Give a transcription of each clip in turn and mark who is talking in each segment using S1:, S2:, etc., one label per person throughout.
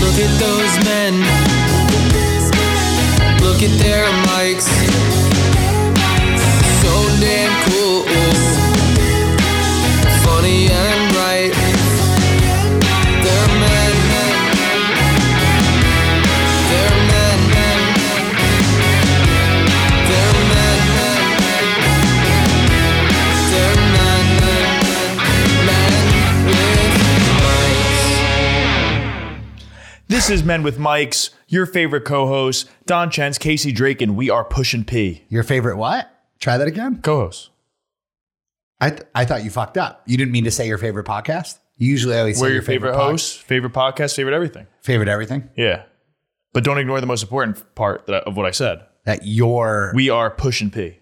S1: Look at those men. Look at their mics. So damn cool. Funny and bright. They're men. They're men. They're men. They're men. Men with mics.
S2: This is Men with Mics, your favorite co host, Don Chance, Casey Drake, and we are pushing P.
S3: Your favorite what? Try that again.
S2: Co host.
S3: I th- I thought you fucked up. You didn't mean to say your favorite podcast. You Usually, I always say
S2: We're your favorite,
S3: pod-
S2: hosts, favorite podcast, favorite everything.
S3: favorite everything.
S2: Yeah. But don't ignore the most important part that I, of what I said.
S3: That your
S2: We are pushing P.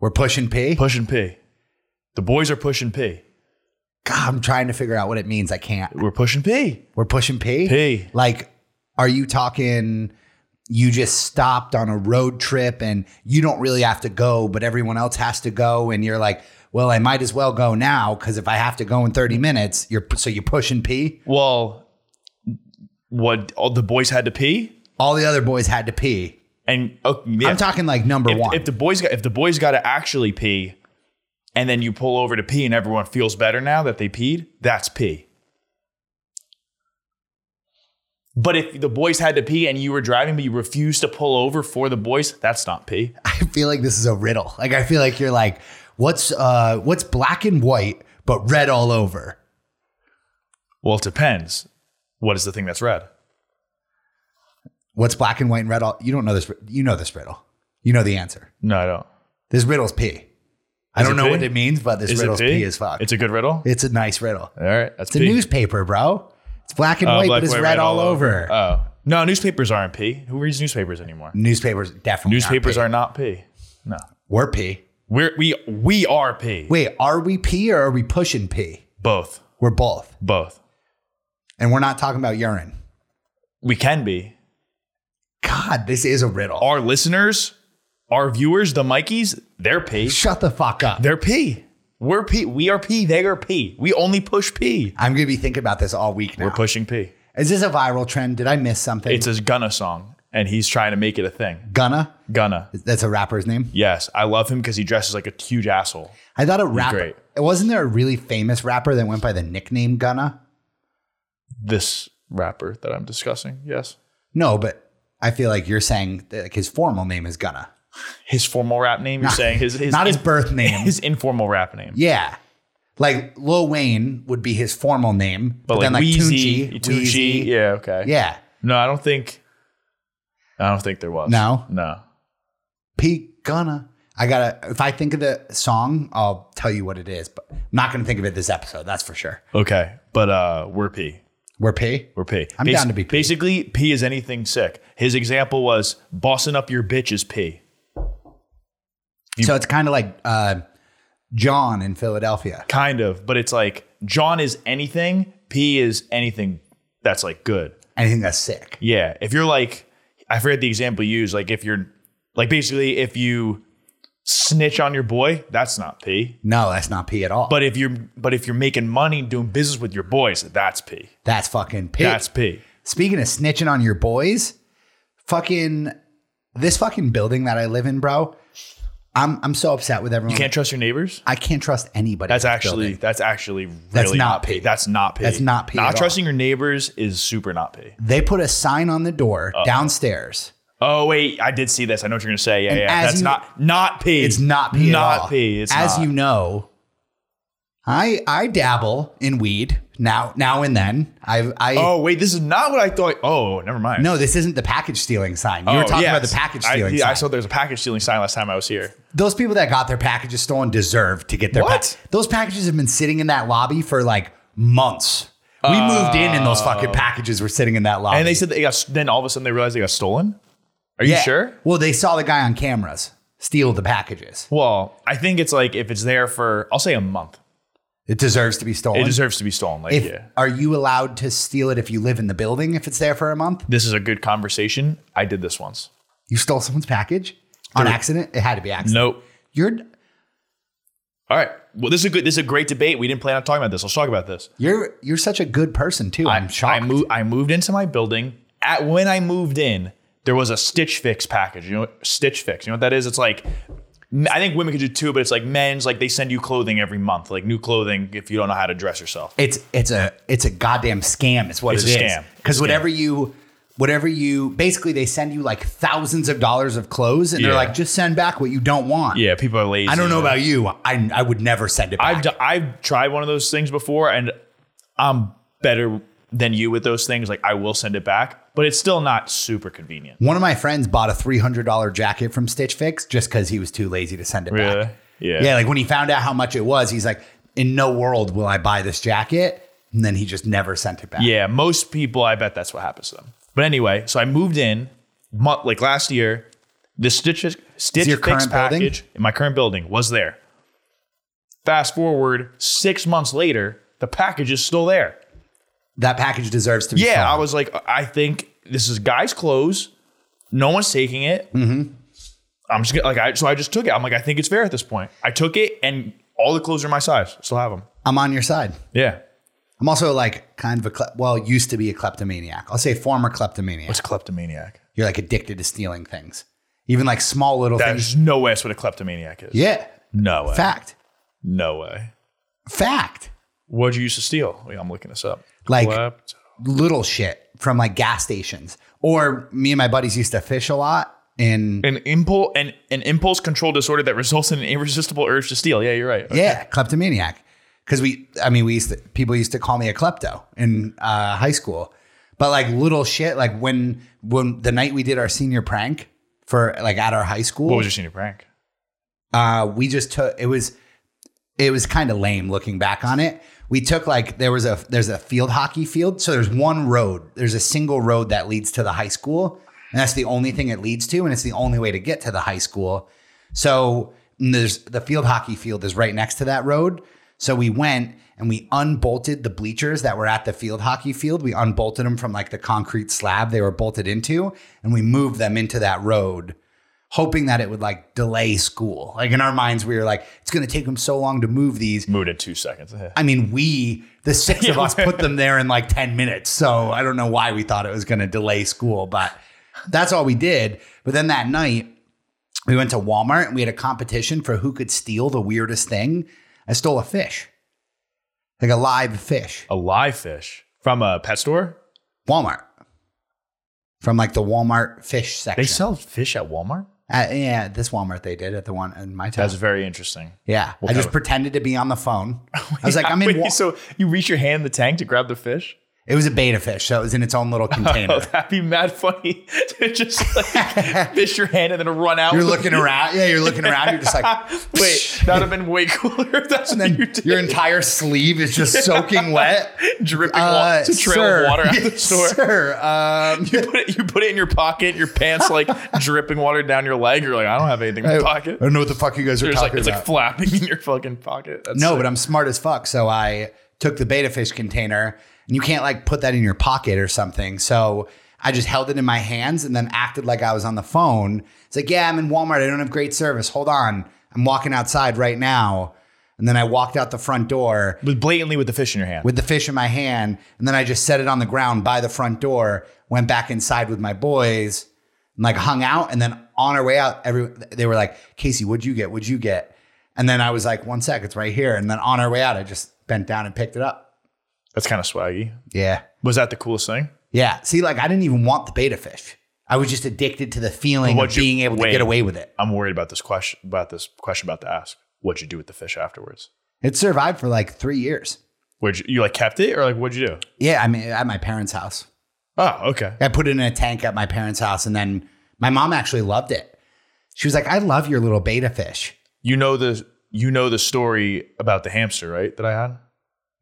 S3: we're pushing P.
S2: Pushing P. The boys are pushing P.
S3: God, I'm trying to figure out what it means. I can't.
S2: We're pushing P.
S3: We're pushing P.
S2: P.
S3: Like, are you talking? You just stopped on a road trip and you don't really have to go, but everyone else has to go, and you're like, well, I might as well go now because if I have to go in 30 minutes, you're so you're pushing P.
S2: Well, what all the boys had to pee,
S3: All the other boys had to pee.
S2: and oh, yeah.
S3: I'm talking like number
S2: if,
S3: one.
S2: if the boys got if the boys got to actually pee, and then you pull over to pee, and everyone feels better now that they peed. That's pee. But if the boys had to pee and you were driving, but you refused to pull over for the boys, that's not pee.
S3: I feel like this is a riddle. Like I feel like you're like, what's uh what's black and white but red all over?
S2: Well, it depends. What is the thing that's red?
S3: What's black and white and red all? You don't know this. You know this riddle. You know the answer.
S2: No, I don't.
S3: This riddle's P. I
S2: Is
S3: don't
S2: it
S3: know
S2: P?
S3: what it means, but this
S2: Is
S3: riddle's
S2: it
S3: P?
S2: pee?
S3: as fuck. It's,
S2: It's a good riddle.
S3: a nice riddle.
S2: All right, that's
S3: It's a
S2: pee.
S3: newspaper, bro. It's black and
S2: Oh,
S3: white,
S2: black,
S3: but it's
S2: white,
S3: red, all over.
S2: Oh no, newspapers aren't pee. Who reads newspapers anymore?
S3: Newspapers definitely.
S2: Newspapers
S3: not
S2: are not pee. No,
S3: P. We're P.
S2: we're we we are pee.
S3: Wait, are we P or are we pushing P?
S2: Both,
S3: We're both,
S2: both.
S3: and we're not talking about urine.
S2: We can be.
S3: God, this is a riddle.
S2: Our listeners, our viewers, the Mikeys, they're pee.
S3: Shut the fuck up.
S2: They're pee. We're pee. We are pee. They are pee. We only push pee.
S3: I'm gonna be thinking about this all week now.
S2: We're pushing pee.
S3: Is this a viral trend? Did I miss something?
S2: It's a Gunna song, and he's trying to make it a thing.
S3: Gunna.
S2: Gunna.
S3: That's a rapper's name.
S2: Yes, I love him because he dresses like a huge asshole.
S3: I thought a rapper.
S2: great.
S3: Wasn't there a really famous rapper that went by the nickname Gunna?
S2: This rapper that I'm discussing. Yes.
S3: No, but I feel like you're saying that like his formal name is Gunna,
S2: His formal rap name. You're saying his, his
S3: not his birth name.
S2: his informal rap name.
S3: yeah, like Lil Wayne would be his formal name,
S2: But, like, Weezy,
S3: Tunchi,
S2: Tunchi,
S3: Weezy.
S2: yeah, okay.
S3: yeah,
S2: No, I don't think. I don't think there was.
S3: No?
S2: no.
S3: P Gunna. I gotta. If I think of the song, I'll tell you what it is. But I'm not gonna think of it this episode. That's for sure.
S2: Okay, but uh, we're P.
S3: We're P.
S2: We're P.
S3: I'm down to be P.
S2: Basically, P is anything sick. His example was bossing up your bitch is P.
S3: so it's kind of like uh, John in Philadelphia.
S2: Kind of, but it's like John is anything. P is anything that's like good.
S3: Anything that's sick.
S2: Yeah. If you're like, I forget the example you used. Like if you're, like basically, if you snitch on your boy, that's not P.
S3: No, that's not P at all.
S2: But if you're, but if you're making money doing business with your boys, that's P.
S3: that's fucking P.
S2: That's P.
S3: Speaking of snitching on your boys, fucking this fucking building that I live in, bro. I'm I'm so upset with everyone.
S2: You can't trust your neighbors.
S3: I can't trust anybody.
S2: That's
S3: in this
S2: actually
S3: building.
S2: that's actually really
S3: That's not
S2: not
S3: pay.
S2: pay. That's not pay.
S3: That's not pay at
S2: Not
S3: all.
S2: trusting your neighbors is super not pay.
S3: they put a sign on the door downstairs.
S2: Oh wait, I did see this. I know what you're gonna say. Yeah, yeah.
S3: as
S2: That's
S3: you-
S2: not not pay.
S3: It's not P.
S2: Not
S3: at all.
S2: pay. It's
S3: as
S2: not.
S3: you know. I I dabble in weed now now and then. I've I
S2: Oh wait, this is not what I thought. Oh, never mind.
S3: no, this isn't the package stealing sign. You
S2: oh,
S3: were talking about
S2: yes.
S3: the package
S2: I-
S3: stealing
S2: yeah,
S3: sign.
S2: I saw there's a package stealing sign last time I was here.
S3: those people that got their packages stolen deserve to get their
S2: What?
S3: pa- those packages have been sitting in that lobby for like months. We moved in and those fucking packages were sitting in that lobby.
S2: Oh. And they said they got. Then all of a sudden they realized they got stolen. Are you
S3: Yeah.
S2: sure?
S3: Well, they saw the guy on cameras steal the packages.
S2: Well, I think it's like if it's there for I'll say a month,
S3: It deserves to be stolen.
S2: it deserves to be stolen. Like
S3: if,
S2: yeah.
S3: Are you allowed to steal it if you live in the building if it's there for a month?
S2: This is a good conversation. I did this once.
S3: You stole someone's package on accident? It had to be accident.
S2: Nope.
S3: You're
S2: All right. Well, this is a good. This is a great debate. We didn't plan on talking about this. Let's talk about this.
S3: You're you're such a good person too. I'm
S2: I
S3: shocked.
S2: moved. I moved into my building. At when I moved in, there was a Stitch Fix package. You know, what Stitch Fix. You know what that is? It's like I think women could do too, but it's like men's. Like they send you clothing every month, like new clothing if you don't know how to dress yourself.
S3: it's it's a it's a goddamn scam. It's what
S2: It's
S3: it's
S2: a scam. It's
S3: Because
S2: a scam.
S3: whatever you whatever you basically they send you like thousands of dollars of clothes and
S2: Yeah.
S3: they're like just send back what you don't want.
S2: Yeah, people are lazy.
S3: I don't know about you. I I would never send it back.
S2: I've done, I've tried one of those things before, and I'm better than you with those things. Like I will send it back, but it's still not super convenient.
S3: One of my friends bought a three hundred dollar jacket from Stitch Fix just because he was too lazy to send it
S2: Really?
S3: back.
S2: Yeah.
S3: Yeah, like when he found out how much it was, he's like, "In no world will I buy this jacket." And then he just never sent it back.
S2: Yeah, most people, I bet that's what happens to them. But anyway, so I moved in mo- like last year. The Stitch Stitch
S3: your
S2: Fix
S3: current building?
S2: package in my current building was there. Fast forward six months later, the package is still there.
S3: That package deserves to be.
S2: Yeah, I
S3: thrown.
S2: was like, I think this is guys' clothes. No one's taking it.
S3: Mm-hmm.
S2: I'm just gonna- like, I so I just took it. I'm like, I think it's fair at this point. I took it, and all the clothes are my size. Still have them.
S3: I'm on your side.
S2: Yeah.
S3: I'm also like kind of a cle- well, used to be a kleptomaniac. I'll say former kleptomaniac.
S2: What's a kleptomaniac?
S3: You're like addicted to stealing things, even like small little things.
S2: There's no way that's what a kleptomaniac is.
S3: Yeah,
S2: No way.
S3: fact,
S2: No way.
S3: fact.
S2: What'd you used to steal? Wait, I'm looking this up.
S3: Like-
S2: Klept-
S3: Little shit from like gas stations. Or me and my buddies used to fish a lot, and
S2: an impulse an, an impulse control disorder that results in an irresistible urge to steal. Yeah, you're right.
S3: yeah, kleptomaniac. Because we, I mean, we used to, people used to call me a klepto in uh, high school, but like little shit, like when when the night we did our senior prank for like at our high school,
S2: What was your senior prank?
S3: uh, we just took it was it was kind of lame looking back on it. We took like there was a there's a field hockey field, so there's one road. There's a single road that leads to the high school, and that's the only thing it leads to, and it's the only way to get to the high school. So and there's the field hockey field is right next to that road. So we went and we unbolted the bleachers that were at the field hockey field. We unbolted them from like the concrete slab they were bolted into, and we moved them into that road hoping that it would like delay school. Like in our minds, we were like, it's going to take them so long to move these.
S2: Moved in two seconds. Yeah.
S3: I mean, we, the six of us, put them there in like 10 minutes. So I don't know why we thought it was going to delay school, but that's all we did. But then that night, we went to Walmart and we had a competition for who could steal the weirdest thing. I stole a fish, like a live fish,
S2: A live fish from a pet store.
S3: Walmart, from like the Walmart fish section.
S2: They sell fish at Walmart.
S3: Uh, yeah, this Walmart they did at the one in my town.
S2: That's very interesting.
S3: Yeah. I
S2: kind
S3: just
S2: of-
S3: pretended to be on the phone.
S2: Oh,
S3: I was like, I'm in.
S2: Wait,
S3: Wa-
S2: so you reach your hand in the tank to grab the fish.
S3: it was a beta fish, so it was in its own little
S2: Oh,
S3: container.
S2: that'd be mad funny to just like fish your hand and then run out.
S3: You're
S2: with-
S3: looking around. Yeah, you're looking around. You're just like,
S2: Wait, that'd have been way cooler if that's
S3: and
S2: what
S3: then
S2: you did.
S3: your entire sleeve is just soaking wet.
S2: dripping
S3: Uh,
S2: water. It's a trail
S3: sir.
S2: of water out the
S3: Yes,
S2: store.
S3: Sir, um,
S2: You put it, you put it in your pocket, your pants like dripping water down your leg. You're like, I don't have anything in my
S3: I
S2: pocket.
S3: don't know what the fuck you guys are
S2: It's like
S3: talking
S2: it's like
S3: about.
S2: flapping in your fucking pocket. That's
S3: no,
S2: sick.
S3: but I'm smart as fuck. So I took the beta fish container, and you can't like put that in your pocket or something. So I just held it in my hands and then acted like I was on the phone. It's like, yeah, I'm in Walmart. I don't have great service. Hold on. I'm walking outside right now. And then I walked out the front door
S2: with blatantly with the fish in your hand.
S3: with the fish in my hand. And then I just set it on the ground by the front door, went back inside with my boys and like hung out. And then on our way out, every they were like, Casey, what'd you get? What'd you get? And then I was like, one sec, it's right here. And then on our way out, I just bent down and picked it up.
S2: That's kind of swaggy.
S3: Yeah.
S2: Was that the coolest thing?
S3: Yeah. See, like I didn't even want the beta fish. I was just addicted to the feeling of
S2: What'd you-
S3: being able to
S2: wait.
S3: get away with it.
S2: I'm worried about this question. About this question about to ask. What'd you do with the fish afterwards?
S3: It survived for like three years.
S2: Where'd you, you like kept it or like what'd you do?
S3: Yeah. I mean, at my parents' house.
S2: Oh, okay.
S3: I put it in a tank at my parents' house. And then my mom actually loved it. She was like, I love your little beta fish.
S2: You know the you know the story about the hamster, right? That I had.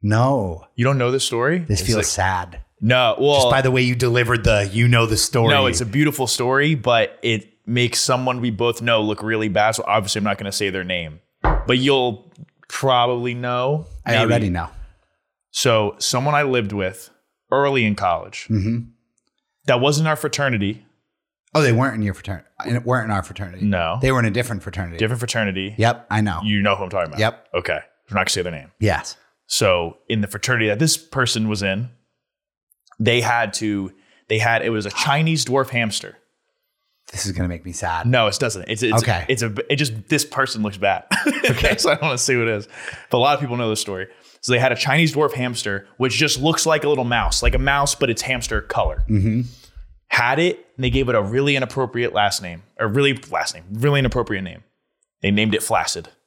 S3: No,
S2: You don't know this story.
S3: this
S2: It's
S3: feels
S2: like-
S3: sad.
S2: no. Well,
S3: Just by the way you delivered the you know the story.
S2: No, it's a beautiful story, but it makes someone we both know look really bad. So obviously, I'm not going to say their name, but you'll probably know.
S3: I
S2: maybe.
S3: already know.
S2: So, someone I lived with early in college that wasn't our fraternity.
S3: Mm-hmm. Oh, they weren't in your fraternity. Weren't in our fraternity.
S2: No.
S3: they were in a different fraternity.
S2: Different fraternity.
S3: Yep, I know.
S2: You know who I'm talking about.
S3: Yep.
S2: Okay. I'm not gonna say their name.
S3: yes.
S2: So in the fraternity that this person was in, they had to. They had it was a Chinese dwarf hamster.
S3: This is gonna make me sad.
S2: No, it doesn't. It's, it's
S3: Okay.
S2: It's a. It just this person looks bad. okay, so I don't want to see what it is. But a lot of people know this story. So they had a Chinese dwarf hamster, which just looks like a little mouse, like a mouse, but it's hamster color. Had it, and they gave it a really inappropriate last name, a really last name, really inappropriate name. They named it Flaccid.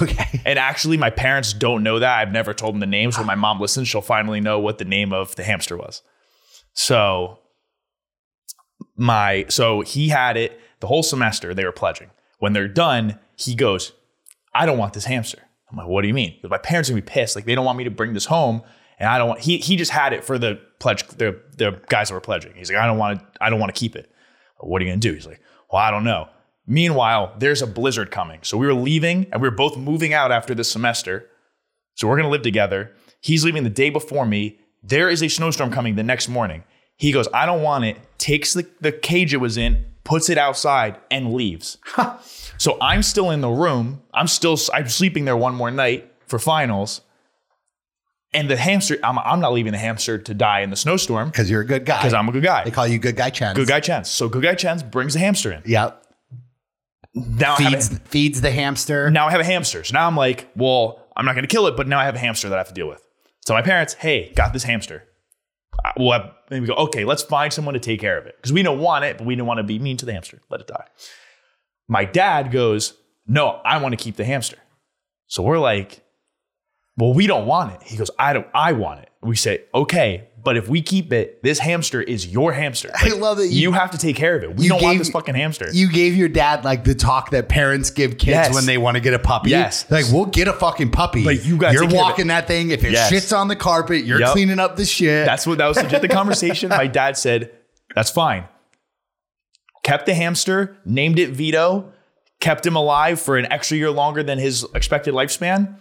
S3: Okay.
S2: And actually, my parents don't know that. I've never told them the name. So when my mom listens, she'll finally know what the name of the hamster was. So my so he had it the whole semester. They were pledging. When they're done, he goes, "I don't want this hamster." I'm like, "What do you mean?" Because my parents are gonna be pissed. Like they don't want me to bring this home, and I don't want. He he just had it for the pledge. The the guys that were pledging. He's like, "I don't want to. I don't want to keep it." what are you gonna do? He's like, well, I don't know. Meanwhile, there's a blizzard coming. So we were leaving and we were both moving out after this semester. So we're gonna live together. He's leaving the day before me. There is a snowstorm coming the next morning. He goes, I don't want it, takes the, the cage it was in, puts it outside, and leaves. so I'm still in the room. I'm still I'm sleeping there one more night for finals. And the hamster, I'm, I'm not leaving the hamster to die in the snowstorm
S3: Because you're a good guy.
S2: because I'm a good guy.
S3: They call you Good Guy Chen.
S2: Good guy Chance. So good guy Chance brings the hamster in.
S3: Yep.
S2: Now I,
S3: Feeds
S2: have
S3: feeds the hamster.
S2: a, now I have a hamster. So now I'm like, well, I'm not going to kill it, but now I have a hamster that I have to deal with. So my parents, hey, got this hamster. I- Well, I- then we go, okay, let's find someone to take care of it because we don't want it, but we don't want to be mean to the hamster. Let it die. My dad goes, no, I want to keep the hamster. So we're like, well, we don't want it. He goes, I don't, I want it. We say, okay, but if we keep it, this hamster is your hamster.
S3: I love that you-
S2: you have to take care of it. We
S3: you
S2: don't want
S3: gave-
S2: this fucking hamster.
S3: You gave your dad like the talk that parents give kids
S2: Yes.
S3: when they want to get a puppy.
S2: Yes.
S3: Like, we'll get a fucking puppy.
S2: But you gotta
S3: You're
S2: take care of
S3: walking that thing. If it
S2: Yes.
S3: shit's on the carpet, you're
S2: Yep.
S3: cleaning up the shit.
S2: That's what that was legit the conversation. My dad said, That's fine. Kept the hamster, named it Vito, kept him alive for an extra year longer than his expected lifespan.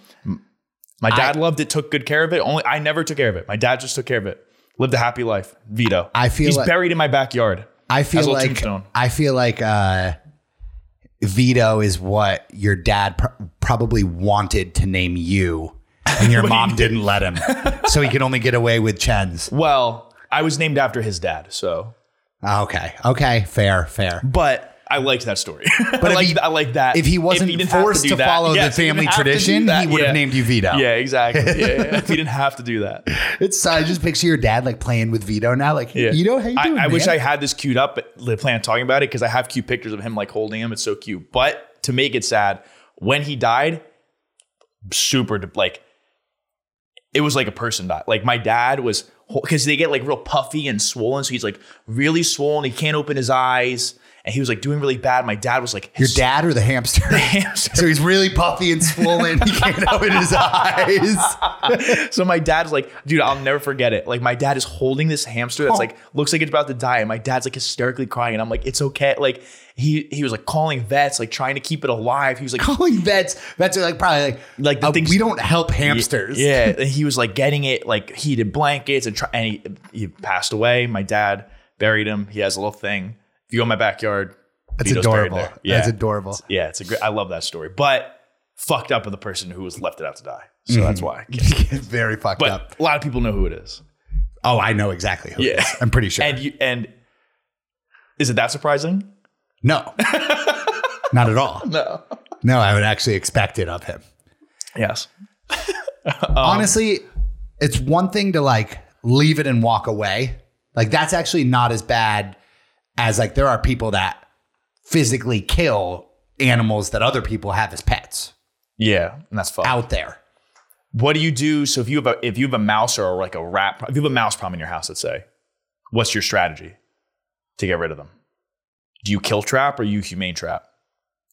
S2: My dad loved it, took good care of it. Only I never took care of it. My dad just took care of it. Lived a happy life. Vito.
S3: I feel
S2: he's
S3: like-
S2: buried in my backyard.
S3: I feel
S2: As well,
S3: like
S2: tombstone.
S3: I feel like uh, Vito is what your dad pr- probably wanted to name you, and your mom didn't let him, so he could only get away with Chen's.
S2: Well, I was named after his dad, so
S3: Okay, okay, fair, fair.
S2: but I liked that story. But I
S3: if
S2: like
S3: he-
S2: I like that.
S3: If he wasn't
S2: didn't have
S3: forced
S2: do
S3: to,
S2: that-
S3: follow
S2: yes,
S3: the
S2: he didn't
S3: family
S2: have to do
S3: tradition,
S2: that,
S3: he would have
S2: yeah.
S3: named you Vito.
S2: Yeah, exactly. Yeah, yeah. he didn't have to do that.
S3: It's I just picture your dad like playing with Vito now, like
S2: Yeah.
S3: Vito, how you
S2: I,
S3: doing?
S2: I wish
S3: man?"
S2: I had this queued up, but the plan on talking about it because I have cute pictures of him like holding him. It's so cute. But to make it sad, when he died, super de- like it was like a person died. Like my dad was because they get like real puffy and swollen, so he's like really swollen. He can't open his eyes, and he was like doing really bad. My dad was like
S3: your dad or the hamster. So he's really puffy and swollen. He can't open his eyes.
S2: So my dad's like, dude, I'll never forget it. Like my dad is holding this hamster
S3: Oh.
S2: that's like looks like it's about to die, and my dad's like hysterically crying, and I'm like, it's okay. Like he he was like calling vets, like trying to keep it alive. He was like,
S3: calling vets. Vets are like probably like,
S2: Like the
S3: uh,
S2: things-
S3: we don't help hamsters.
S2: yeah, and he was like getting it like heated blankets and try, and he, he passed away. My dad buried him. He has a little thing. If you go in my backyard,
S3: that's
S2: Vito's buried
S3: adorable.
S2: there. Yeah,
S3: That's adorable.
S2: yeah, it's a great. I love that story, but fucked up with the person who was left it out to die. So
S3: Mm-hmm.
S2: that's why.
S3: Very fucked
S2: But
S3: up.
S2: a lot of people know who it is.
S3: Oh, I know exactly who. it
S2: Yeah.
S3: is. I'm pretty sure.
S2: And you and is it that surprising?
S3: no, not at all. No, no, I would actually expect it of him.
S2: Yes. Um,
S3: Honestly, it's one thing to like leave it and walk away. Like that's actually not as bad as like there are people that physically kill animals that other people have as pets
S2: Yeah, and that's fun.
S3: out there.
S2: What do you do? So if you have a if you have a mouse or like a rat, if you have a mouse problem in your house, let's say, what's your strategy to get rid of them? Do you kill trap or you humane trap?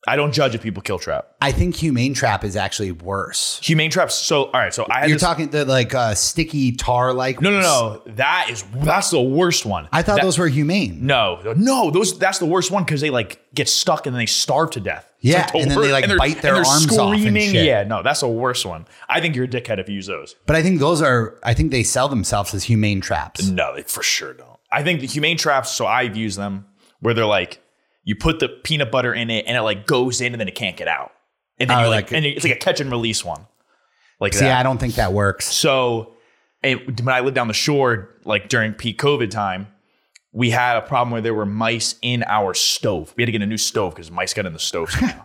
S2: I don't judge if people kill trap.
S3: I think humane trap is actually worse.
S2: Humane traps. So all right. So I had
S3: You're
S2: this,
S3: talking the like uh, sticky tar like.
S2: no no no. That is that's the worst one.
S3: I thought
S2: That-
S3: those were humane.
S2: No, no, those that's the worst one because they like get stuck and then they starve to death. It's,
S3: Yeah,
S2: like, the
S3: and then they,
S2: worst-
S3: like,
S2: they're-
S3: bite their
S2: and they're
S3: arms off and shit.
S2: Yeah, no, that's the worst one. I think you're a dickhead if you use those.
S3: But I think those are. I think they sell themselves as humane traps.
S2: No, they for sure don't. I think the humane traps. So I've used them where they're like, you put the peanut butter in it and it like goes in and then it can't get out. And then
S3: Oh,
S2: you're like,
S3: like-
S2: and it's like a catch and release one. Like
S3: See,
S2: that.
S3: I don't think that works.
S2: So it, when I lived down the shore, like during peak COVID time, we had a problem where there were mice in our stove. We had to get a new stove because mice got in the stove somehow.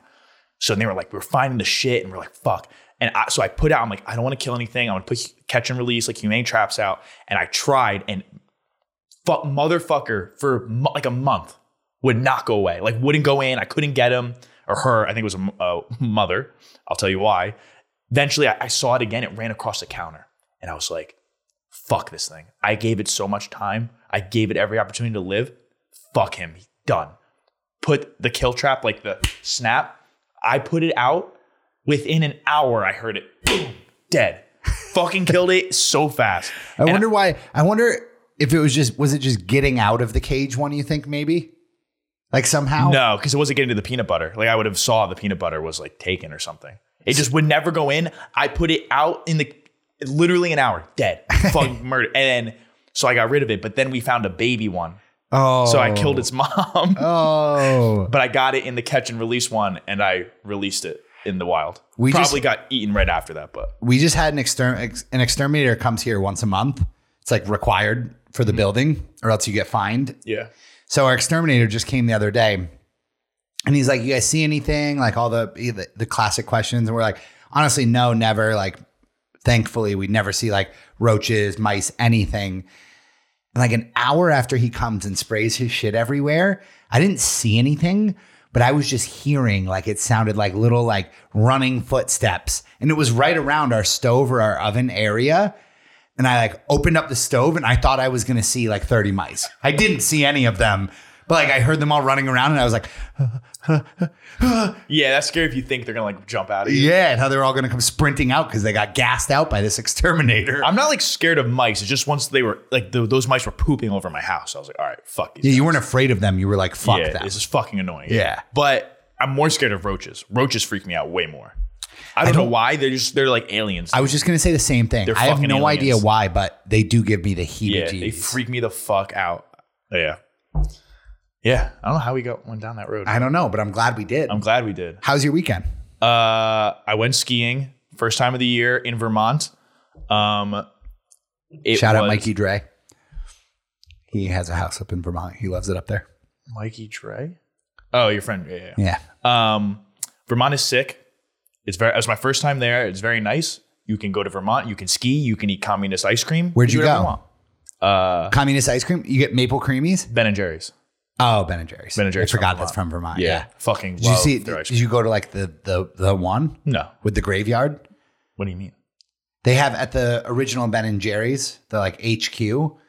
S2: so they were like, we were finding the shit, and we are like, fuck. And I, so I put out, I'm like, I don't want to kill anything. I'm gonna put catch and release, like humane traps out. And I tried, and fuck, motherfucker, for mo- like a month would not go away. Like wouldn't go in. I couldn't get him or her. I think it was a m- a mother. I'll tell you why. Eventually, I, I saw it again. It ran across the counter, and I was like, "Fuck this thing!" I gave it so much time. I gave it every opportunity to live. Fuck him. Done. Put the kill trap, like the snap. I put it out. Within an hour, I heard it. Boom, dead. Fucking killed it so fast.
S3: I wonder why. I wonder if it was just was it just getting out of the cage one? You think maybe, like somehow.
S2: No, because it wasn't getting to the peanut butter. Like I would have saw the peanut butter was like taken or something. It just would never go in. I put it out in the literally an hour, dead, fucking murdered. And then so I got rid of it. But then we found a baby one,
S3: Oh,
S2: so I killed its mom.
S3: Oh,
S2: But I got it in the catch and release one, and I released it in the wild.
S3: We
S2: We
S3: just-
S2: probably got eaten right after that, but
S3: we just had an exter- ex- an exterminator comes here once a month. It's like required for the
S2: Mm-hmm.
S3: building, or else you get fined.
S2: yeah,
S3: So our exterminator just came the other day, and he's like, "You guys see anything?" Like all the e, the, the classic questions, and we're like, "Honestly, no, never." Like, thankfully, we never see like roaches, mice, anything. And like an hour after he comes and sprays his shit everywhere, I didn't see anything, but I was just hearing like it sounded like little like running footsteps, and it was right around our stove or our oven area and I like opened up the stove and I thought I was gonna see like 30 mice. I didn't see any of them, but like I heard them all running around and I was like,
S2: yeah. That's scary if you think they're gonna like jump out of you.
S3: yeah, and how they're all gonna come sprinting out because they got gassed out by this exterminator.
S2: I'm not like scared of mice. It's just once they were like th- those mice were pooping over my house. I was like, all right, fuck these
S3: yeah,
S2: guys.
S3: you weren't afraid of them. You were like, fuck
S2: yeah,
S3: them.
S2: This is fucking annoying.
S3: Yeah.
S2: But I'm more scared of roaches. Roaches freak me out way more. I don't, know
S3: don't-
S2: why. They're just they're like aliens.
S3: I was just gonna say the same thing.
S2: They're
S3: I have
S2: fucking
S3: no
S2: aliens.
S3: idea why, but they do give me the
S2: yeah,
S3: heebie
S2: they
S3: jeebies.
S2: freak me the fuck out. Yeah. Yeah. I don't know how we got went down that road.
S3: I don't know, but I'm glad we did.
S2: I'm glad we did.
S3: How's your weekend?
S2: Uh, I went skiing first time of the year in Vermont. Um, it
S3: Shout out
S2: was-
S3: Mikey Dre. He has a house up in Vermont. He loves it up there.
S2: Mikey Trey. Oh, your friend. Yeah, yeah. yeah.
S3: Yeah.
S2: Um, Vermont is sick. It's very. It was my first time there. It's very nice. You can go to Vermont. You can ski. You can eat communist ice cream.
S3: Where'd
S2: do
S3: you
S2: whatever
S3: go?
S2: want. Uh,
S3: Communist ice cream. You get maple creamies.
S2: Ben and Jerry's.
S3: Oh, Ben and Jerry's.
S2: Ben and Jerry's
S3: I forgot
S2: from
S3: that's from
S2: Vermont.
S3: Vermont.
S2: Yeah,
S3: yeah.
S2: fucking.
S3: Did you see?
S2: Their
S3: Did
S2: ice cream.
S3: you go to like the the the one
S2: No.
S3: with the graveyard?
S2: What do you mean?
S3: They have at the original Ben and Jerry's, the like HQ.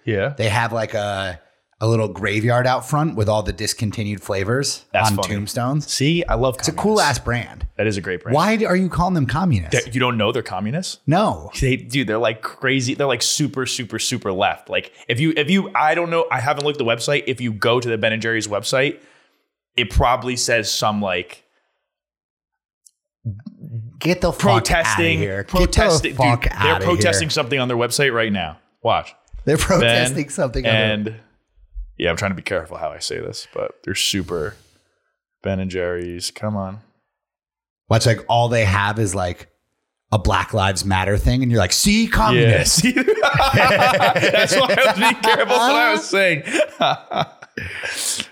S2: Yeah.
S3: They have like a a little graveyard out front with all the discontinued flavors
S2: That's
S3: on
S2: funny.
S3: tombstones.
S2: See, I love.
S3: It's a cool ass brand.
S2: That is a great brand.
S3: Why are you calling them communists?
S2: They- You don't know they're communists.
S3: no.
S2: They dude, they're like crazy. They're like super, super, super left. Like if you, if you, I don't know. I haven't looked at the website. If you go to the Ben and Jerry's website, it probably says some like
S3: Get the
S2: protesting,
S3: fuck out of here.
S2: protesting.
S3: Get the fuck
S2: dude,
S3: out
S2: they're
S3: of
S2: protesting
S3: Here.
S2: something on their website right now. Watch.
S3: They're
S2: Ben
S3: protesting something. other-
S2: And yeah, I'm trying to be careful how I say this, but they're super Ben and Jerry's. Come on.
S3: Watch like all they have is like a Black Lives Matter thing, and you're like, see communists.
S2: Yes. That's why I was being careful. That's what I was saying.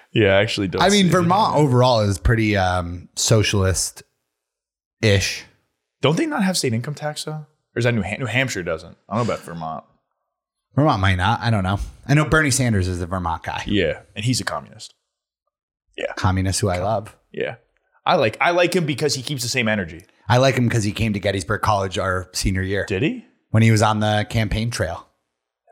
S2: yeah, I actually don't.
S3: Uh-huh. I mean,
S2: see it.
S3: Vermont overall is pretty um, socialist ish.
S2: Don't they not have state income tax though? Or is that New, Ham- New Hampshire doesn't? I don't know about Vermont.
S3: Vermont might not. I don't know. I know Bernie Sanders is the Vermont guy,
S2: Yeah, and he's a communist.
S3: communist who I love.
S2: Yeah, I like I like him because he keeps the same energy.
S3: I like him because he came to Gettysburg College our senior year
S2: Did he?
S3: when he was on the campaign trail.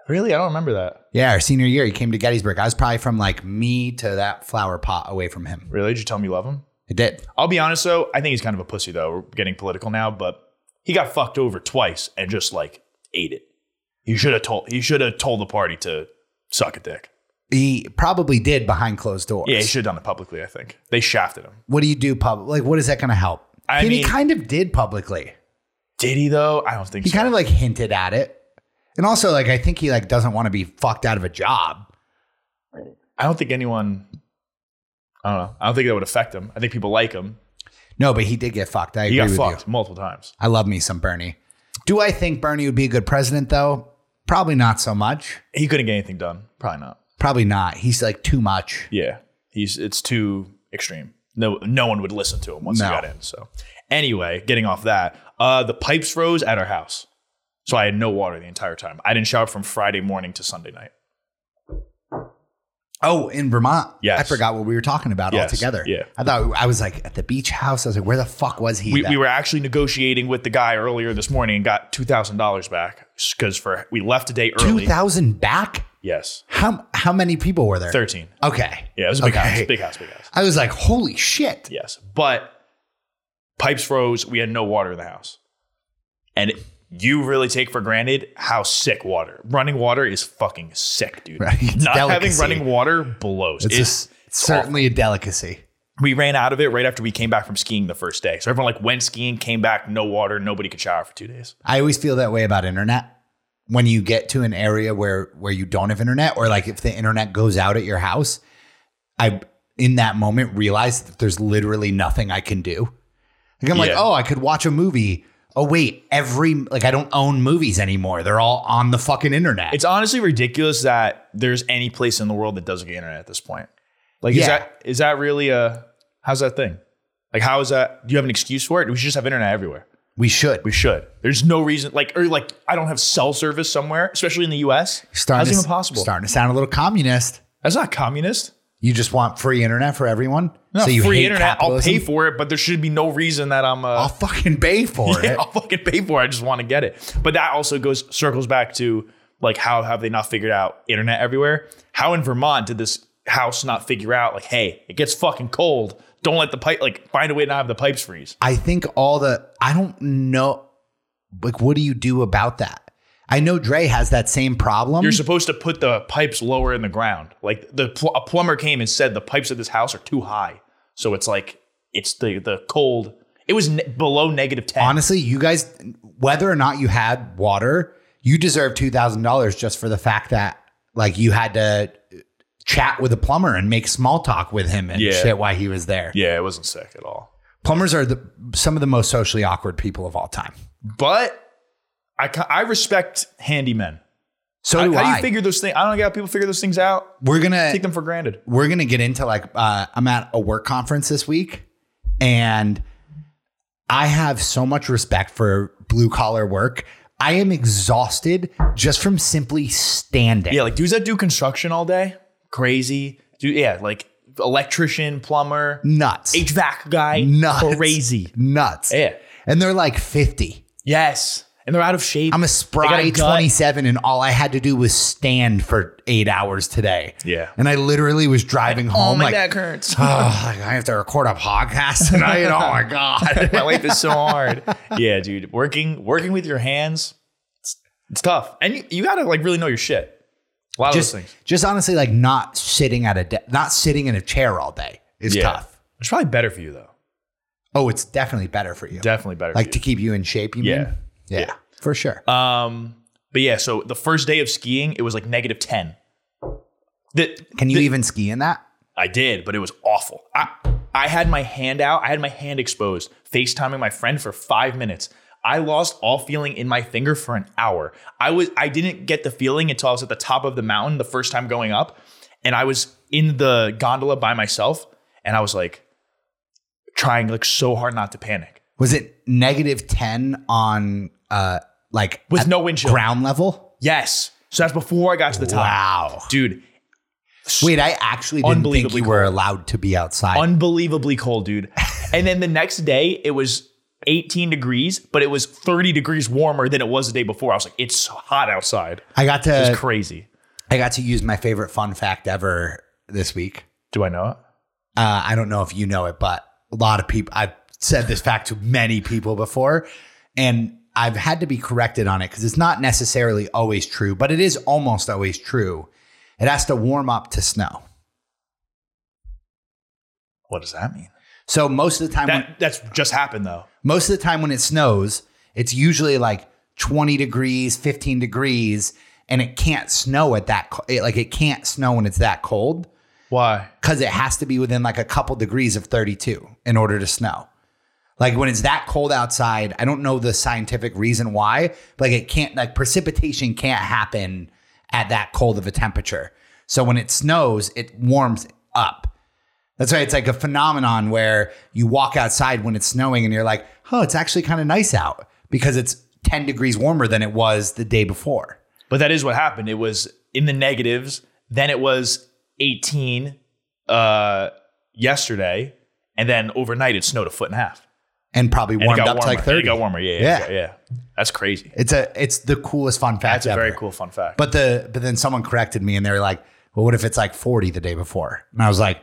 S2: Really? I don't remember that.
S3: Yeah, our senior year, he came to Gettysburg. I was probably from like me to that flower pot away from him.
S2: Really? Did you tell him you love him?
S3: It did.
S2: I'll be honest though, I think he's kind of a pussy though. We're getting political now, but he got fucked over twice and just like ate it. He should have told he should have told the party to suck a dick.
S3: He probably did behind closed doors.
S2: Yeah, he should have done it publicly, I think. They shafted him.
S3: What do you do public? Like, what is that going to help?
S2: I
S3: and he
S2: mean-
S3: kind of did publicly.
S2: Did he though? I don't think
S3: he
S2: so.
S3: kind of like hinted at it and also like i think he like doesn't want to be fucked out of a job
S2: I don't think anyone I don't know. I don't think that would affect him. I think people like him.
S3: No, but he did get fucked. I
S2: He
S3: agree
S2: got
S3: with
S2: fucked
S3: you.
S2: multiple times.
S3: I love me some Bernie. Do I think Bernie would be a good president though? Probably not so much.
S2: He couldn't get anything done. Probably not.
S3: Probably not. He's like too much.
S2: Yeah, he's it's too extreme. No, no one would listen to him once
S3: No.
S2: he got in. So, anyway, getting off that, uh, the pipes froze at our house, so I had no water the entire time. I didn't shower from Friday morning to Sunday night.
S3: Oh, in Vermont.
S2: Yes.
S3: I forgot what we were talking about
S2: Yes.
S3: altogether.
S2: Yeah.
S3: I thought I was like at the beach house. I was like, where the fuck was he?
S2: We,
S3: then?
S2: we were actually negotiating with the guy earlier this morning and got two thousand dollars back because for we left a day early.
S3: 2000 back?
S2: yes,
S3: How how many people were there?
S2: thirteen.
S3: Okay.
S2: Yeah, it was a big
S3: Okay.
S2: house, big house, big house.
S3: I was like, holy shit.
S2: Yes, but pipes froze. We had no water in the house, and you really take for granted how sick water, running water, is fucking sick, dude.
S3: Right, it's
S2: Not having
S3: delicacy.
S2: running water blows.
S3: It's,
S2: It's-
S3: just certainly a delicacy.
S2: we ran out of it right after we came back from skiing the first day. So everyone like went skiing, came back, no water, nobody could shower for two days.
S3: I always feel that way about internet. When you get to an area where where you don't have internet, or like if the internet goes out at your house, I in that moment realize that there's literally nothing I can do. Like I'm like,
S2: Yeah.
S3: oh, I could watch a movie. Oh wait, every like I don't own movies anymore. They're all on the fucking internet.
S2: It's honestly ridiculous that there's any place in the world that doesn't get internet at this point. Like,
S3: Yeah.
S2: is that is that really a how's that thing? Like, how is that? Do you have an excuse for it? We should just have internet everywhere.
S3: we should.
S2: We should. There's no reason, like, or like, I don't have cell service somewhere, especially in the U.S.
S3: Starting
S2: How's
S3: to
S2: it
S3: s-
S2: even possible?
S3: Starting to sound a little communist.
S2: That's not communist.
S3: You just want free internet for everyone.
S2: Not
S3: so you
S2: free
S3: hate
S2: internet.
S3: capitalism?
S2: I'll pay for it, but there should be no reason that I'm. Uh,
S3: I'll fucking pay for
S2: yeah,
S3: it.
S2: I'll fucking pay for it. I just want to get it. But that also goes circles back to like how have they not figured out internet everywhere? How in Vermont did this house not figure out like, hey, it gets fucking cold. Don't let the pipe like find a way to not have the pipes freeze.
S3: I think all the I don't know like what do you do about that? I know Dre has that same problem.
S2: You're supposed to put the pipes lower in the ground. Like the pl- a plumber came and said the pipes at this house are too high. So it's like it's the the cold. It was ne- below negative ten.
S3: Honestly, you guys whether or not you had water, you deserve $2000 just for the fact that like you had to chat with a plumber and make small talk with him and
S2: Yeah.
S3: shit while he was there.
S2: yeah, it wasn't sick at all.
S3: Plumbers are the some of the most socially awkward people of all time.
S2: But I ca- I respect handymen.
S3: So
S2: How,
S3: do
S2: how do
S3: I. Eh.
S2: you figure those things? I don't know how people figure those things out.
S3: We're going to
S2: Take them for granted.
S3: we're gonna get into like uh, I'm at a work conference this week, and I have so much respect for blue collar work. I am exhausted just from simply standing.
S2: Yeah, like dudes that do construction all day, crazy. Dude, yeah, like electrician, plumber,
S3: Nuts.
S2: HVAC guy,
S3: Nuts.
S2: crazy.
S3: Nuts.
S2: Yeah.
S3: And they're like 50.
S2: Yes, and they're out of shape.
S3: I'm a
S2: They got
S3: spry
S2: a gut.
S3: 27, and all I had to do was stand for eight hours today.
S2: Yeah. Oh
S3: And I literally was driving home like,
S2: hurts.
S3: oh, like, I have to record a podcast tonight. oh my God.
S2: My life is so hard. Yeah, dude, working working with your hands, it's, it's tough, and you, you gotta like really know your shit. A lot
S3: just
S2: of those things.
S3: just honestly like not sitting at a de- not sitting in a chair all day is
S2: Yeah.
S3: tough.
S2: It's probably better for you though.
S3: Oh, it's definitely better for you.
S2: Definitely better.
S3: like
S2: for
S3: to
S2: you.
S3: keep you in shape, you
S2: Yeah.
S3: mean? Yeah.
S2: Yeah.
S3: For sure.
S2: Um, but yeah, so the first day of skiing, it was like negative ten. That
S3: Can you even ski in that?
S2: I did, but it was awful. I I had my hand out, I had my hand exposed, FaceTiming my friend for five minutes. I lost all feeling in my finger for an hour. I was I didn't get the feeling until I was at the top of the mountain the first time going up, and I was in the gondola by myself, and I was like trying like so hard not to panic
S3: Was it negative 10 on uh like
S2: with
S3: at
S2: no wind chill.
S3: ground level?
S2: Yes, so that's before I got to the top.
S3: Wow.
S2: dude.
S3: Wait, I actually didn't think
S2: Unbelievably
S3: you were allowed to be outside.
S2: unbelievably cold, dude. And then the next day, it was 18 degrees, but it was 30 degrees warmer than it was the day before. I was like, it's so hot outside.
S3: I got
S2: It's
S3: to
S2: crazy.
S3: I got to use my favorite fun fact ever this week.
S2: Do I know it?
S3: uh, I don't know if you know it, but a lot of people, I've said this fact to many people before, and I've had to be corrected on it because it's not necessarily always true, but it is almost always true. It has to warm up to snow.
S2: What does that mean?
S3: So most of the time, when,
S2: That that's just happened though.
S3: most of the time when it snows, it's usually like 20 degrees, 15 degrees, and it can't snow at that co- it, like it can't snow when it's that cold.
S2: Why?
S3: because it has to be within like a couple degrees of 32 in order to snow. Like when it's that cold outside, I don't know the scientific reason why. but, Like it can't, like precipitation can't happen at that cold of a temperature. So when it snows, it warms up. That's why it's like a phenomenon where you walk outside when it's snowing and you're like, oh, it's actually kind of nice out because it's 10 degrees warmer than it was the day before.
S2: But that is what happened. It was in the negatives. Then it was 18 uh, yesterday, and then overnight it snowed a foot and a half.
S3: And probably
S2: And it
S3: warmed
S2: got
S3: up
S2: warmer.
S3: to like
S2: And
S3: 30.
S2: It got warmer. Yeah, yeah,
S3: Yeah.
S2: yeah. yeah. That's crazy.
S3: It's a it's the coolest fun fact.
S2: That's a very
S3: ever.
S2: cool fun fact.
S3: But the but then someone corrected me and they were like, "Well, what if it's like 40 the day before?" And I was like,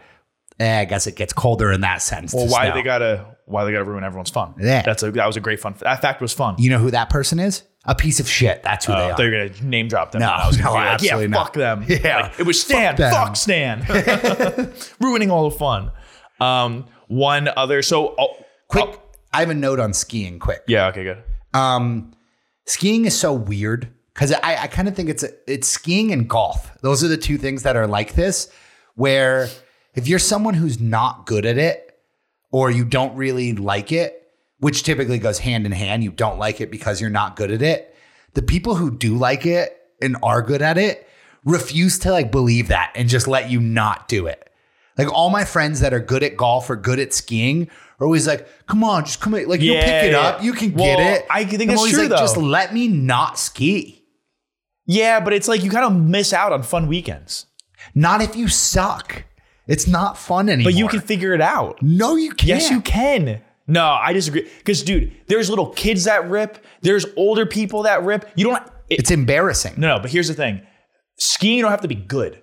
S3: eh, "I guess it gets colder in that sense."
S2: well,
S3: to
S2: why
S3: snow.
S2: they gotta why they gotta ruin everyone's fun?
S3: Yeah.
S2: that's a that was a great fun. That fact was fun.
S3: You know who that person is? A piece of shit. That's who
S2: Uh, I thought
S3: they
S2: you
S3: are.
S2: were gonna name drop them.
S3: No,
S2: And I was gonna
S3: no,
S2: be like,
S3: absolutely
S2: yeah,
S3: not.
S2: fuck them.
S3: Yeah.
S2: Like, it was Stan.
S3: them.
S2: Fuck, Stan. Ruining all the fun. Um, one other. So oh,
S3: Quick,
S2: oh,
S3: I have a note on skiing. Quick,
S2: yeah. Okay. Good.
S3: um, skiing is so weird because I, I kind of think it's a, it's skiing and golf. Those are the two things that are like this, where if you're someone who's not good at it or you don't really like it, which typically goes hand in hand, you don't like it because you're not good at it. The people who do like it and are good at it refuse to like believe that and just let you not do it. Like all my friends that are good at golf or good at skiing are always like, "Come on, just come in. Like you'll
S2: Yeah,
S3: pick it
S2: yeah.
S3: up. You can
S2: Well,
S3: get it."
S2: I think
S3: I'm
S2: it's
S3: always
S2: true,
S3: like,
S2: though.
S3: Just let me not ski.
S2: Yeah, but it's like you kind of miss out on fun weekends.
S3: Not if you suck. It's not fun anymore.
S2: But you can figure it out.
S3: No, you can't.
S2: Yes, you can. No, I disagree. Because, dude, there's little kids that rip. There's older people that rip. You don't. It,
S3: It's embarrassing.
S2: no, no. But here's the thing: skiing, you don't have to be good.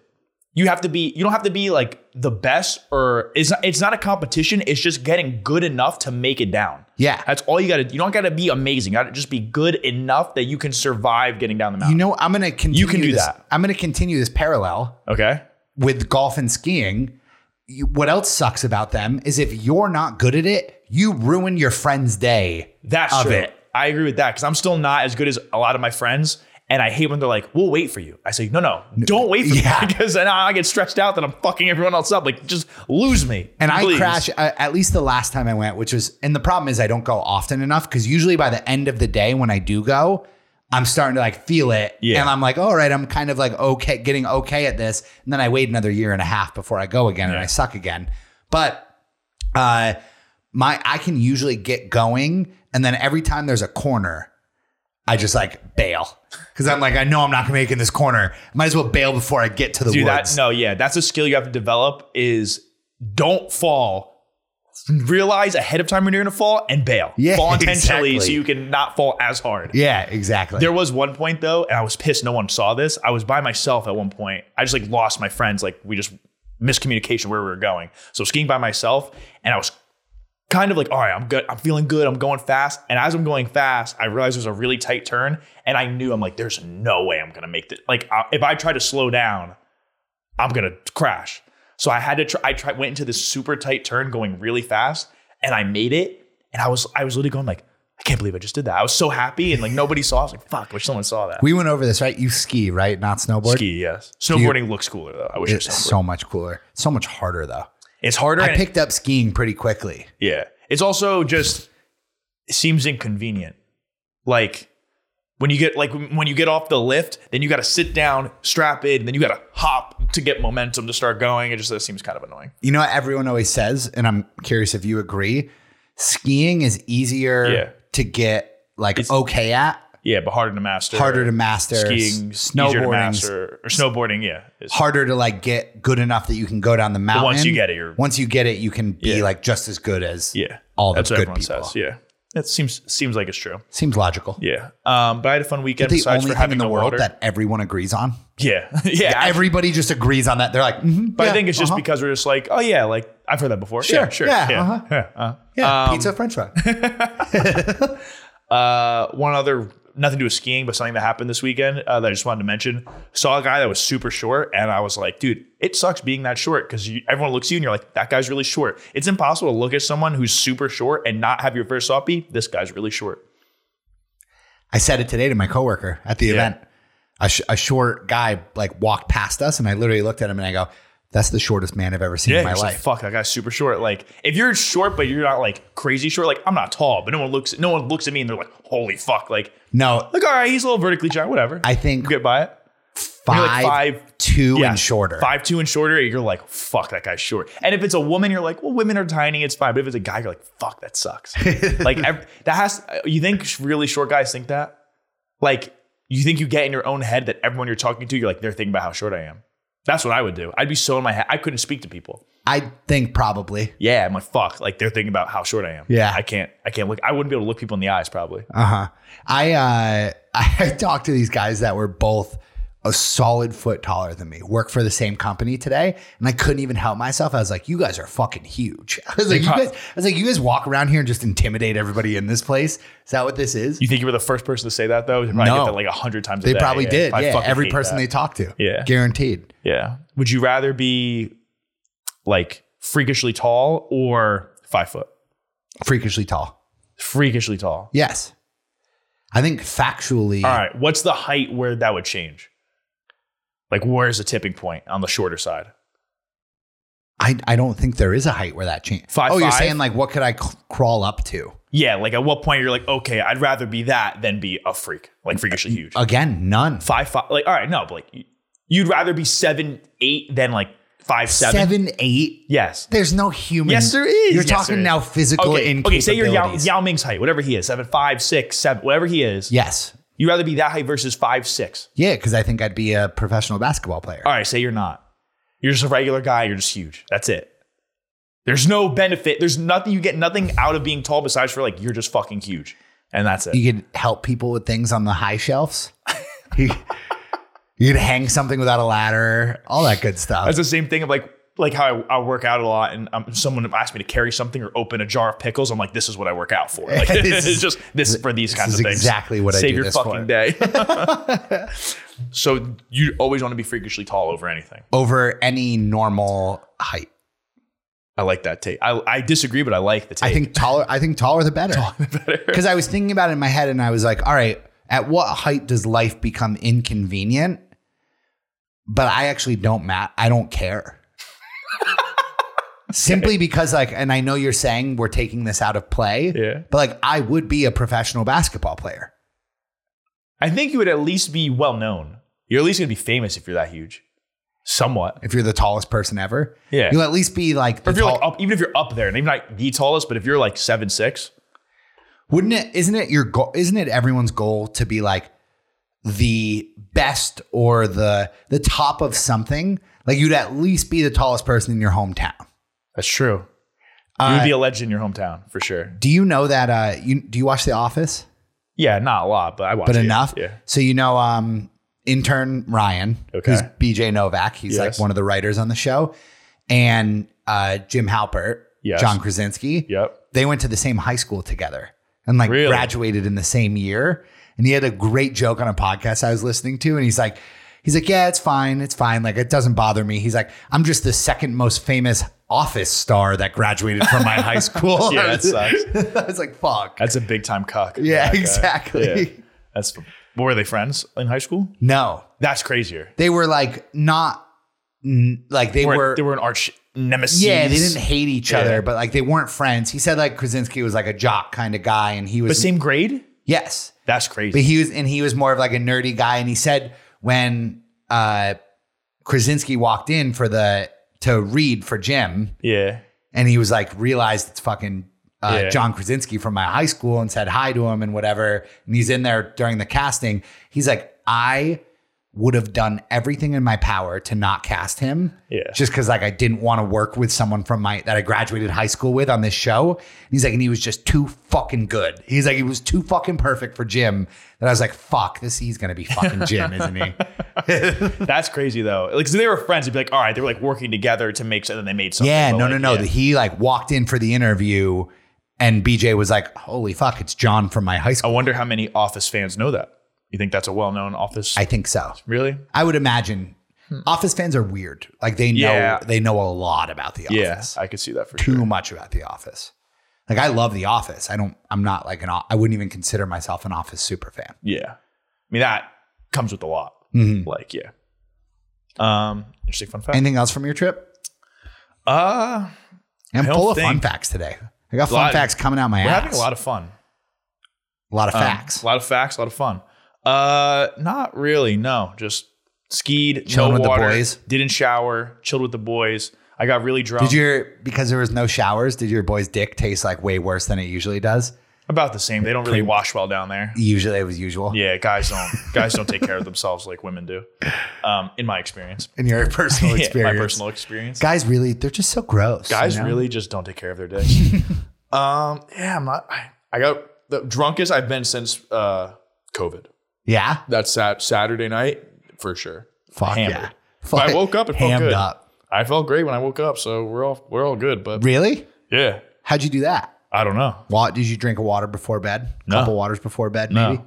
S2: You have to be. You don't have to be like the best, or it's not. It's not a competition. It's just getting good enough to make it down.
S3: Yeah.
S2: that's all you got to. You don't got to be amazing. You got to just be good enough that you can survive getting down the
S3: You
S2: mountain.
S3: know, I'm gonna continue.
S2: can do
S3: this-
S2: that.
S3: I'm gonna continue this parallel
S2: okay.
S3: with golf and skiing. You, what else sucks about them is if you're not good at it, you ruin your friend's day.
S2: That's
S3: of
S2: true.
S3: it.
S2: I agree with that because I'm still not as good as a lot of my friends. And I hate when they're like, we'll wait for you. I say, no, no, don't wait for
S3: Yeah.
S2: me because then I get stressed out that I'm fucking everyone else up. Like, just lose me.
S3: And I
S2: please."
S3: crash uh, at least the last time I went, which was, and the problem is I don't go often enough because usually by the end of the day when I do go, I'm starting to like feel it.
S2: Yeah.
S3: And I'm like, all right, I'm kind of like okay, getting okay at this. And then I wait another year and a half before I go again and
S2: Yeah.
S3: I suck again. But uh, my I can usually get going, and then every time there's a corner, I just like bail because I'm like, I know I'm not gonna make it in this corner. Might as well bail before I get to the
S2: Do that.
S3: woods.
S2: No, yeah. That's a skill you have to develop is don't fall. Realize ahead of time when you're going to fall and bail.
S3: Yeah,
S2: fall intentionally so
S3: exactly.
S2: you can not fall as hard.
S3: Yeah, exactly.
S2: There was one point though, and I was pissed no one saw this. I was by myself at one point. I just like lost my friends. Like we just miscommunication where we were going. So skiing by myself, and I was kind of like, all right, I'm good. I'm feeling good. I'm going fast. And as I'm going fast, I realized there's a really tight turn, and I knew I'm like, there's no way I'm gonna make this. Like I, if I try to slow down, I'm gonna crash. So I had to try. I tried went into this super tight turn going really fast, and I made it. And I was I was literally going like. I can't believe I just did that. I was so happy and like nobody saw. I was like, "Fuck!" I wish someone saw that.
S3: we went over this, right? You ski, right? Not snowboard.
S2: Ski, yes. Snowboarding looks cooler though. I wish I
S3: It's
S2: snowboarded.
S3: so much cooler. It's so much harder though.
S2: It's harder.
S3: I
S2: and it-
S3: picked up skiing pretty quickly.
S2: yeah. It's also just it seems inconvenient. Like when you get like when you get off the lift, then you got to sit down, strap in, then you got to hop to get momentum to start going. It just that seems kind of annoying.
S3: You know what everyone always says, and I'm curious if you agree. Skiing is easier
S2: Yeah.
S3: to get like okay at,
S2: Yeah, but harder to master.
S3: harder to master,
S2: Skiing, easier to
S3: snowboarding,
S2: master, or snowboarding. Yeah, It's-
S3: harder to like get good enough that you can go down the mountain.
S2: once you get it, you're-
S3: once you get it, you can be
S2: Yeah.
S3: like just as good as
S2: yeah.
S3: all the
S2: that's what
S3: good
S2: everyone
S3: people.
S2: says. Yeah, that seems seems like it's true.
S3: Seems logical.
S2: Yeah, um, but I had a fun weekend.
S3: The
S2: besides
S3: only
S2: for
S3: thing
S2: having
S3: in the world
S2: water.
S3: that everyone agrees on.
S2: yeah, yeah, I-
S3: Everybody just agrees on that. They're like, mhm,
S2: But
S3: yeah,
S2: I think it's just
S3: uh-huh.
S2: because we're just like, oh yeah, like I've heard that before.
S3: Sure,
S2: yeah, sure,
S3: yeah,
S2: yeah.
S3: uh-huh.
S2: yeah, uh.
S3: yeah, pizza, French fry.
S2: Uh, one other, nothing to do with skiing, but something that happened this weekend uh, that I just wanted to mention. Saw a guy that was super short, and I was like, dude, it sucks being that short because everyone looks at you and you're like, that guy's really short. It's impossible to look at someone who's super short and not have your first thought be, this guy's really short.
S3: I said it today to my coworker at the event. A, sh- a short guy like walked past us, and I literally looked at him and I go, That's the shortest man I've ever seen
S2: Yeah,
S3: in my
S2: you're just like,
S3: life.
S2: fuck, that guy's super short. Like, if you're short but you're not like crazy short, like I'm not tall, but no one looks, no one looks at me and they're like, holy fuck, like,
S3: no,
S2: like all right, he's a little vertically giant, whatever.
S3: I think
S2: you get by it.
S3: five,
S2: like five-
S3: two
S2: Yeah,
S3: and shorter.
S2: five two and shorter. You're like, fuck, that guy's short. And if it's a woman, you're like, well, women are tiny, it's fine. But if it's a guy, you're like, fuck, that sucks. like ev- that has. You think really short guys think that? Like, you think you get in your own head that everyone you're talking to, you're like, they're thinking about how short I am. That's what I would do. I'd be so in my head, I couldn't speak to people.
S3: I think probably.
S2: yeah, I'm like, fuck. Like they're thinking about how short I am.
S3: Yeah.
S2: I can't, I can't look. I wouldn't be able to look people in the eyes probably.
S3: Uh huh. I uh, I talked to these guys that were both a solid foot taller than me. Work for the same company today, and I couldn't even help myself. I was like, "You guys are fucking huge." I was like, "You
S2: prob-
S3: guys," I was like, "You guys walk around here and just intimidate everybody in this place." Is that what this is?
S2: You think you were the first person to say that though? You probably
S3: No.
S2: get that like a hundred times. a
S3: they
S2: day.
S3: probably
S2: Yeah,
S3: did.
S2: I
S3: yeah,
S2: fucking
S3: every
S2: hate
S3: person they
S2: that.
S3: talked to.
S2: Yeah.
S3: guaranteed.
S2: yeah. Would you rather be like freakishly tall or five foot?
S3: Freakishly tall.
S2: Freakishly tall.
S3: Yes, I think factually.
S2: All right. What's the height where that would change? Like where's the tipping point on the shorter side?
S3: I, I don't think there is a height where that changes.
S2: Five,
S3: oh, you're
S2: five?
S3: saying like what could I c- crawl up to?
S2: Yeah. Like at what point you're like, okay, I'd rather be that than be a freak, like freakishly
S3: Uh,
S2: huge.
S3: Again, none.
S2: five five like all right no but like you'd rather be seven eight than like five seven.
S3: Seven, eight.
S2: yes
S3: There's no human.
S2: Yes, there is.
S3: You're
S2: Yes,
S3: talking
S2: there is.
S3: now physical
S2: okay
S3: incapabilities.
S2: okay say you're Yao, Yao Ming's height whatever he is seven five six seven whatever he is
S3: Yes.
S2: you'd rather be that height versus five six
S3: Yeah, because I think I'd be a professional basketball player.
S2: all right say you're not you're just a regular guy you're just huge that's it there's no benefit there's nothing you get nothing out of being tall besides for like you're just fucking huge and that's it
S3: You could help people with things on the high shelves. you you could hang something without a ladder, all that good stuff.
S2: That's the same thing of like like how I, I work out a lot, and um, someone asked me to carry something or open a jar of pickles. I'm like, this is what I work out for. Like,
S3: This
S2: this
S3: is-
S2: is just this is for these
S3: this
S2: kinds
S3: is
S2: of things.
S3: exactly what I
S2: Save
S3: do
S2: your
S3: this
S2: fucking
S3: for.
S2: day. so you always want to be freakishly tall over anything.
S3: Over any normal height.
S2: I like that take. I, I disagree, but I like the take.
S3: I think taller I think taller the better. Because I was thinking about it in my head and I was like, all right, at what height does life become inconvenient? But I actually don't mat I don't care. Simply because like and I know you're saying we're taking this out of play.
S2: Yeah.
S3: But like I would be a professional basketball player.
S2: I think you would at least be well known. You're at least gonna be famous if you're that huge, somewhat.
S3: If you're the tallest person ever.
S2: Yeah.
S3: You'll at least be like
S2: Or
S3: the
S2: if you're
S3: tall-
S2: like up, even if you're up there, and maybe not the tallest, but if you're like seven six,
S3: wouldn't it isn't it your goal isn't it everyone's goal to be like the best or the the top of something like you'd at least be the tallest person in your hometown
S2: that's true. you would be a legend in your hometown for sure.
S3: do you know that uh you do you watch the office
S2: Yeah, not a lot, but I watched
S3: but
S2: it.
S3: enough
S2: Yeah.
S3: so you know um intern ryan
S2: Okay.
S3: who's bj novak he's like
S2: Yes.
S3: one of the writers on the show and uh jim halpert
S2: Yes.
S3: john krasinski
S2: Yep.
S3: they went to the same high school together and like
S2: Really?
S3: graduated in the same year. And he had a great joke on a podcast I was listening to. And he's like, he's like, yeah, it's fine. It's fine. Like, it doesn't bother me. He's like, I'm just the second most famous office star that graduated from my high school.
S2: Yeah, that sucks.
S3: I was like, fuck.
S2: That's a big time cuck.
S3: yeah,
S2: That guy.
S3: exactly.
S2: Yeah. That's were they friends in high school?
S3: No,
S2: That's crazier.
S3: they were like, not n- like they
S2: They were,
S3: were,
S2: they were an arch nemesis.
S3: yeah, they didn't hate each
S2: Yeah.
S3: other, but like they weren't friends. He said like Krasinski was like a jock kind of guy, and he
S2: But
S3: was
S2: same grade?
S3: yes,
S2: That's
S3: But
S2: crazy.
S3: he was, and he was more of like a nerdy guy. And he said when uh, Krasinski walked in for the to read for Jim,
S2: yeah.
S3: and he was like realized it's fucking uh,
S2: Yeah.
S3: John Krasinski from my high school, and said hi to him and whatever. And he's in there during the casting. He's like, I would have done everything in my power to not cast him,
S2: Yeah.
S3: just because like I didn't want to work with someone from my that I graduated high school with on this show. And he's like, and he was just too fucking good. He's like, he was too fucking perfect for Jim that I was like, fuck, this he's gonna be fucking Jim, isn't he?
S2: That's crazy though. Like 'cause they were friends. It'd be like, all right, they were like working together to make something. They made something.
S3: Yeah,
S2: but,
S3: no,
S2: like, oh,
S3: no, no.
S2: yeah.
S3: He like walked in for the interview, and BJ was like, "Holy fuck, it's John from my high
S2: I
S3: school."
S2: wonder how many Office fans know that. You think that's a well-known Office?
S3: I think so.
S2: really? Hmm.
S3: I would imagine Office fans are weird. Like they know
S2: Yeah.
S3: they know a lot about the
S2: Yeah,
S3: Office.
S2: I could see that for
S3: Too
S2: sure.
S3: much about the Office. Like I love the Office. I don't. I'm not like an. o- I wouldn't even consider myself an Office super fan.
S2: Yeah. I mean, that
S3: Mm-hmm.
S2: comes with a lot. Like, yeah. Um, interesting fun fact.
S3: Anything else from your trip?
S2: Uh,
S3: I'm
S2: I don't
S3: full of fun
S2: think-
S3: facts today. I got
S2: Lot
S3: fun
S2: of-
S3: facts coming out my
S2: we're
S3: ass.
S2: having a lot of fun.
S3: a lot of
S2: Um,
S3: facts.
S2: a lot of facts. A lot of fun. Uh, not really. No, just skied,
S3: Chilling
S2: no
S3: with the
S2: water,
S3: boys.
S2: didn't shower, chilled with the boys. I got really drunk.
S3: did your because there was no showers? Did your boy's dick taste like way worse than it usually does?
S2: About the same. They don't really wash well down there.
S3: Usually it was usual.
S2: Yeah, guys don't guys don't take care of themselves like women do. Um, in my experience,
S3: In your personal
S2: Yeah,
S3: experience,
S2: my personal experience,
S3: guys really they're just so gross. you
S2: guys
S3: know?
S2: really just don't take care of their dicks. um, yeah, I'm not. I, I got the drunkest I've been since uh, COVID.
S3: yeah.
S2: That's sat Saturday night for sure.
S3: Fuck
S2: Hammered.
S3: yeah.
S2: But
S3: Fuck,
S2: I woke up and felt
S3: hammed
S2: good.
S3: up.
S2: I felt great when I woke up, so we're all we're all good. But
S3: Really?
S2: yeah,
S3: How'd you do that?
S2: I don't know.
S3: Wa- did you drink a water before bed? A
S2: No.
S3: couple waters before bed,
S2: No.
S3: maybe?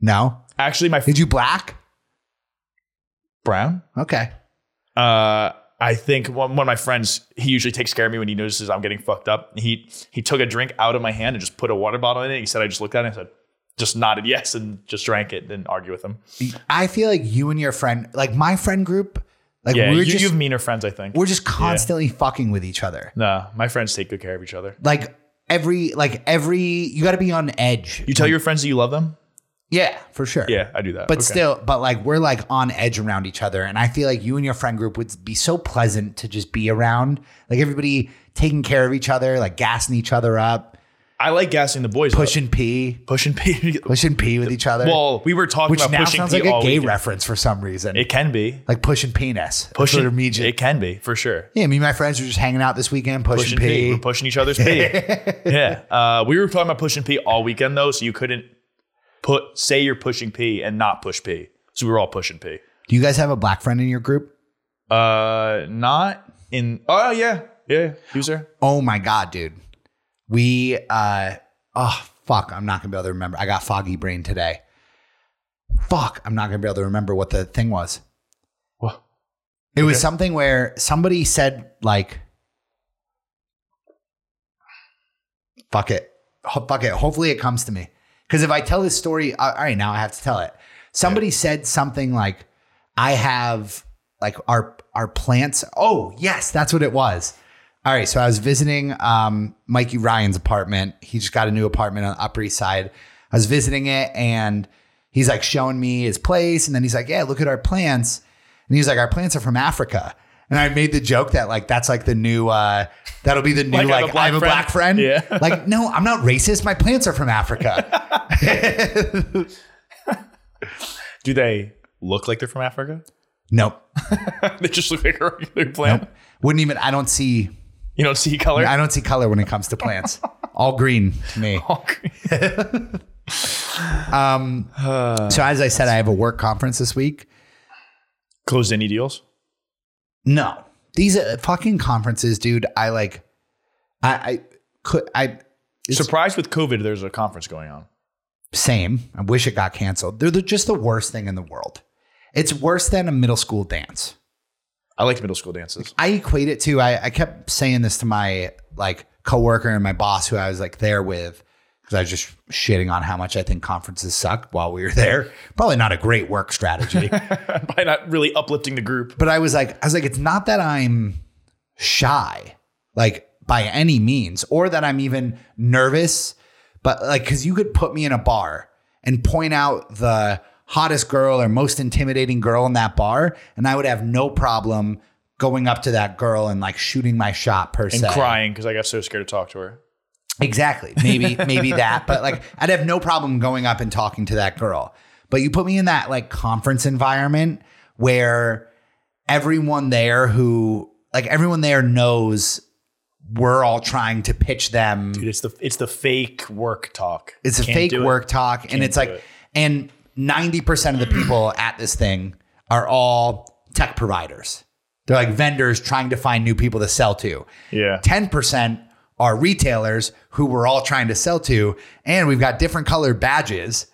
S3: No.
S2: Actually, my f-
S3: Did you black?
S2: brown.
S3: Okay.
S2: uh, I think one, one of my friends, he usually takes care of me when he notices I'm getting fucked up. He he took a drink out of my hand and just put a water bottle in it. He said, I just looked at it and said, just nodded yes and just drank it and argue with him.
S3: I feel like you and your friend, like my friend group, like
S2: Yeah,
S3: we're
S2: you,
S3: just
S2: you have meaner friends, I think.
S3: we're just constantly fucking with each other.
S2: Nah, my friends take good care of each other.
S3: Like every like every you got to be on edge.
S2: You tell your friends that you love them?
S3: yeah, for sure.
S2: Yeah, I do that.
S3: But
S2: Okay.
S3: still, but like we're like on edge around each other. And I feel like you and your friend group would be so pleasant to just be around. Like everybody taking care of each other, like gassing each other up,
S2: I like gassing the boys. Pushing,
S3: pushing pee,
S2: pushing pee.
S3: pushing pee with each other.
S2: well, we were talking
S3: which
S2: about
S3: now
S2: pushing
S3: sounds
S2: pee
S3: like a
S2: all
S3: gay
S2: weekend.
S3: reference for some reason.
S2: It can be.
S3: like pushing penis. That's
S2: Pushing,
S3: what it means.
S2: it can be, for sure.
S3: Yeah, me and my friends were just hanging out this weekend, pushing,
S2: pushing pee.
S3: pee.
S2: We're pushing each other's pee. yeah. Uh, we were talking about pushing pee all weekend though, so you couldn't put say you're pushing pee and not push pee. So we were all pushing pee.
S3: Do you guys have a black friend in your group?
S2: Uh, not in. Oh yeah, yeah. He was there.
S3: Oh my god, dude. We uh oh fuck, I'm not gonna be able to remember. I got foggy brain today. Fuck, I'm not gonna be able to remember what the thing was.
S2: What?
S3: It was something where somebody said like fuck it. Ho- Fuck it. Hopefully it comes to me. Cause if I tell this story, all all right, now I have to tell it. Somebody said something like, I have like our our plants. Oh, yes, that's what it was. All right, so I was visiting um, Mikey Ryan's apartment. He just got a new apartment on the Upper East Side. I was visiting it, and he's like showing me his place, and then he's like, "Yeah, look at our plants," and he's like, "Our plants are from Africa." And I made the joke that like that's like the new uh, that'll be the new
S2: Like,
S3: like, I have a black friend.
S2: Yeah.
S3: like no, I'm not racist. My plants are from Africa.
S2: Do they look like they're from Africa?
S3: nope,
S2: they just look like a regular plant.
S3: wouldn't even. I don't see
S2: You don't see color.
S3: I don't see color when it comes to plants. All green to me. So as I said, I have a work conference this week.
S2: Closed any deals?
S3: No, these uh, fucking conferences, dude. I like. I, I could. I
S2: Surprised with COVID, there's a conference going on.
S3: same. I wish it got canceled. They're the, just the worst thing in the world. It's worse than a middle school dance.
S2: I liked middle school dances.
S3: I equate it to I, I kept saying this to my like coworker and my boss who I was like there with because I was just shitting on how much I think conferences suck while we were there. Probably not a great work strategy.
S2: By not really uplifting the group.
S3: but I was like, I was like, it's not that I'm shy, like by any means, or that I'm even nervous, but like, cause you could put me in a bar and point out the hottest girl or most intimidating girl in that bar, and I would have no problem going up to that girl and like shooting my shot per
S2: And
S3: se.
S2: crying because I got so scared to talk to her.
S3: Exactly. Maybe maybe that, but like I'd have no problem going up and talking to that girl. But you put me in that like conference environment where everyone there who like everyone there knows we're all trying to pitch them.
S2: Dude, it's the it's the fake work talk.
S3: It's a
S2: Can't
S3: fake
S2: do it.
S3: work talk and it's
S2: do
S3: like
S2: it.
S3: and 90% of the people at this thing are all tech providers. They're like vendors trying to find new people to sell to.
S2: Yeah.
S3: 10% are retailers who we're all trying to sell to and we've got different colored badges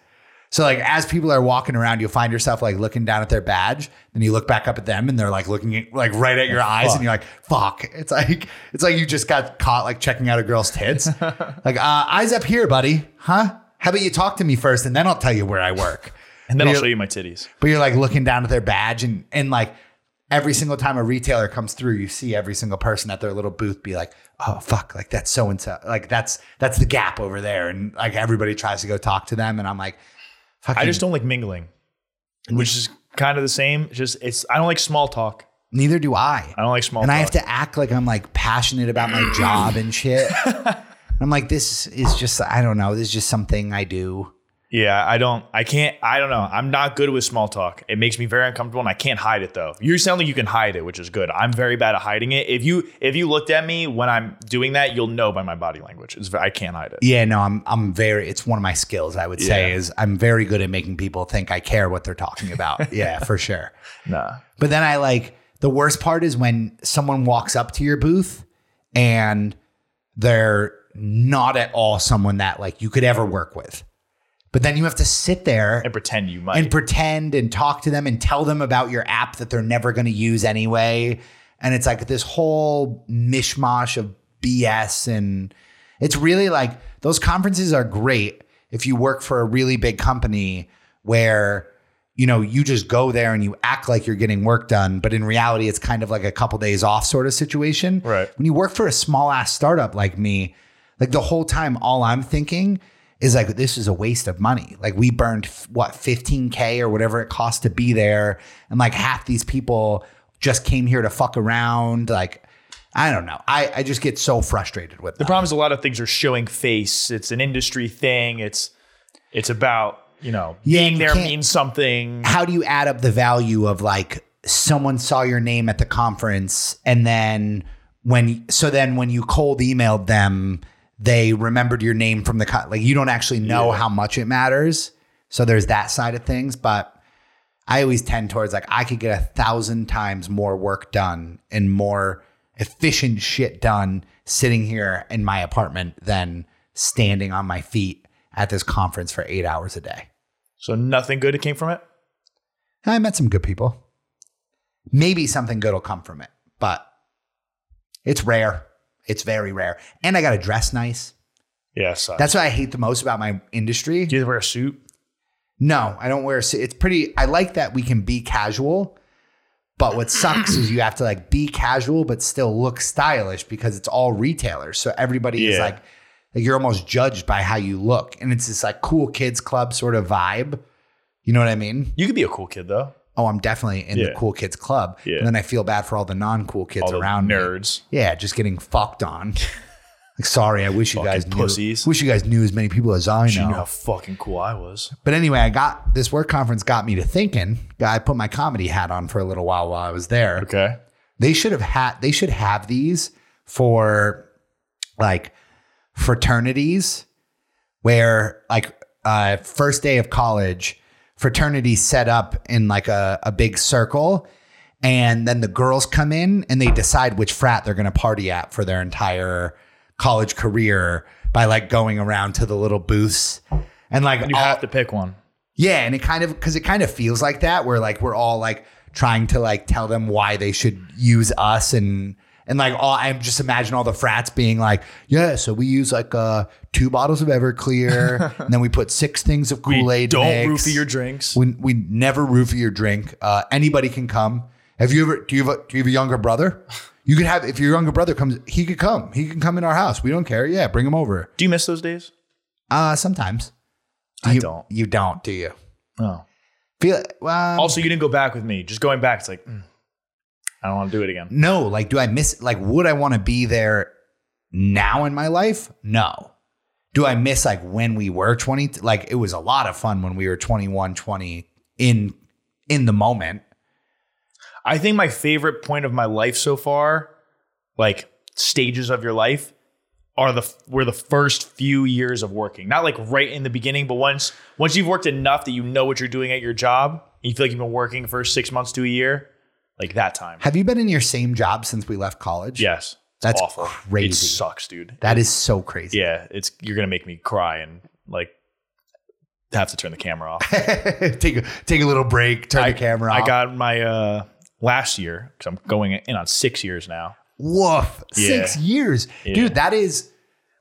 S3: so like as people are walking around you'll find yourself like looking down at their badge then you look back up at them and they're like looking at, like right
S2: Oh,
S3: at your eyes and you're like fuck it's like it's like you just got caught like checking out a girl's tits like uh, eyes up here buddy huh how about you talk to me first and then i'll tell you where i work
S2: And then I'll
S3: Yeah.
S2: show you my titties.
S3: but you're like looking down at their badge and and like every single time a retailer comes through, you see every single person at their little booth be like, "Oh fuck, like that's so and so, like that's that's the gap over there," and like everybody tries to go talk to them, and I'm like, fucking,
S2: I just don't like mingling, which is kind of the same. It's just it's I don't like small talk.
S3: Neither do I.
S2: I don't like small.
S3: and
S2: talk.
S3: I have to act like I'm like passionate about my job and shit. I'm like, this is just I don't know. This is just something I do.
S2: Yeah, I don't. I can't. I don't know. I'm not good with small talk. It makes me very uncomfortable, and I can't hide it though. You sound like you can hide it, which is good. I'm very bad at hiding it. If you if you looked at me when I'm doing that, you'll know by my body language. It's, I can't hide it.
S3: Yeah, no, I'm I'm very it's one of my skills I would say
S2: Yeah.
S3: is I'm very good at making people think I care what they're talking about. yeah, for sure.
S2: Nah.
S3: But then I like the worst part is when someone walks up to your booth and they're not at all someone that like you could ever work with. But then you have to sit there
S2: And pretend you might.
S3: and pretend and talk to them and tell them about your app that they're never going to use anyway. And it's like this whole mishmash of BS. And it's really like those conferences are great if you work for a really big company where, you know, you just go there and you act like you're getting work done. But in reality, it's kind of like a couple days off sort of situation.
S2: Right.
S3: When you work for a small ass startup like me, like the whole time, all I'm thinking is like, this is a waste of money. Like we burned f- what 15k or whatever it cost to be there, and like half these people just came here to fuck around. Like I don't know. I I just get so frustrated with
S2: the
S3: them.
S2: problem is a lot of things are showing face. It's an industry thing. It's it's about you know
S3: Yeah,
S2: being
S3: you
S2: there
S3: can't-
S2: means something.
S3: How do you add up the value of like someone saw your name at the conference and then when so then when you cold emailed them they remembered your name from the con- like you don't actually know how much it matters. So there's that side of things, but I always tend towards like I could get a thousand times more work done and more efficient shit done sitting here in my apartment than standing on my feet at this conference for eight hours a day.
S2: So nothing good came from it.
S3: I met some good people. Maybe something good will come from it, but it's rare. It's very rare. And I got to dress nice.
S2: Yeah, it sucks.
S3: That's what I hate the most about my industry.
S2: Do you wear a suit?
S3: No, I don't wear a suit. It's pretty. I like that we can be casual, but what sucks is you have to like be casual but still look stylish because it's all retailers. So everybody is
S2: Yeah.
S3: like, like you're almost judged by how you look, and it's this like cool kids club sort of vibe. You know what I mean?
S2: You could be a cool kid though.
S3: Oh, I'm definitely in
S2: Yeah.
S3: the cool kids club,
S2: Yeah.
S3: and then I feel bad for all the non cool kids
S2: All the
S3: around me.
S2: nerds.
S3: Yeah, just getting fucked on. like, sorry, I wish you
S2: Fucking
S3: guys knew.
S2: pussies.
S3: Wish you guys knew as many people as I know.
S2: Do you know how fucking cool I was?
S3: But anyway, I got this work conference got me to thinking. I put my comedy hat on for a little while while I was there.
S2: Okay.
S3: They should have had they should have these for like fraternities where like uh first day of college fraternities set up in like a, a big circle and then the girls come in and they decide which frat they're going to party at for their entire college career by like going around to the little booths and like
S2: You
S3: all-
S2: have to pick one.
S3: yeah, and it kind of because it kind of feels like that where like we're all like trying to like tell them why they should use us and and like all I just imagine all the frats being like, yeah, so we use like uh two bottles of Everclear and then we put six things of Kool Aid.
S2: Don't roofie your drinks.
S3: We, we never roofie your drink. Uh, anybody can come. Have you ever? Do you have a, do you have a younger brother? You could have if your younger brother comes, he could come. He can come in our house. We don't care. Yeah, bring him over.
S2: Do you miss those days?
S3: Uh sometimes. Do
S2: I
S3: you,
S2: don't.
S3: You don't, do you?
S2: Oh.
S3: Feel well,
S2: Also, you didn't go back with me. Just going back, it's like, mm, I don't want to do it again.
S3: no like do i miss like would i want to be there now in my life no do i miss like when we were 20 like it was a lot of fun when we were 21 20 in in the moment
S2: I think my favorite point of my life so far, like stages of your life, are the were the first few years of working. Not like right in the beginning, but once once you've worked enough that you know what you're doing at your job, and you feel like you've been working for six months to a year, like that time.
S3: have you been in your same job since we left college
S2: Yes. It's
S3: That's
S2: awful.
S3: crazy.
S2: It sucks, dude.
S3: that is so crazy
S2: yeah, it's you're gonna make me cry and like have to turn the camera off.
S3: take a take a little break turn
S2: I-
S3: the camera off
S2: I got my uh last year because I'm going in on six years now.
S3: woof six
S2: Yeah.
S3: years
S2: Yeah.
S3: dude that is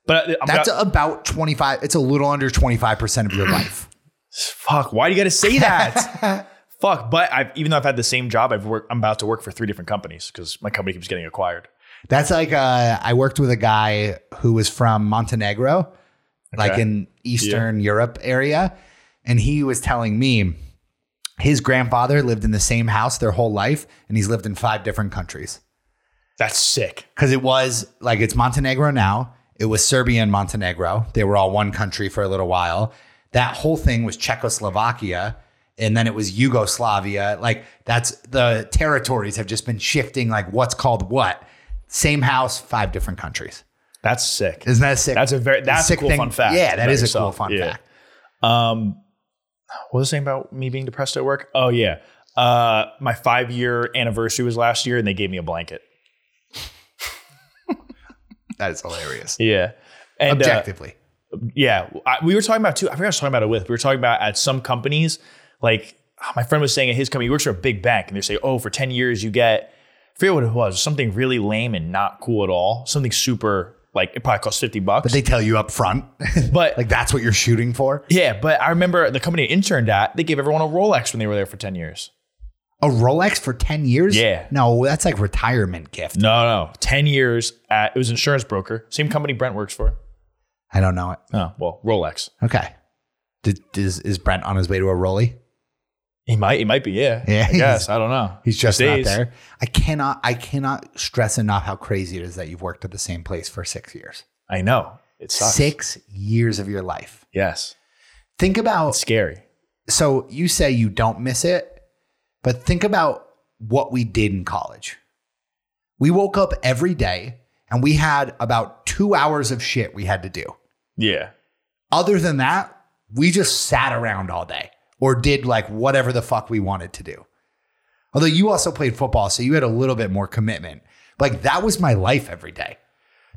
S2: But uh, I'm
S3: that's
S2: not-
S3: about 25 it's a little under 25% of your life
S2: fuck. Why do you got to say that? fuck. But I've even though I've had the same job, I've worked. I'm about to work for three different companies because my company keeps getting acquired.
S3: That's like uh, I worked with a guy who was from Montenegro, like
S2: Okay.
S3: in Eastern Europe area, and he was telling me his grandfather lived in the same house their whole life, and he's lived in five different countries
S2: That's sick.
S3: because it was like it's Montenegro now. It was Serbia and Montenegro. They were all one country for a little while. That whole thing was Czechoslovakia, and then it was Yugoslavia. Like that's the territories have just been shifting. Like what's called what? Same house, five different countries.
S2: That's sick.
S3: Isn't that sick?
S2: That's a very that's
S3: sick
S2: a cool
S3: thing.
S2: fun fact.
S3: Yeah, that
S2: about
S3: is a
S2: yourself.
S3: cool fun
S2: Yeah.
S3: fact.
S2: Um, what was I saying about me being depressed at work? Oh yeah, uh, my five year anniversary was last year, and they gave me a blanket.
S3: That is hilarious.
S2: Yeah, and uh,
S3: Objectively,
S2: yeah, I, we were talking about too. I forgot what I was talking about it with. We were talking about at some companies, like ah, my friend was saying at his company, he works for a big bank, and they say, oh, for ten years you get, I forget what it was, something really lame and not cool at all, something super like it probably costs fifty bucks,
S3: they tell you up front,
S2: but
S3: like that's what you're shooting for.
S2: Yeah, but I remember the company I interned at, they gave everyone a Rolex when they were there for 10 years.
S3: A Rolex for ten years?
S2: Yeah.
S3: No, that's like retirement gift.
S2: No, no. 10 years at, it was an insurance broker, same company Brent works for.
S3: I don't know it.
S2: Oh, well, Rolex.
S3: Okay. Did, is, is Brent on his way to a Rolly?
S2: He might, he might be, yeah.
S3: Yeah,
S2: I guess. I don't know.
S3: He's just
S2: These
S3: not
S2: days.
S3: there. I cannot. I cannot stress enough how crazy it is that you've worked at the same place for six years.
S2: I know. It sucks.
S3: Six years of your life.
S2: Yes.
S3: Think about
S2: It's scary.
S3: so you say you don't miss it, but think about what we did in college. We woke up every day and we had about two hours of shit we had to do.
S2: Yeah.
S3: Other than that, we just sat around all day or did like whatever the fuck we wanted to do. Although you also played football, so you had a little bit more commitment. Like that was my life every day.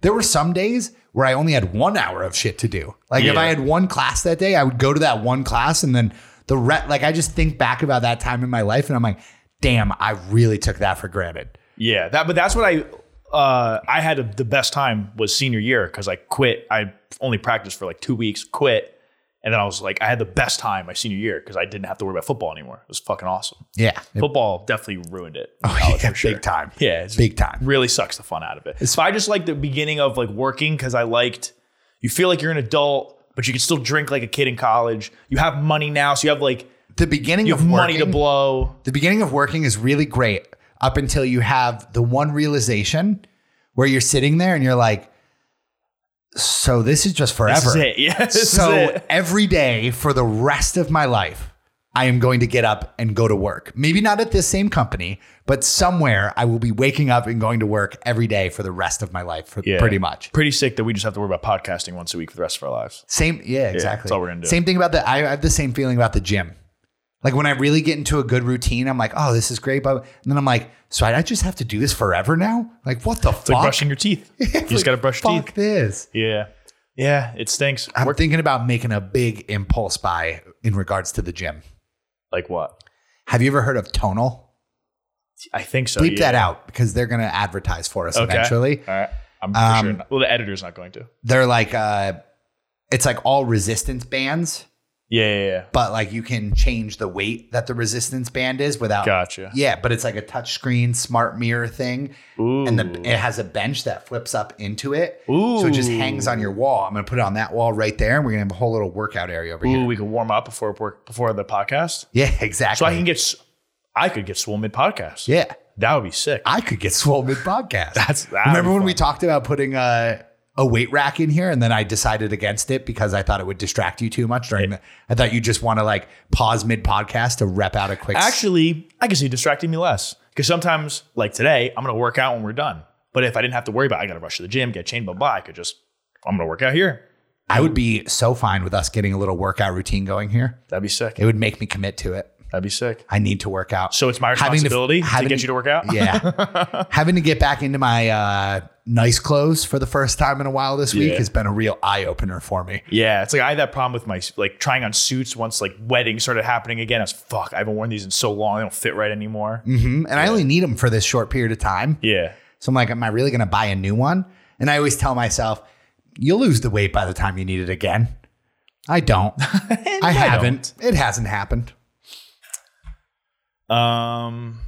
S3: There were some days where I only had one hour of shit to do. Like if
S2: Yeah.
S3: I had one class that day, I would go to that one class and then the re- like I just think back about that time in my life and I'm like, damn, I really took that for granted.
S2: Yeah. That, but that's what I, uh, I had the best time was senior year because I quit. I only practiced for like two weeks, quit. And then I was like, I had the best time my senior year because I didn't have to worry about football anymore. It was fucking awesome.
S3: Yeah.
S2: Football definitely ruined it. in
S3: Oh,
S2: college
S3: yeah,
S2: for sure.
S3: Big time.
S2: Yeah, it's
S3: Big time.
S2: really sucks the fun out of it. so I just like the beginning of like working because I liked you feel like you're an adult, but you can still drink like a kid in college. You have money now, so you have like
S3: The beginning
S2: you
S3: of
S2: have money to
S3: working-
S2: blow.
S3: the beginning of working is really great up until you have the one realization where you're sitting there and you're like, so this is just forever.
S2: This is it. Yeah. This
S3: so
S2: is it.
S3: every day for the rest of my life, I am going to get up and go to work. Maybe not at this same company, but somewhere I will be waking up and going to work every day for the rest of my life, for,
S2: Yeah.
S3: pretty much.
S2: Pretty sick that we just have to worry about podcasting once a week for the rest of our lives.
S3: Same, yeah, exactly.
S2: that's all we're gonna do.
S3: Same thing about the. I have the same feeling about the gym. Like when I really get into a good routine, I'm like, oh, this is great. But and then I'm like, so I just have to do this forever now? Like what the
S2: It's like
S3: fuck?
S2: brushing your teeth. you
S3: It's
S2: just
S3: like,
S2: gotta brush your
S3: Fuck
S2: teeth.
S3: this.
S2: Yeah. Yeah. It stinks.
S3: I'm
S2: Work-
S3: thinking about making a big impulse buy in regards to the gym.
S2: like what?
S3: Have you ever heard of Tonal?
S2: I think so.
S3: Bleep
S2: Oh, yeah.
S3: that out because they're gonna advertise for us
S2: Okay.
S3: eventually.
S2: All right. I'm for
S3: Um,
S2: sure. Not. Well, the editor's not going to.
S3: They're like, uh, it's like all resistance bands,
S2: Yeah. Yeah. yeah.
S3: but like you can change the weight that the resistance band is without
S2: Gotcha.
S3: Yeah, but it's like a touchscreen smart mirror thing,
S2: Ooh.
S3: and the, it has a bench that flips up into it,
S2: Ooh.
S3: so it just hangs on your wall. I'm gonna put it on that wall right there, and we're gonna have a whole little workout area over
S2: Ooh,
S3: here.
S2: we could warm up before work before the podcast,
S3: Yeah,
S2: so
S3: exactly.
S2: I can get. s- I could get swole mid podcast.
S3: yeah,
S2: that would be sick.
S3: I could get swole mid podcast.
S2: That's that'd
S3: remember
S2: be
S3: when we
S2: fun.
S3: talked about putting a a weight rack in here, and then I decided against it because I thought it would distract you too much during. The, I thought you just want to like pause mid podcast to rep out a quick.
S2: Actually, I can see distracting me less because sometimes, like today, I'm gonna work out when we're done. But if I didn't have to worry about, I gotta rush to the gym, get changed, blah blah. I could just, I'm gonna work out here.
S3: I would be so fine with us getting a little workout routine going here.
S2: That'd be sick.
S3: It would make me commit to it.
S2: That'd be sick.
S3: I need to work out.
S2: So it's my
S3: Having to-
S2: responsibility to,
S3: having-
S2: get you to work out.
S3: yeah, having to get back into my uh, nice clothes for the first time in a while this week
S2: Yeah.
S3: has been a real eye opener for me.
S2: Yeah, it's like I had that problem with my like trying on suits once like weddings started happening again. I was fuck. I haven't worn these in so long. They don't fit right anymore.
S3: hmm And I only need them for this short period of time.
S2: Yeah,
S3: So I'm like, am I really going to buy a new one? And I always tell myself, you'll lose the weight by the time you need it again. I don't. I haven't. It hasn't happened.
S2: Um,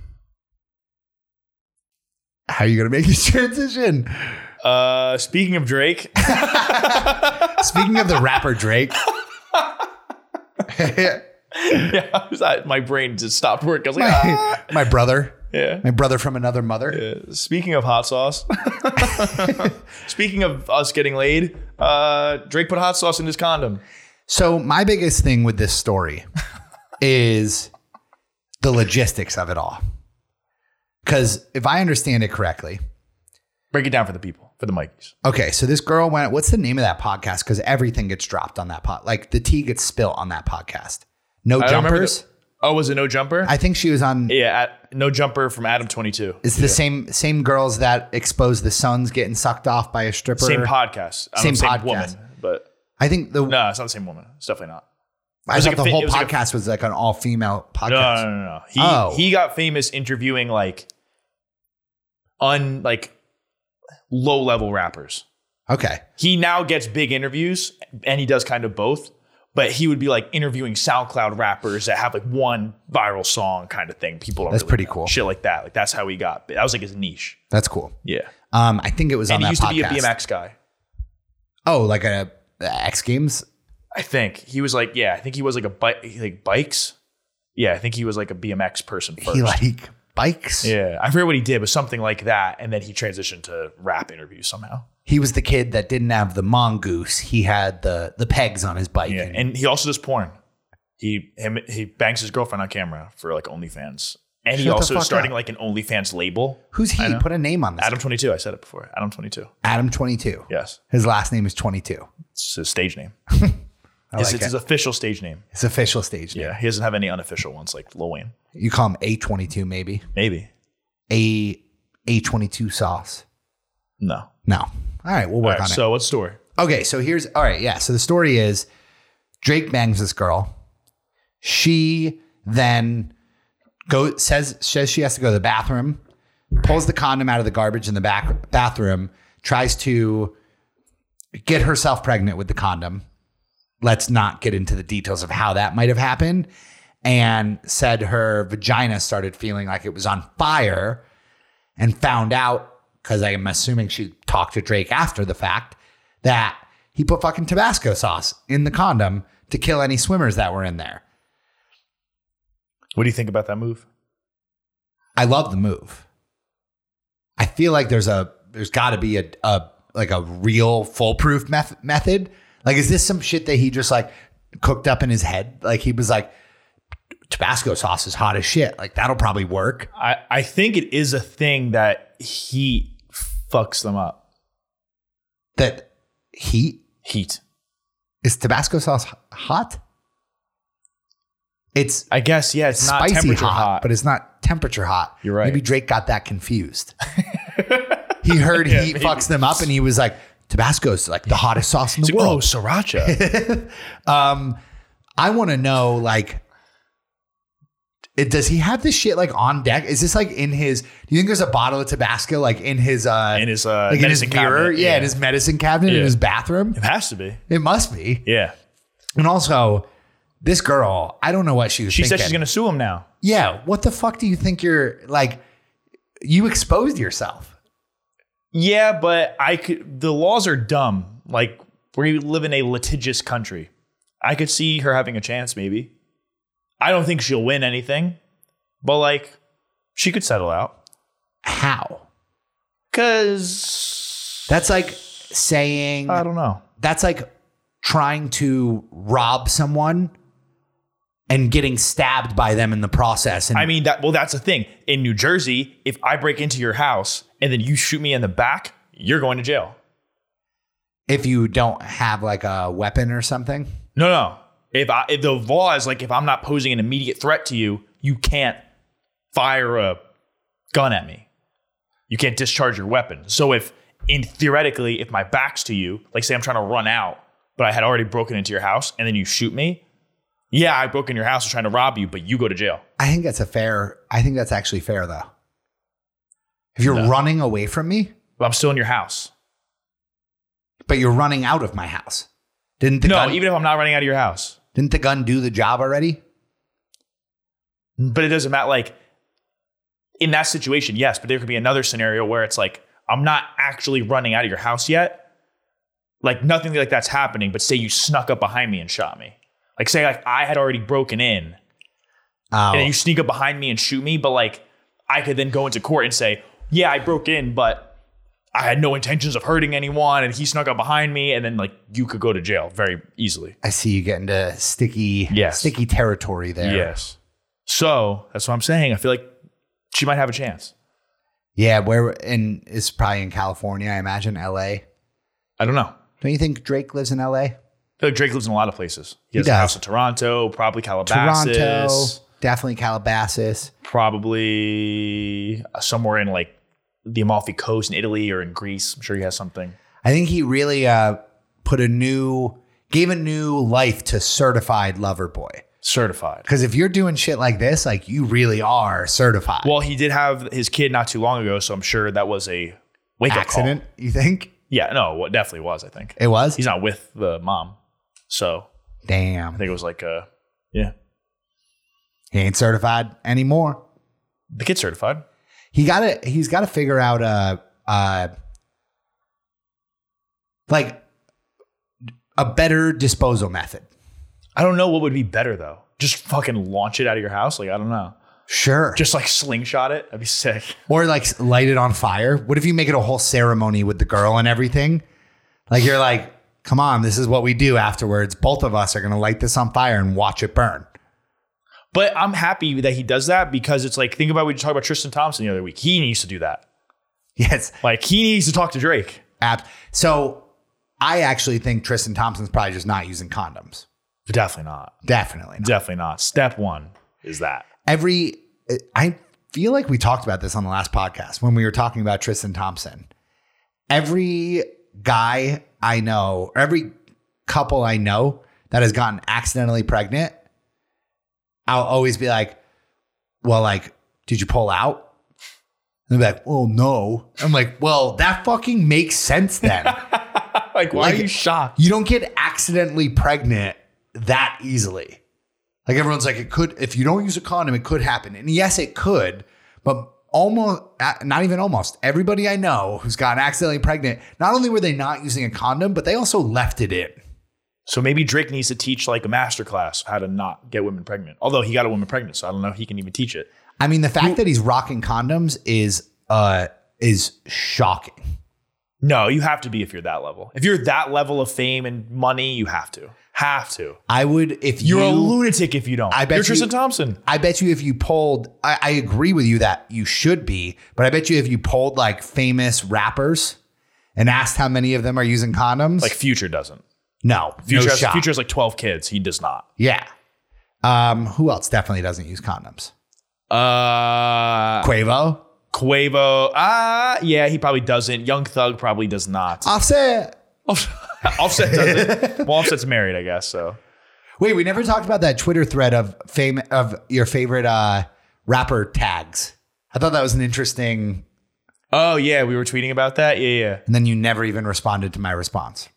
S3: How are you gonna make this transition?
S2: uh, speaking of Drake,
S3: Speaking of the rapper Drake.
S2: yeah, I was- I- my brain just stopped working. I was like, ah,
S3: my, my brother.
S2: yeah.
S3: My brother from another mother.
S2: Uh, Speaking of hot sauce, speaking of us getting laid, uh, Drake put hot sauce in his condom.
S3: So my biggest thing with this story is the logistics of it all. Cause if I understand it correctly,
S2: Break it down for the people, for the Mikeys.
S3: okay, so this girl went, what's the name of that podcast? Cause everything gets dropped on that pod. Like the tea gets spilt on that podcast. No
S2: I don't remember
S3: jumpers.
S2: the- oh, was it no jumper?
S3: I think she was on
S2: yeah, at, no jumper from Adam Twenty Two.
S3: it's the same same girls that exposed the sons getting sucked off by a stripper.
S2: Same podcast, I
S3: Same
S2: don't know,
S3: podcast.
S2: woman, but
S3: I think the
S2: no, it's not the same woman. It's definitely not.
S3: I
S2: was
S3: thought
S2: like a
S3: the
S2: fi-
S3: whole
S2: it was like a-
S3: podcast was like an all female podcast.
S2: No, no, no, no. He
S3: Oh.
S2: he got famous interviewing like un like low level rappers.
S3: Okay.
S2: He now gets big interviews and he does kind of both, but he would be like interviewing SoundCloud rappers that have like one viral song kind of thing. People don't
S3: That's
S2: really
S3: pretty
S2: know.
S3: cool.
S2: Shit like that. Like that's how he got. That was like his niche.
S3: That's cool.
S2: Yeah.
S3: Um, I think it was
S2: And
S3: on
S2: he
S3: that
S2: used
S3: podcast.
S2: to be a BMX guy.
S3: Oh, like a uh, X Games.
S2: I think he was like, yeah, I think he was like a bike, like bikes. Yeah, I think he was like a BMX person first.
S3: He like bikes.
S2: yeah, I forget what he did, but something like that. And then he transitioned to rap interviews somehow.
S3: He was the kid that didn't have the mongoose. He had the the pegs on his bike.
S2: Yeah,
S3: And-
S2: and he also does porn. He him he bangs his girlfriend on camera for like OnlyFans, and he
S3: Shut the
S2: also
S3: fuck
S2: is starting
S3: up.
S2: like an OnlyFans label.
S3: Who's he? Put a name on this.
S2: Adam twenty two. I said it before. Adam twenty two.
S3: Adam twenty two.
S2: Yes,
S3: His last name is twenty two.
S2: it's his stage name.
S3: I
S2: It's,
S3: like
S2: it's his
S3: it.
S2: official stage name.
S3: His official stage name.
S2: Yeah, he doesn't have any unofficial ones like Lil Wayne.
S3: You call him A twenty two maybe
S2: Maybe
S3: a A twenty two sauce.
S2: no. All
S3: No. All right, we'll work
S2: right,
S3: on it.
S2: so what's the story?
S3: Okay, so here's all right, yeah. So the story is Drake bangs this girl. She then go says says she has to go to the bathroom, pulls the condom out of the garbage in the back bathroom, tries to get herself pregnant with the condom. Let's not get into the details of how that might have happened. And said her vagina started feeling like it was on fire and found out because I'm assuming she talked to Drake after the fact that he put fucking Tabasco sauce in the condom to kill any swimmers that were in there.
S2: What do you think about that move?
S3: I love the move. I feel like there's a there's got to be a, a like a real foolproof meth- method. Like, is this some shit that he just like cooked up in his head? Like he was like, Tabasco sauce is hot as shit. Like that'll probably work.
S2: I I think it is a thing that he fucks them up.
S3: That heat
S2: Heat.
S3: is Tabasco sauce h- hot? It's
S2: I guess yeah. It's not
S3: spicy
S2: temperature
S3: hot,
S2: hot,
S3: but it's not temperature hot.
S2: You're right.
S3: Maybe Drake got that confused. he heard
S2: Yeah,
S3: he
S2: maybe.
S3: fucks them up, and he was like, "Tabasco's like the hottest sauce in the
S2: Whoa,
S3: world."
S2: oh, sriracha.
S3: I want to know, like, it, does he have this shit like on deck? Is this like in his? Do you think there's a bottle of Tabasco like in his uh
S2: In his, uh,
S3: like in his
S2: medicine
S3: mirror?
S2: cabinet,
S3: Yeah,
S2: yeah.
S3: in his medicine cabinet in
S2: Yeah.
S3: his bathroom.
S2: it has to be.
S3: It must be.
S2: Yeah.
S3: And also, this girl, I don't know what she was.
S2: She
S3: thinking.
S2: said she's going to sue him now.
S3: Yeah, what the fuck do you think you're like? You exposed yourself.
S2: Yeah, but I could. The laws are dumb. Like we live in a litigious country. I could see her having a chance. Maybe. I don't think she'll win anything, but like, she could settle out.
S3: How?
S2: Cause
S3: That's like saying
S2: I don't know.
S3: that's like trying to rob someone and getting stabbed by them in the process. And
S2: I mean that. Well, that's the thing. In New Jersey, if I break into your house and then you shoot me in the back, you're going to jail.
S3: if you don't have like a weapon or something,
S2: No, no. If I if the law is like if I'm not posing an immediate threat to you, you can't fire a gun at me. You can't discharge your weapon. So if in theoretically, if my back's to you, like say I'm trying to run out, but I had already broken into your house and then you shoot me, yeah, I broke in your house trying to rob you, but you go to jail.
S3: I think that's a fair. I think that's actually fair though. If you're running away from me,
S2: But I'm still in your house.
S3: but you're running out of my house, didn't the
S2: no,
S3: gun,
S2: even if I'm not running out of your house.
S3: didn't the gun do the job already?
S2: But it doesn't matter. Like in that situation, yes, but there could be another scenario where it's like, I'm not actually running out of your house yet. Like nothing like that's happening, but say you snuck up behind me and shot me. Like say like I had already broken in
S3: Oh,
S2: and then you sneak up behind me and shoot me, but like I could then go into court and say, yeah, I broke in, but I had no intentions of hurting anyone, and he snuck up behind me, and then like you could go to jail very easily.
S3: I see you getting to sticky,
S2: Yes.
S3: sticky territory there.
S2: Yes. So that's what I'm saying. I feel like she might have a chance.
S3: Yeah, where and it's probably in California, I imagine, LA.
S2: I don't know.
S3: Don't you think Drake lives in LA?
S2: I feel like Uh, Drake lives in a lot of places. He has
S3: does.
S2: a house in Toronto, probably Calabasas,
S3: Toronto, definitely Calabasas.
S2: probably uh, somewhere in like the Amalfi Coast in Italy or in Greece. I'm sure he has something.
S3: I think he really uh, put a new, gave a new life to certified lover boy.
S2: Certified.
S3: Because if you're doing shit like this, like you really are certified.
S2: Well, he did have his kid not too long ago, so I'm sure that was a wake up
S3: accident, you think
S2: Yeah, no, well, it definitely was. I think
S3: it was?
S2: he's not with the mom, so I
S3: Damn,
S2: think it was like, uh, yeah,
S3: he ain't certified anymore.
S2: the kid's certified.
S3: he got to he's got to figure out a uh like a better disposal method.
S2: I don't know what would be better though. Just fucking launch it out of your house, like I don't know.
S3: Sure.
S2: Just like slingshot it. That'd be sick.
S3: or like light it on fire. What if you make it a whole ceremony with the girl and everything? Like you're like, "Come on, this is what we do afterwards. Both of us are going to light this on fire and watch it burn."
S2: But I'm happy that he does that because it's like think about we talked about Tristan Thompson the other week. He needs to do that.
S3: Yes.
S2: Like he needs to talk to Drake.
S3: App. So I actually think Tristan Thompson's probably just not using condoms.
S2: Definitely not.
S3: Definitely. not.
S2: Definitely not. Step one is that.
S3: every I feel like we talked about this on the last podcast when we were talking about Tristan Thompson. Every guy I know, or every couple I know that has gotten accidentally pregnant, I'll always be like, "Well, like, did you pull out?" And they're like, "Well, no." I'm like, "Well, that fucking makes sense then.
S2: Like why
S3: Like-
S2: are you shocked?
S3: you don't get accidentally pregnant that easily." Like everyone's like, it could, if you don't use a condom, it could happen. And yes, it could, but almost, uh, not even almost, everybody I know who's gotten accidentally pregnant, not only were they not using a condom, but they also left it in.
S2: So maybe Drake needs to teach like a master class of how to not get women pregnant. Although he got a woman pregnant, so I don't know if he can even teach it.
S3: I mean, the fact that he's rocking condoms is, uh, is shocking.
S2: No, you have to be if you're that level. If you're that level of fame and money, you have to. Have to.
S3: I would, if
S2: You're a
S3: you-
S2: lunatic if you don't.
S3: I bet
S2: you're Tristan
S3: you-
S2: Thompson.
S3: I bet you if you polled, I, I agree with you that you should be, but I bet you if you polled like famous rappers and asked how many of them are using condoms,
S2: Like Future doesn't.
S3: no,
S2: Future,
S3: no
S2: has,
S3: shot.
S2: Future has like 12 kids. He does not.
S3: Yeah. Um, who else definitely doesn't use condoms?
S2: Uh
S3: Quavo.
S2: Quavo. Ah, yeah, he probably doesn't. Young Thug probably does not.
S3: Uh, Offset.
S2: Offset doesn't. Well, Offset's married, I guess. So
S3: Wait, we never talked about that Twitter thread of fame of your favorite uh, rapper tags. I thought that was an interesting.
S2: Oh yeah, we were tweeting about that. Yeah, yeah.
S3: And then you never even responded to my response.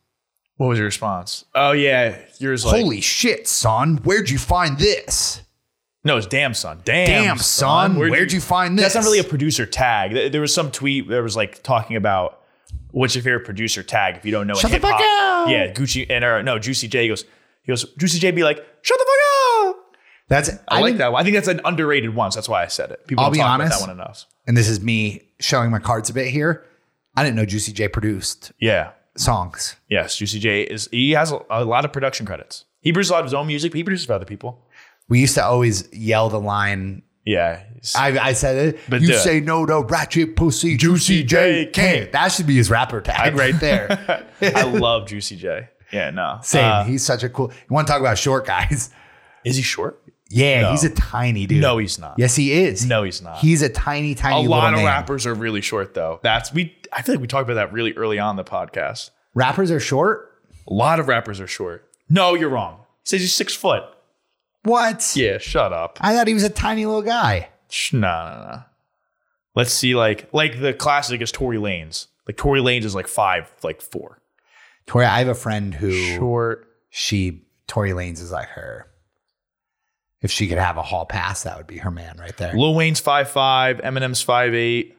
S2: What was your response? Oh yeah, yours like
S3: Holy shit, son! Where'd you find this?
S2: no, it's damn son. Damn,
S3: Damn, son! Where'd, you, find this?
S2: That's not really a producer tag. Th- There was some tweet that was like talking about what's your favorite producer tag if you don't know.
S3: Shut
S2: in
S3: the fuck
S2: hip-hop.
S3: up.
S2: Yeah, Gucci and or no Juicy J goes. He goes Juicy J be like shut the fuck up.
S3: That's
S2: I, like
S3: didn't-
S2: that one. I think that's an underrated one. So that's why I said it. People
S3: I'll
S2: don't
S3: be
S2: talk about
S3: honest.
S2: that one enough.
S3: And this is me showing my cards a bit here. I didn't know Juicy J produced
S2: Yeah.
S3: songs.
S2: Yes. Juicy J is he has a, a lot of production credits. He produces a lot of his own music, but he produces for other people.
S3: We used to always yell the line
S2: Yeah. he's-
S3: I, I said it.
S2: But
S3: you
S2: the-
S3: say no to ratchet pussy, juicy J K. That should be his rapper tag right
S2: Uh.
S3: there.
S2: I love Juicy J. Yeah, no.
S3: Same.
S2: Uh,
S3: he's such a cool. You want to talk about short guys?
S2: is he short?
S3: Yeah,
S2: No.
S3: he's a tiny dude.
S2: No, he's not.
S3: Yes, he is.
S2: No, he's not.
S3: He's a tiny,
S2: a
S3: tiny.
S2: lot
S3: little
S2: of
S3: man.
S2: rappers are really short though. That's we I feel like we talked about that really early on in the podcast.
S3: Rappers are short.
S2: A lot of rappers are short. No, you're wrong. He says he's six foot.
S3: What?
S2: Yeah, shut up.
S3: I thought he was a tiny little guy.
S2: Sh- No, no, no. Let's see, like like the classic is Tory Lanes. Like Tory Lanes is like five, like four.
S3: Tori, I have a friend who
S2: Short.
S3: she Tori Lanes is like her. If she could have a hall pass, that would be her man right there.
S2: Lil Wayne's five five, Eminem's five eight,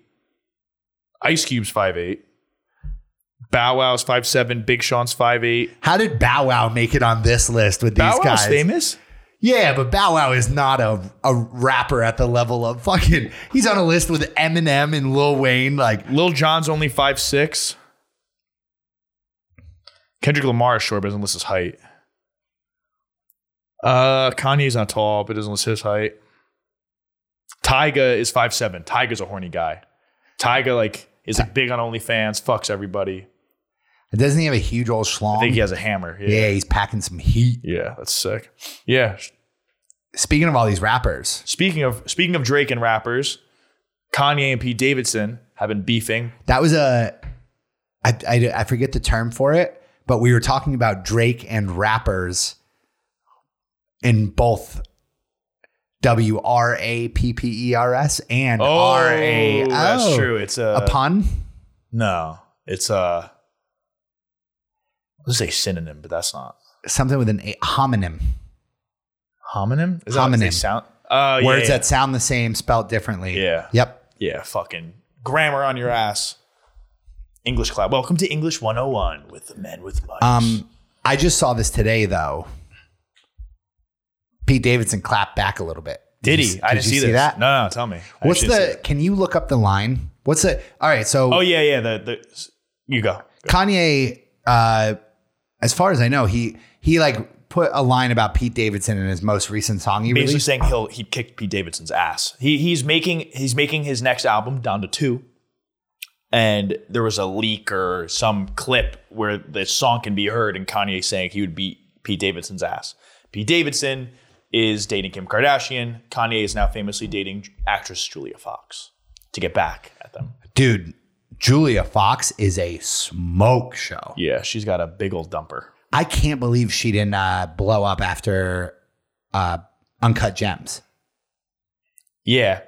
S2: Ice Cube's five eight, Bow Wow's five seven, Big Sean's five eight.
S3: How did Bow Wow make it on this list with these
S2: Bow Wow's
S3: guys?
S2: famous.
S3: Yeah, but Bow Wow is not a, a rapper at the level of fucking. He's on a list with Eminem and Lil Wayne. Like,
S2: Lil Jon's only five six. Kendrick Lamar is short, but doesn't list his height. Uh, Kanye's not tall, but doesn't list his height. Tyga is five seven. Tyga's a horny guy. Tyga like is like, big on OnlyFans, fucks everybody.
S3: doesn't he have a huge old schlong?
S2: I think he has a hammer.
S3: yeah, he's packing some heat.
S2: Yeah, that's sick. Yeah.
S3: Speaking of all these rappers,
S2: Speaking of speaking of Drake and rappers, Kanye and Pete Davidson have been beefing.
S3: that was a. I, I, I forget the term for it, but we were talking about Drake and rappers in both W R A P P E R S and R A.
S2: Oh, that's
S3: Oh.
S2: true. It's a,
S3: A pun?
S2: no. It's uh, a let's say synonym, but that's not
S3: Something with an a- homonym.
S2: homonym. Is that what they
S3: Homonym.
S2: sound? Oh yeah,
S3: Words
S2: yeah.
S3: that sound the same, spelt differently.
S2: Yeah.
S3: Yep.
S2: yeah, fucking grammar on your ass. English class. Welcome to English 101 with the men with mics.
S3: Um, I just saw this today though. Pete Davidson clapped back a little bit.
S2: Did
S3: you-
S2: he? I didn't
S3: you
S2: see, this.
S3: that.
S2: No, no, tell me. I
S3: What's
S2: actually didn't see
S3: the?
S2: that.
S3: Can you look up the line? What's the? All right. So
S2: Oh yeah, yeah. The the you go.
S3: Kanye, uh, as far as I know, he he like put a line about Pete Davidson in his most recent song he
S2: basically
S3: released.
S2: saying he'll he kicked Pete Davidson's ass. He he's making he's making his next album down to two. And there was a leak or some clip where the song can be heard and Kanye saying he would beat Pete Davidson's ass. Pete Davidson is dating Kim Kardashian. Kanye is now famously dating actress Julia Fox to get back at them.
S3: Dude, Julia Fox is a smoke show.
S2: Yeah, she's got a big old dumper.
S3: I can't believe she didn't uh, blow up after uh, Uncut Gems.
S2: Yeah.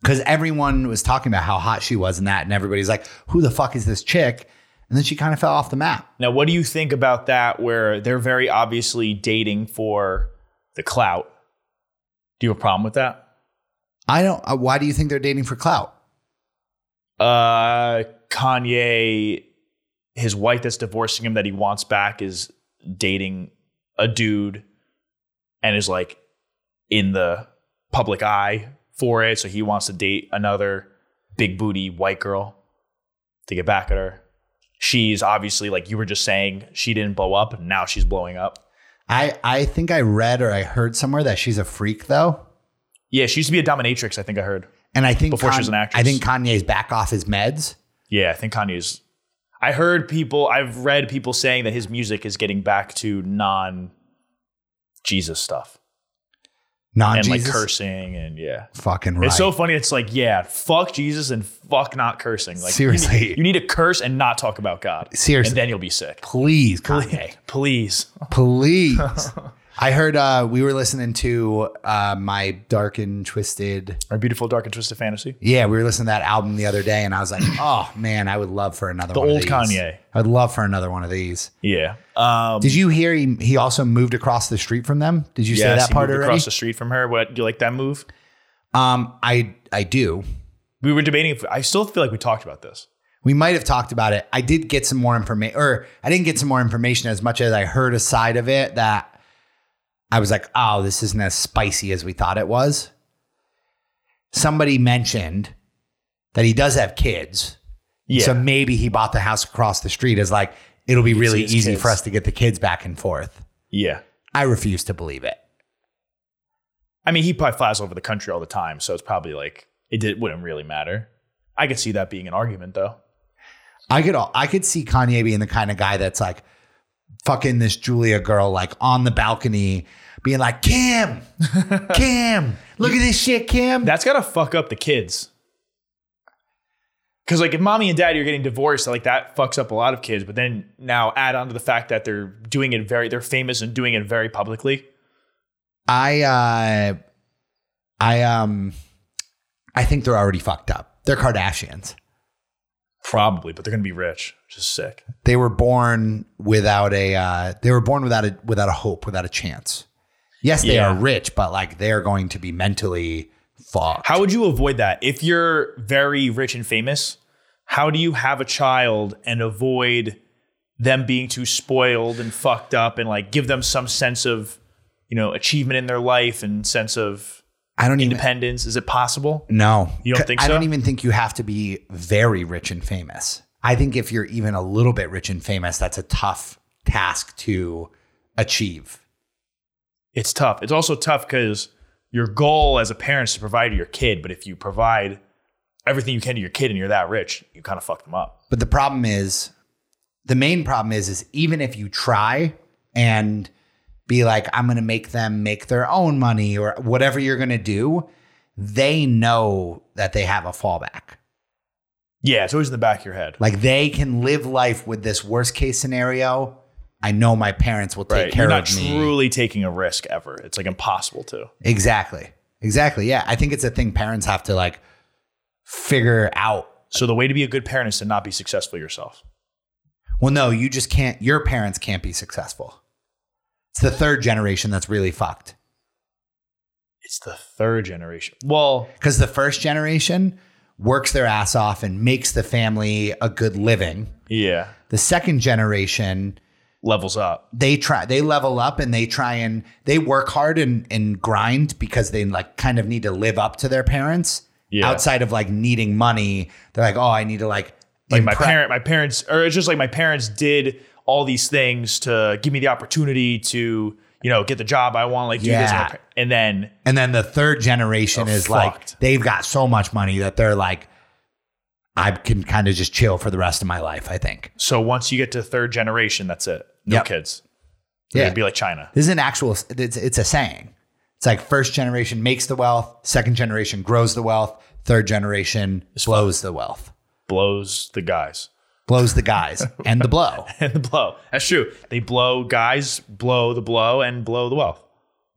S3: because everyone was talking about how hot she was and that, and everybody's like, "Who the fuck is this chick?" And then she kind of fell off the map.
S2: Now, what do you think about that? Where they're very obviously dating for the clout. Do you have a problem with that?
S3: I don't. Uh, why do you think they're dating for clout?
S2: uh Kanye his wife that's divorcing him that he wants back is dating a dude and is like in the public eye for it so he wants to date another big booty white girl to get back at her she's obviously like you were just saying she didn't blow up and now she's blowing up
S3: I I think I read or I heard somewhere that she's a freak though,
S2: yeah she used to be a dominatrix i think i heard
S3: and I think
S2: Before she was an actress.
S3: I think Kanye's back off his meds.
S2: Yeah, I think Kanye's. I heard people, I've read people saying that his music is getting back to non Jesus stuff
S3: Non
S2: and
S3: Jesus,
S2: like cursing and yeah.
S3: fucking right.
S2: It's so funny. It's like, yeah, fuck Jesus and fuck not cursing. Like, you need-
S3: Seriously.
S2: you need to curse and not talk about God.
S3: Seriously.
S2: and then you'll be sick.
S3: please, Kanye,
S2: Please,
S3: please. I heard uh, we were listening to uh, my dark and twisted
S2: our beautiful, dark, and twisted fantasy.
S3: Yeah, we were listening to that album the other day, and I was like, "Oh man, I would love for another the one
S2: old
S3: of these.
S2: Kanye.
S3: I'd love for another one of these."
S2: Yeah. Um,
S3: Did you hear he he also moved across the street from them? Did you say
S2: yes,
S3: that
S2: he
S3: part
S2: moved
S3: already?
S2: across the street from her. What do you like that move?
S3: um, I I do.
S2: We were debating. If, I still feel like we talked about this.
S3: We might have talked about it. I did get some more information, or I didn't get some more information as much as I heard a side of it that I was like, "Oh, this isn't as spicy as we thought it was." Somebody mentioned that he does have kids.
S2: Yeah.
S3: So maybe he bought the house across the street as like it'll be really
S2: his
S3: easy
S2: kids.
S3: for us to get the kids back and forth.
S2: yeah.
S3: I refuse to believe it.
S2: I mean, he probably flies over the country all the time, so it's probably like it did, wouldn't really matter. I could see that being an argument, though.
S3: I could all, I could see Kanye being the kind of guy that's like fucking this Julia girl like on the balcony being like Kim, Kim, look at this shit, Kim.
S2: That's gotta fuck up the kids. Because like if mommy and daddy are getting divorced, like that fucks up a lot of kids. But then now add on to the fact that they're doing it very, they're famous and doing it very publicly.
S3: I uh I um I think they're already fucked up. They're Kardashians.
S2: Probably, but they're gonna be rich, which is sick.
S3: They were born without a uh, they were born without a without a hope, without a chance. Yes, they
S2: Yeah.
S3: are rich, but like they're going to be mentally fucked.
S2: How would you avoid that? If you're very rich and famous, how do you have a child and avoid them being too spoiled and fucked up and like give them some sense of, you know, achievement in their life and sense of
S3: I don't even
S2: independence? Is it possible?
S3: No.
S2: You don't think
S3: I
S2: so?
S3: don't even think you have to be very rich and famous. I think if you're even a little bit rich and famous, that's a tough task to achieve.
S2: It's tough. It's also tough because your goal as a parent is to provide to your kid, but if you provide everything you can to your kid and you're that rich, you kind of fuck them up.
S3: But the problem is, the main problem is, is even if you try and be like, I'm going to make them make their own money or whatever you're going to do, they know that they have a fallback.
S2: Yeah, it's always in the back of your head.
S3: Like they can live life with this worst case scenario. I know my parents will take
S2: Right.
S3: care
S2: You're not
S3: of me.
S2: truly taking a risk ever. It's like impossible to.
S3: Exactly. Exactly. Yeah. I think it's a thing parents have to like figure out.
S2: So the way to be a good parent is to not be successful yourself.
S3: Well, no, you just can't, your parents can't be successful. It's the third generation that's really fucked.
S2: It's the third generation. Well,
S3: Because the first generation works their ass off and makes the family a good living.
S2: yeah,
S3: The second generation,
S2: levels up.
S3: they try, they level up and they try and they work hard and, and grind because they like kind of need to live up to their parents.
S2: Yeah.
S3: Outside of like needing money, they're like, oh, I need to like,
S2: Like my
S3: impre-
S2: parent, my parents, or it's just like my parents did all these things to give me the opportunity to, you know, get the job I want. Like do this, and
S3: Yeah.
S2: my par- and then
S3: And then the third generation
S2: Are
S3: is
S2: fucked.
S3: like they've got so much money that they're like, I can kind of just chill for the rest of my life. I think.
S2: so once you get to third generation, that's it. No
S3: Yep.
S2: kids.
S3: Yeah.
S2: It'd be like China.
S3: This is an actual. It's, it's a saying. It's like first generation makes the wealth, second generation grows the wealth, third generation blows the wealth,
S2: Blows the guys
S3: blows the guys and the blow.
S2: and the blow. That's true. They blow guys, blow the blow, and blow the wealth.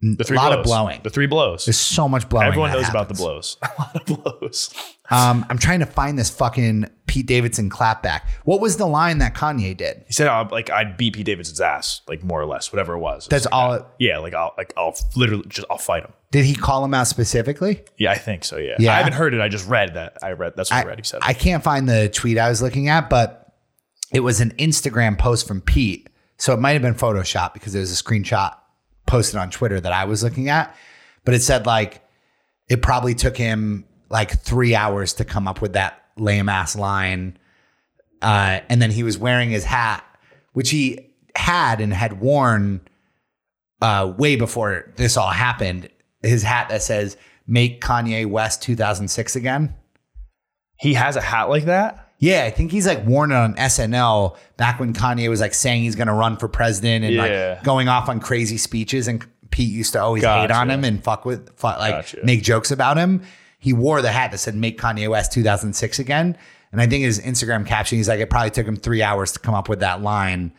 S2: The three
S3: Mm, a lot of
S2: blows.
S3: blowing.
S2: The three blows.
S3: There's so much blowing.
S2: Everyone
S3: that
S2: knows about the
S3: happens.
S2: blows. A lot of blows.
S3: Um, I'm trying to find this fucking Pete Davidson clapback. What was the line that Kanye did?
S2: He said, "I'll like I'd beat Pete Davidson's ass, like more or less, whatever it was." It
S3: That's
S2: was like,
S3: all. It,
S2: yeah, like I'll like I'll literally just I'll fight him.
S3: did he call him out specifically?
S2: Yeah, I think so. Yeah,
S3: Yeah.
S2: I haven't heard it. I just read that. I read that's what I, read. He said,
S3: I can't find the tweet I was looking at, but it was an Instagram post from Pete. So it might have been Photoshop because there was a screenshot posted on Twitter that I was looking at. But it said like it probably took him like three hours to come up with that lame ass line. Uh, and then he was wearing his hat, which he had and had worn uh, way before this all happened. His hat that says, Make Kanye West 2006 again.
S2: "He has a hat like that."
S3: Yeah, I think he's like worn it on SNL back when Kanye was like saying he's going to run for president and
S2: Yeah.
S3: like going off on crazy speeches. And Pete used to always hate
S2: Gotcha.
S3: on him and fuck with, fuck, like
S2: Gotcha.
S3: make jokes about him. He wore the hat that said "Make Kanye West 2006 again." And I think his Instagram caption, he's like, it probably took him three hours to come up with that line,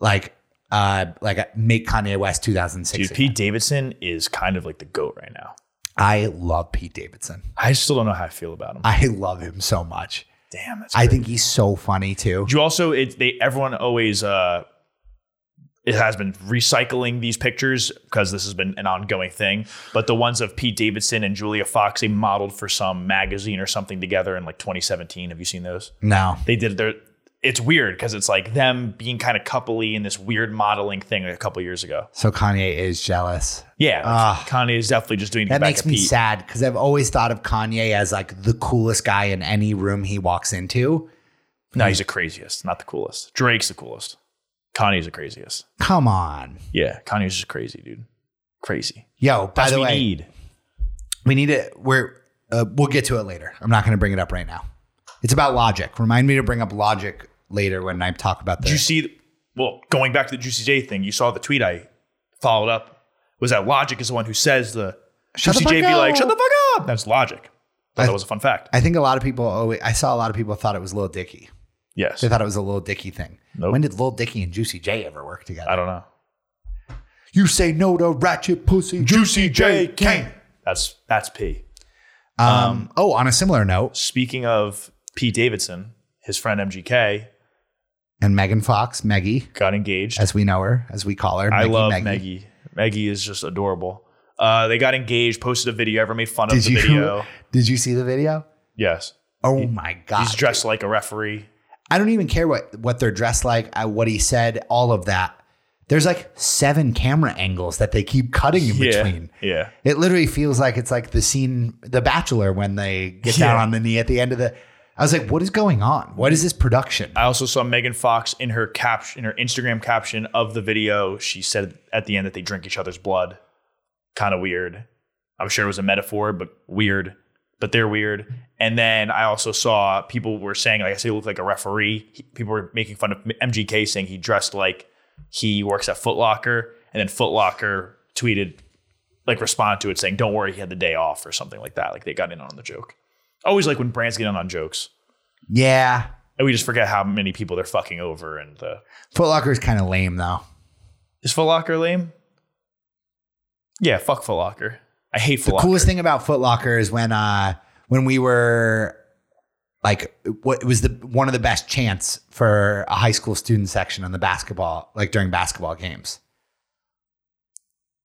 S3: like, uh, like "Make Kanye West 2006."
S2: Dude,
S3: again."
S2: Pete Davidson is kind of like the goat right now.
S3: I love Pete Davidson.
S2: I still don't know how I feel about him.
S3: I love him so much.
S2: Damn, that's
S3: I
S2: crazy.
S3: think he's so funny too.
S2: you also it, they everyone always uh it has been recycling these pictures because this has been an ongoing thing. But the ones of Pete Davidson and Julia Fox, they modeled for some magazine or something together in like 2017. Have you seen those?
S3: No,
S2: They did their. It's weird because it's like them being kind of coupley in this weird modeling thing a couple years ago.
S3: so Kanye is jealous.
S2: Yeah,
S3: Ah.
S2: like Kanye is definitely just doing
S3: That
S2: back
S3: makes
S2: at
S3: me
S2: Pete.
S3: sad because I've always thought of Kanye as like the coolest guy in any room he walks into.
S2: No, he's the craziest, not the coolest. Drake's the coolest. Kanye's the craziest.
S3: Come on.
S2: Yeah, Kanye's just crazy, dude. Crazy.
S3: Yo, by
S2: That's
S3: the
S2: what
S3: way,
S2: we need.
S3: we need to, we're, uh, we'll get to it later. I'm not going to bring it up right now. It's about logic. Remind me to bring up logic later when I talk about
S2: Did you
S3: this.
S2: see? Well, going back to the Juicy J thing, you saw the tweet I followed up. Was that Logic is the one who says the
S3: Shut the
S2: Juicy J
S3: fuck
S2: be like,
S3: up.
S2: "Shut the fuck up." That's Logic. Thought
S3: I-
S2: that was a fun fact.
S3: I think a lot of people, always, I saw a lot of people thought it was Lil Dicky.
S2: yes,
S3: They thought it was a Lil Dicky thing.
S2: Nope.
S3: When did Lil Dicky and Juicy J ever work together?
S2: I don't know.
S3: You say no to ratchet pussy.
S2: Juicy
S3: J King.
S2: That's that's P.
S3: Um, oh, on a similar note,
S2: Speaking of Pete Davidson, his friend MGK
S3: and Megan Fox, Meggie.
S2: got engaged.
S3: as we know her, as we call her.
S2: I love
S3: Meggie.
S2: Maggie. Maggie. Maggie is just adorable. Uh, they got engaged, posted a video. Everyone made fun of
S3: Did
S2: the
S3: you
S2: video.
S3: did you see the video?
S2: Yes.
S3: Oh my god!
S2: He's dressed like a referee.
S3: I don't even care what what they're dressed like, I, what he said, all of that. There's like seven camera angles that they keep cutting in
S2: Yeah.
S3: between.
S2: Yeah.
S3: It literally feels like it's like the scene, The Bachelor, when they get down
S2: Yeah.
S3: on the knee at the end of the. I was like, what is going on? What is this production?
S2: I also saw Megan Fox in her caption, in her Instagram caption of the video. She said at the end that they drink each other's blood. Kind of weird. I'm sure it was a metaphor, but weird. But they're weird. And then I also saw people were saying, like I said, he looked like a referee. He- People were making fun of MGK, saying he dressed like he works at Foot Locker. And then Foot Locker tweeted, like responded to it saying, "Don't worry, he had the day off" or something like that. Like they got in on the joke. I Always like when brands get in on jokes.
S3: Yeah.
S2: And we just forget how many people they're fucking over and the
S3: Foot Locker is kind of lame, though.
S2: Is Foot Locker lame? Yeah, fuck Foot Locker. I hate Foot
S3: The
S2: Locker.
S3: coolest thing about Foot Locker is when uh when we were like what it was the one of the best chants for a high school student section on the basketball like during basketball games.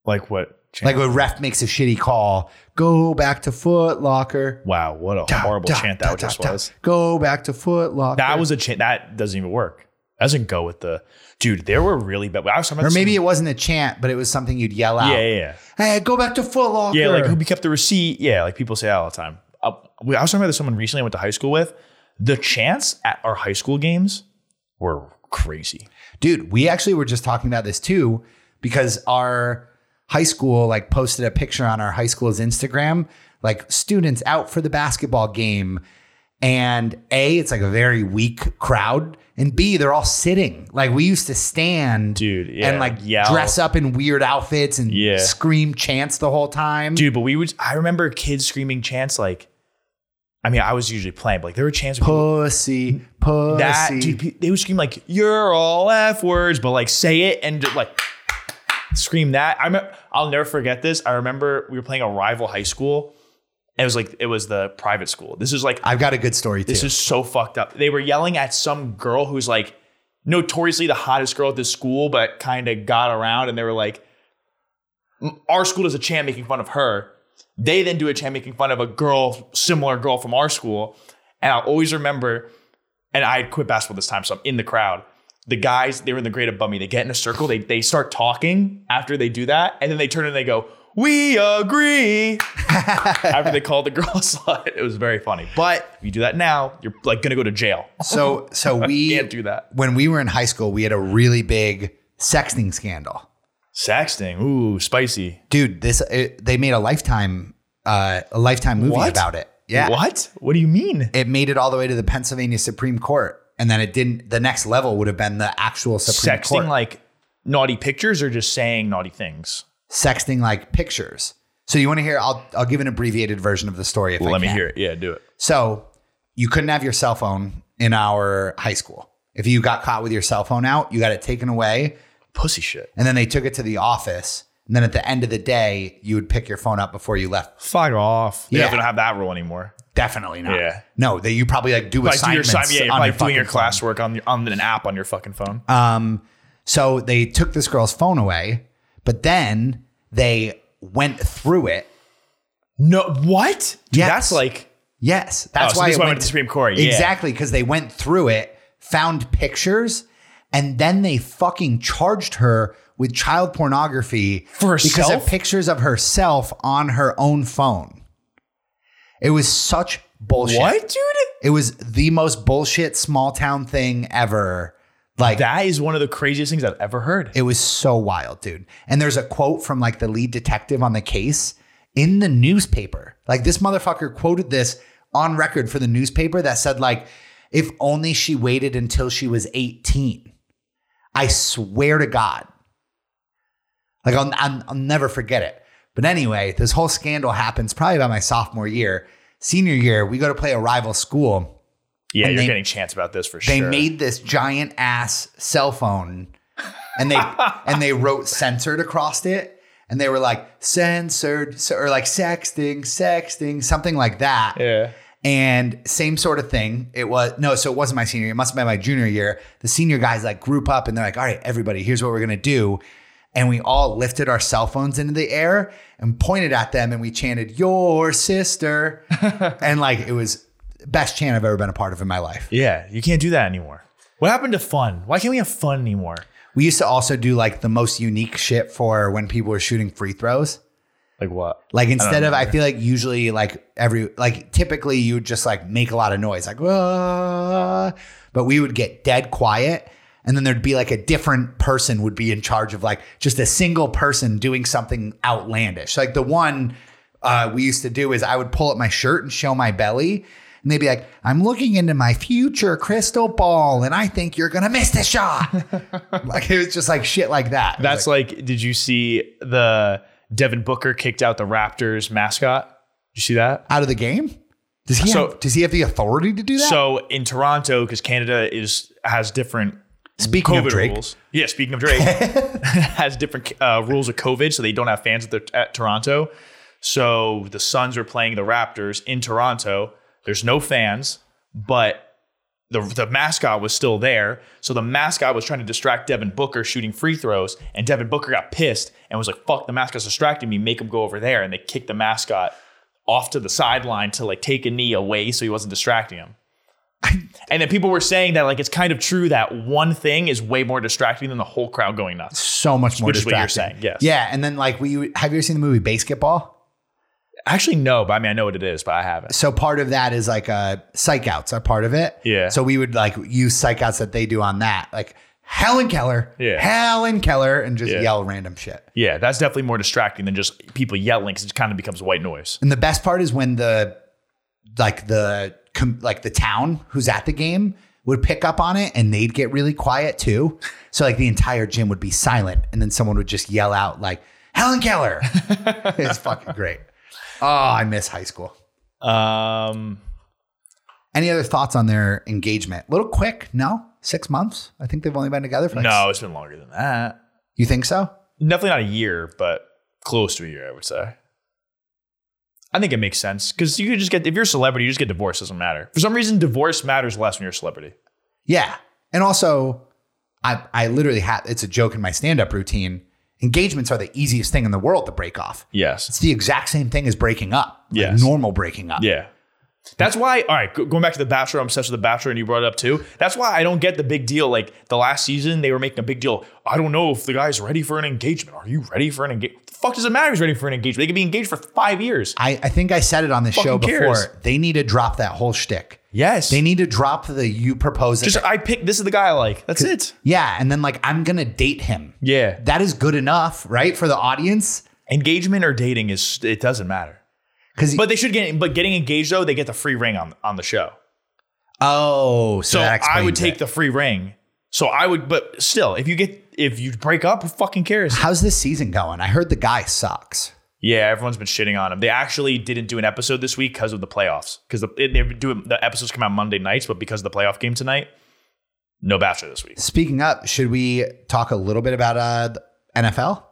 S2: Like what?
S3: Like a ref makes a shitty call, go back to Foot Locker.
S2: wow, what a
S3: Da,
S2: horrible
S3: da,
S2: chant
S3: da,
S2: that
S3: da,
S2: just
S3: da.
S2: was.
S3: Go back to Foot Locker.
S2: That was a chant that doesn't even work. That doesn't go with the dude. There were really bad. I was talking about
S3: or
S2: this-
S3: maybe it wasn't a chant, but it was something you'd yell out.
S2: yeah, yeah, yeah.
S3: Hey, go back to Foot Locker.
S2: Yeah, like who kept the receipt? Yeah, like people say that all the time. Uh, we- I was talking about this someone recently I went to high school with. The chants at our high school games were crazy.
S3: dude we actually were just talking about this too because our high school like posted a picture on our high school's instagram like students out for the basketball game and a it's like a very weak crowd and b they're all sitting like we used to stand
S2: Dude, yeah,
S3: and like
S2: yell.
S3: dress up in weird outfits and
S2: Yeah.
S3: scream chants the whole time
S2: dude. But we would. I remember kids screaming chants like. I mean, I was usually playing, but like there were chants. where people-
S3: pussy pussy
S2: that dude, pe- they would scream like "you're all f words," but like say it and just, like scream that. I remember, I'll never forget this. I remember we were playing a rival high school. It was like it was the private school. This is like
S3: i've got a good story too
S2: this is so fucked up. They were yelling at some girl who's like notoriously the hottest girl at this school, but kind of got around and they were like, "M- our school does a chant making fun of her. They then do a chant making fun of a girl, similar girl from our school. And I'll always remember, and I had quit basketball this time, so I'm in the crowd. The guys, they were in the grade above me. They get in a circle, they, they start talking after they do that, and then they turn and they go, We agree after they called the girl a slut. It was very funny. But if you do that now, you're like gonna go to jail.
S3: so so we
S2: Can't do that.
S3: when we were in high school we had a really big sexting scandal
S2: Sexting, ooh, spicy.
S3: dude this it, they made a lifetime uh, a lifetime movie
S2: What?
S3: about it yeah
S2: What? What do you mean?
S3: it made it all the way to the pennsylvania supreme court and then it didn't the next level would have been the actual supreme
S2: Sexting
S3: court
S2: like naughty pictures or just saying naughty things?
S3: sexting like pictures so you want to hear i'll i'll give an abbreviated version of the story if I
S2: Let me
S3: can.
S2: hear it. Yeah, do it.
S3: so you couldn't have your cell phone in our high school if you got caught with your cell phone out you got it taken away
S2: Pussy shit.
S3: and then they took it to the office and then at the end of the day you would pick your phone up before you left
S2: Fuck off. Yeah,
S3: Yeah.
S2: they don't have that rule anymore.
S3: Definitely not.
S2: Yeah.
S3: No, that you probably like do
S2: Like do your
S3: assignments
S2: assignment, yeah, you're
S3: on
S2: like
S3: your
S2: doing your
S3: fucking phone. Uh,
S2: classwork on your, on an app on your fucking phone.
S3: So they took this girl's phone away, but then they went through it.
S2: no, what? Dude,
S3: Yes.
S2: That's like
S3: Yes,
S2: Oh,
S3: that's
S2: so
S3: why
S2: this
S3: it
S2: one
S3: went
S2: went to the Supreme Court, yeah.
S3: Exactly because they went through it, found pictures, and then they fucking charged her with child pornography
S2: For
S3: because of
S2: herself?
S3: pictures of herself on her own phone. It was such bullshit.
S2: what, dude?
S3: It was the most bullshit small town thing ever. Like
S2: That is one of the craziest things I've ever heard.
S3: It was so wild, dude. And there's a quote from like the lead detective on the case in the newspaper. Like this motherfucker quoted this on record for the newspaper that said like if only she waited until she was 18. I swear to God. Like I'll, I'll, I'll never forget it. But anyway, this whole scandal happens probably about my sophomore year. Senior year, we go to play a rival school.
S2: yeah,
S3: and
S2: you're
S3: they-
S2: getting chance about this for
S3: They
S2: sure.
S3: made this giant ass cell phone and they and they wrote censored across it and they were like censored so- or like sexting, sexting, something like that.
S2: yeah.
S3: And same sort of thing. It was no, so it wasn't my senior year. It must have been my junior year. The senior guys like group up and they're like, all right, everybody, here's what we're gonna do. and we all lifted our cell phones into the air and pointed at them and we chanted, Your sister. and like it was best chant I've ever been a part of in my life.
S2: Yeah, you can't do that anymore. What happened to fun? Why can't we have fun anymore?
S3: We used to also do like the most unique shit for when people were shooting free throws.
S2: Like what?
S3: Like instead of, I feel like usually like every like typically you would just like make a lot of noise, like "Ah," but we would get dead quiet, and then there'd be like a different person would be in charge of like just a single person doing something outlandish. Like the one uh, we used to do is I would pull up my shirt and show my belly. And they'd be like, I'm looking into my future crystal ball, and I think you're gonna miss the shot. like it was just like shit like that. It was
S2: That's like, did you see the Devin Booker kicked out the Raptors mascot? Did you see that?
S3: out of the game? Does he
S2: So-
S3: have, does he have the authority to do that?
S2: So in Toronto, because Canada is has different
S3: Speaking
S2: COVID
S3: of Drake,
S2: rules. Yeah, speaking of Drake, has different uh, rules of COVID, so they don't have fans at, their, at Toronto. So the Suns are playing the Raptors in Toronto. There's no fans, but the the mascot was still there. So the mascot was trying to distract Devin Booker shooting free throws, and Devin Booker got pissed and was like, "Fuck, the mascot's distracting me. Make him go over there." And they kicked the mascot off to the sideline to like take a knee away so he wasn't distracting him. And then people were saying that like it's kind of true that one thing is way more distracting than the whole crowd going nuts.
S3: so much more
S2: Which is what
S3: distracting.
S2: you're saying, yes.
S3: Yeah, and then like we have you ever seen the movie Basketball?
S2: Actually, no, but I mean I know what it is, but I haven't.
S3: So part of that is like uh psych outs are part of it.
S2: Yeah.
S3: So we would like use psych outs that they do on that, like Helen Keller,
S2: Yeah.
S3: Helen Keller, and just
S2: Yeah.
S3: yell random shit.
S2: Yeah, that's definitely more distracting than just people yelling because it kind of becomes white noise.
S3: And the best part is when the like the com- like the town who's at the game would pick up on it and they'd get really quiet too. So like the entire gym would be silent and then someone would just yell out like Helen Keller. it's fucking great. Oh, I miss high school.
S2: Um,
S3: Any other thoughts on their engagement? A little quick, no? 6 months? I think they've only been together for like
S2: no, it's been longer than that.
S3: You think so?
S2: Definitely not a year, but close to a year, I would say. I think it makes sense because you could just get if you're a celebrity, you just get divorced. Doesn't matter for some reason. Divorce matters less when you're a celebrity.
S3: Yeah. And also, I I literally have it's a joke in my stand-up routine. Engagements are the easiest thing in the world to break off.
S2: Yes.
S3: It's the exact same thing as breaking up. like
S2: Yes.
S3: normal breaking up.
S2: Yeah. That's why, all right, go- going back to The Bachelor, I'm obsessed with The Bachelor, and you brought it up too. That's why I don't get the big deal. Like the last season, they were making a big deal. I don't know if the guy's ready for an engagement. Are you ready for an engagement? The fuck does it matter if he's ready for an engagement? They could be engaged for five years.
S3: I, I think I said it on this show
S2: Fucking
S3: before.
S2: cares.
S3: They need to drop that whole shtick.
S2: Yes.
S3: They need to drop the you propose it.
S2: Just, I picked, this is the guy I like. That's it.
S3: yeah, and then like I'm gonna date him.
S2: Yeah.
S3: That is good enough, right? For the audience.
S2: Engagement or dating is, it doesn't matter.
S3: Cause
S2: But they should get, but getting engaged though, they get the free ring on, on the show.
S3: oh, so,
S2: So
S3: that
S2: I would
S3: explains
S2: take
S3: it.
S2: the free ring. So I would, but still, if you get, if you break up, who fucking cares?
S3: How's this season going? I heard the guy sucks.
S2: Yeah, everyone's been shitting on him. They actually didn't do an episode this week because of the playoffs. Because the, they do the episodes come out Monday nights, but because of the playoff game tonight, no Bachelor this week.
S3: Speaking up, should we talk a little bit about uh, the NFL,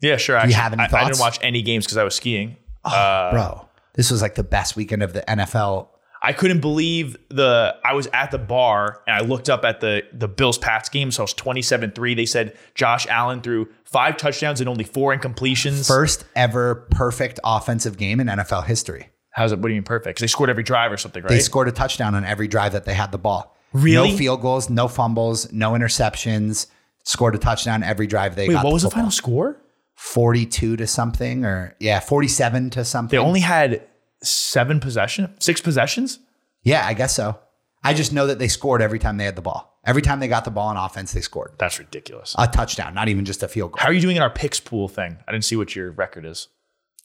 S2: Yeah, sure. Actually,
S3: have any
S2: I, I didn't
S3: thoughts?
S2: watch any games because I was skiing. Uh,
S3: bro? This was like the best weekend of the NFL.
S2: I couldn't believe the. I was at the bar and I looked up at the the Bills Pats game. So it was twenty seven three. They said Josh Allen threw five touchdowns and only four incompletions.
S3: First ever perfect offensive game in NFL history.
S2: How's it? What do you mean perfect? 'Cause they scored every drive or something, right?
S3: They scored a touchdown on every drive that they had the ball.
S2: Really?
S3: No field goals, no fumbles, no interceptions. Scored a touchdown every drive they
S2: Wait,
S3: got.
S2: what was the
S3: football.
S2: final score?
S3: Forty-two to something, or yeah, forty-seven to
S2: They
S3: something.
S2: only had seven possession, six possessions.
S3: yeah, I guess so. I just know that they scored every time they had the ball. Every time they got the ball on offense, they scored
S2: That's ridiculous.
S3: a touchdown, not even just a field goal.
S2: How are you doing in our picks pool thing? I didn't see what your record is.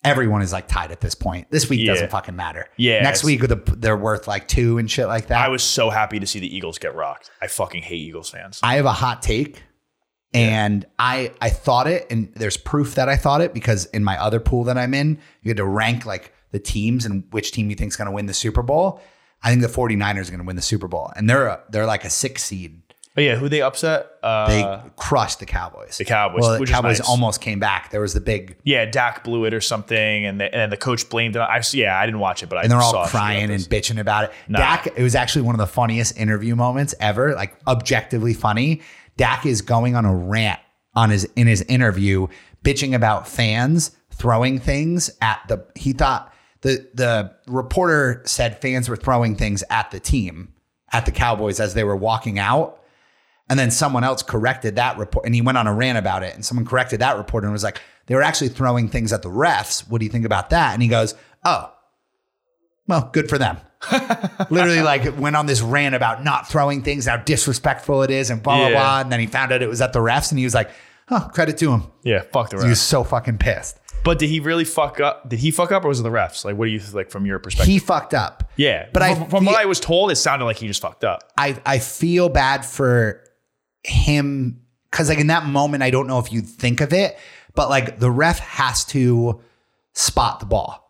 S3: everyone is like tied at this point. This week
S2: Yeah.
S3: doesn't fucking matter.
S2: Yeah,
S3: Next
S2: it's-
S3: week the, they're worth like two and shit like that.
S2: I
S3: I,
S2: was so happy to see the Eagles get rocked. I fucking hate Eagles fans.
S3: have a hot take, and I I thought it, and there's proof that I thought it because in my other pool that I'm in, you had to rank like the teams and which team you think's going to win the Super Bowl. I think the 49ers are going to win the Super Bowl, and they're a, they're like a six seed.
S2: But yeah, who they upset? Uh,
S3: They crushed the Cowboys.
S2: the Cowboys.
S3: Well, the
S2: which
S3: Cowboys
S2: is nice.
S3: almost came back. There was the big
S2: Yeah, Dak blew it or something, and, they, and then the coach blamed it. I yeah, I didn't watch it, but I
S3: and they're all
S2: saw a few
S3: crying and
S2: episodes.
S3: bitching about it.
S2: Nah.
S3: Dak, it was actually one of the funniest interview moments ever, like objectively funny. Dak is going on a rant on his in his interview bitching about fans throwing things at the he thought the the reporter said fans were throwing things at the team at the Cowboys as they were walking out and then someone else corrected that report and he went on a rant about it and someone corrected that report and was like they were actually throwing things at the refs what do you think about that and he goes oh well good for them literally like went on this rant about not throwing things, how disrespectful it is, and blah blah
S2: Yeah.
S3: blah. And then he found out it was at the refs, and he was like, "Huh, credit to him."
S2: Yeah, fuck the
S3: He was
S2: refs.
S3: so fucking pissed.
S2: But did he really fuck up? Did he fuck up, or was it the refs? Like, what do you like from your perspective?
S3: He fucked up.
S2: yeah,
S3: but I
S2: from, from what
S3: fe-
S2: I was told, it sounded like he just fucked up.
S3: I I feel bad for him because like in that moment, I don't know if you think of it, but like the ref has to spot the ball.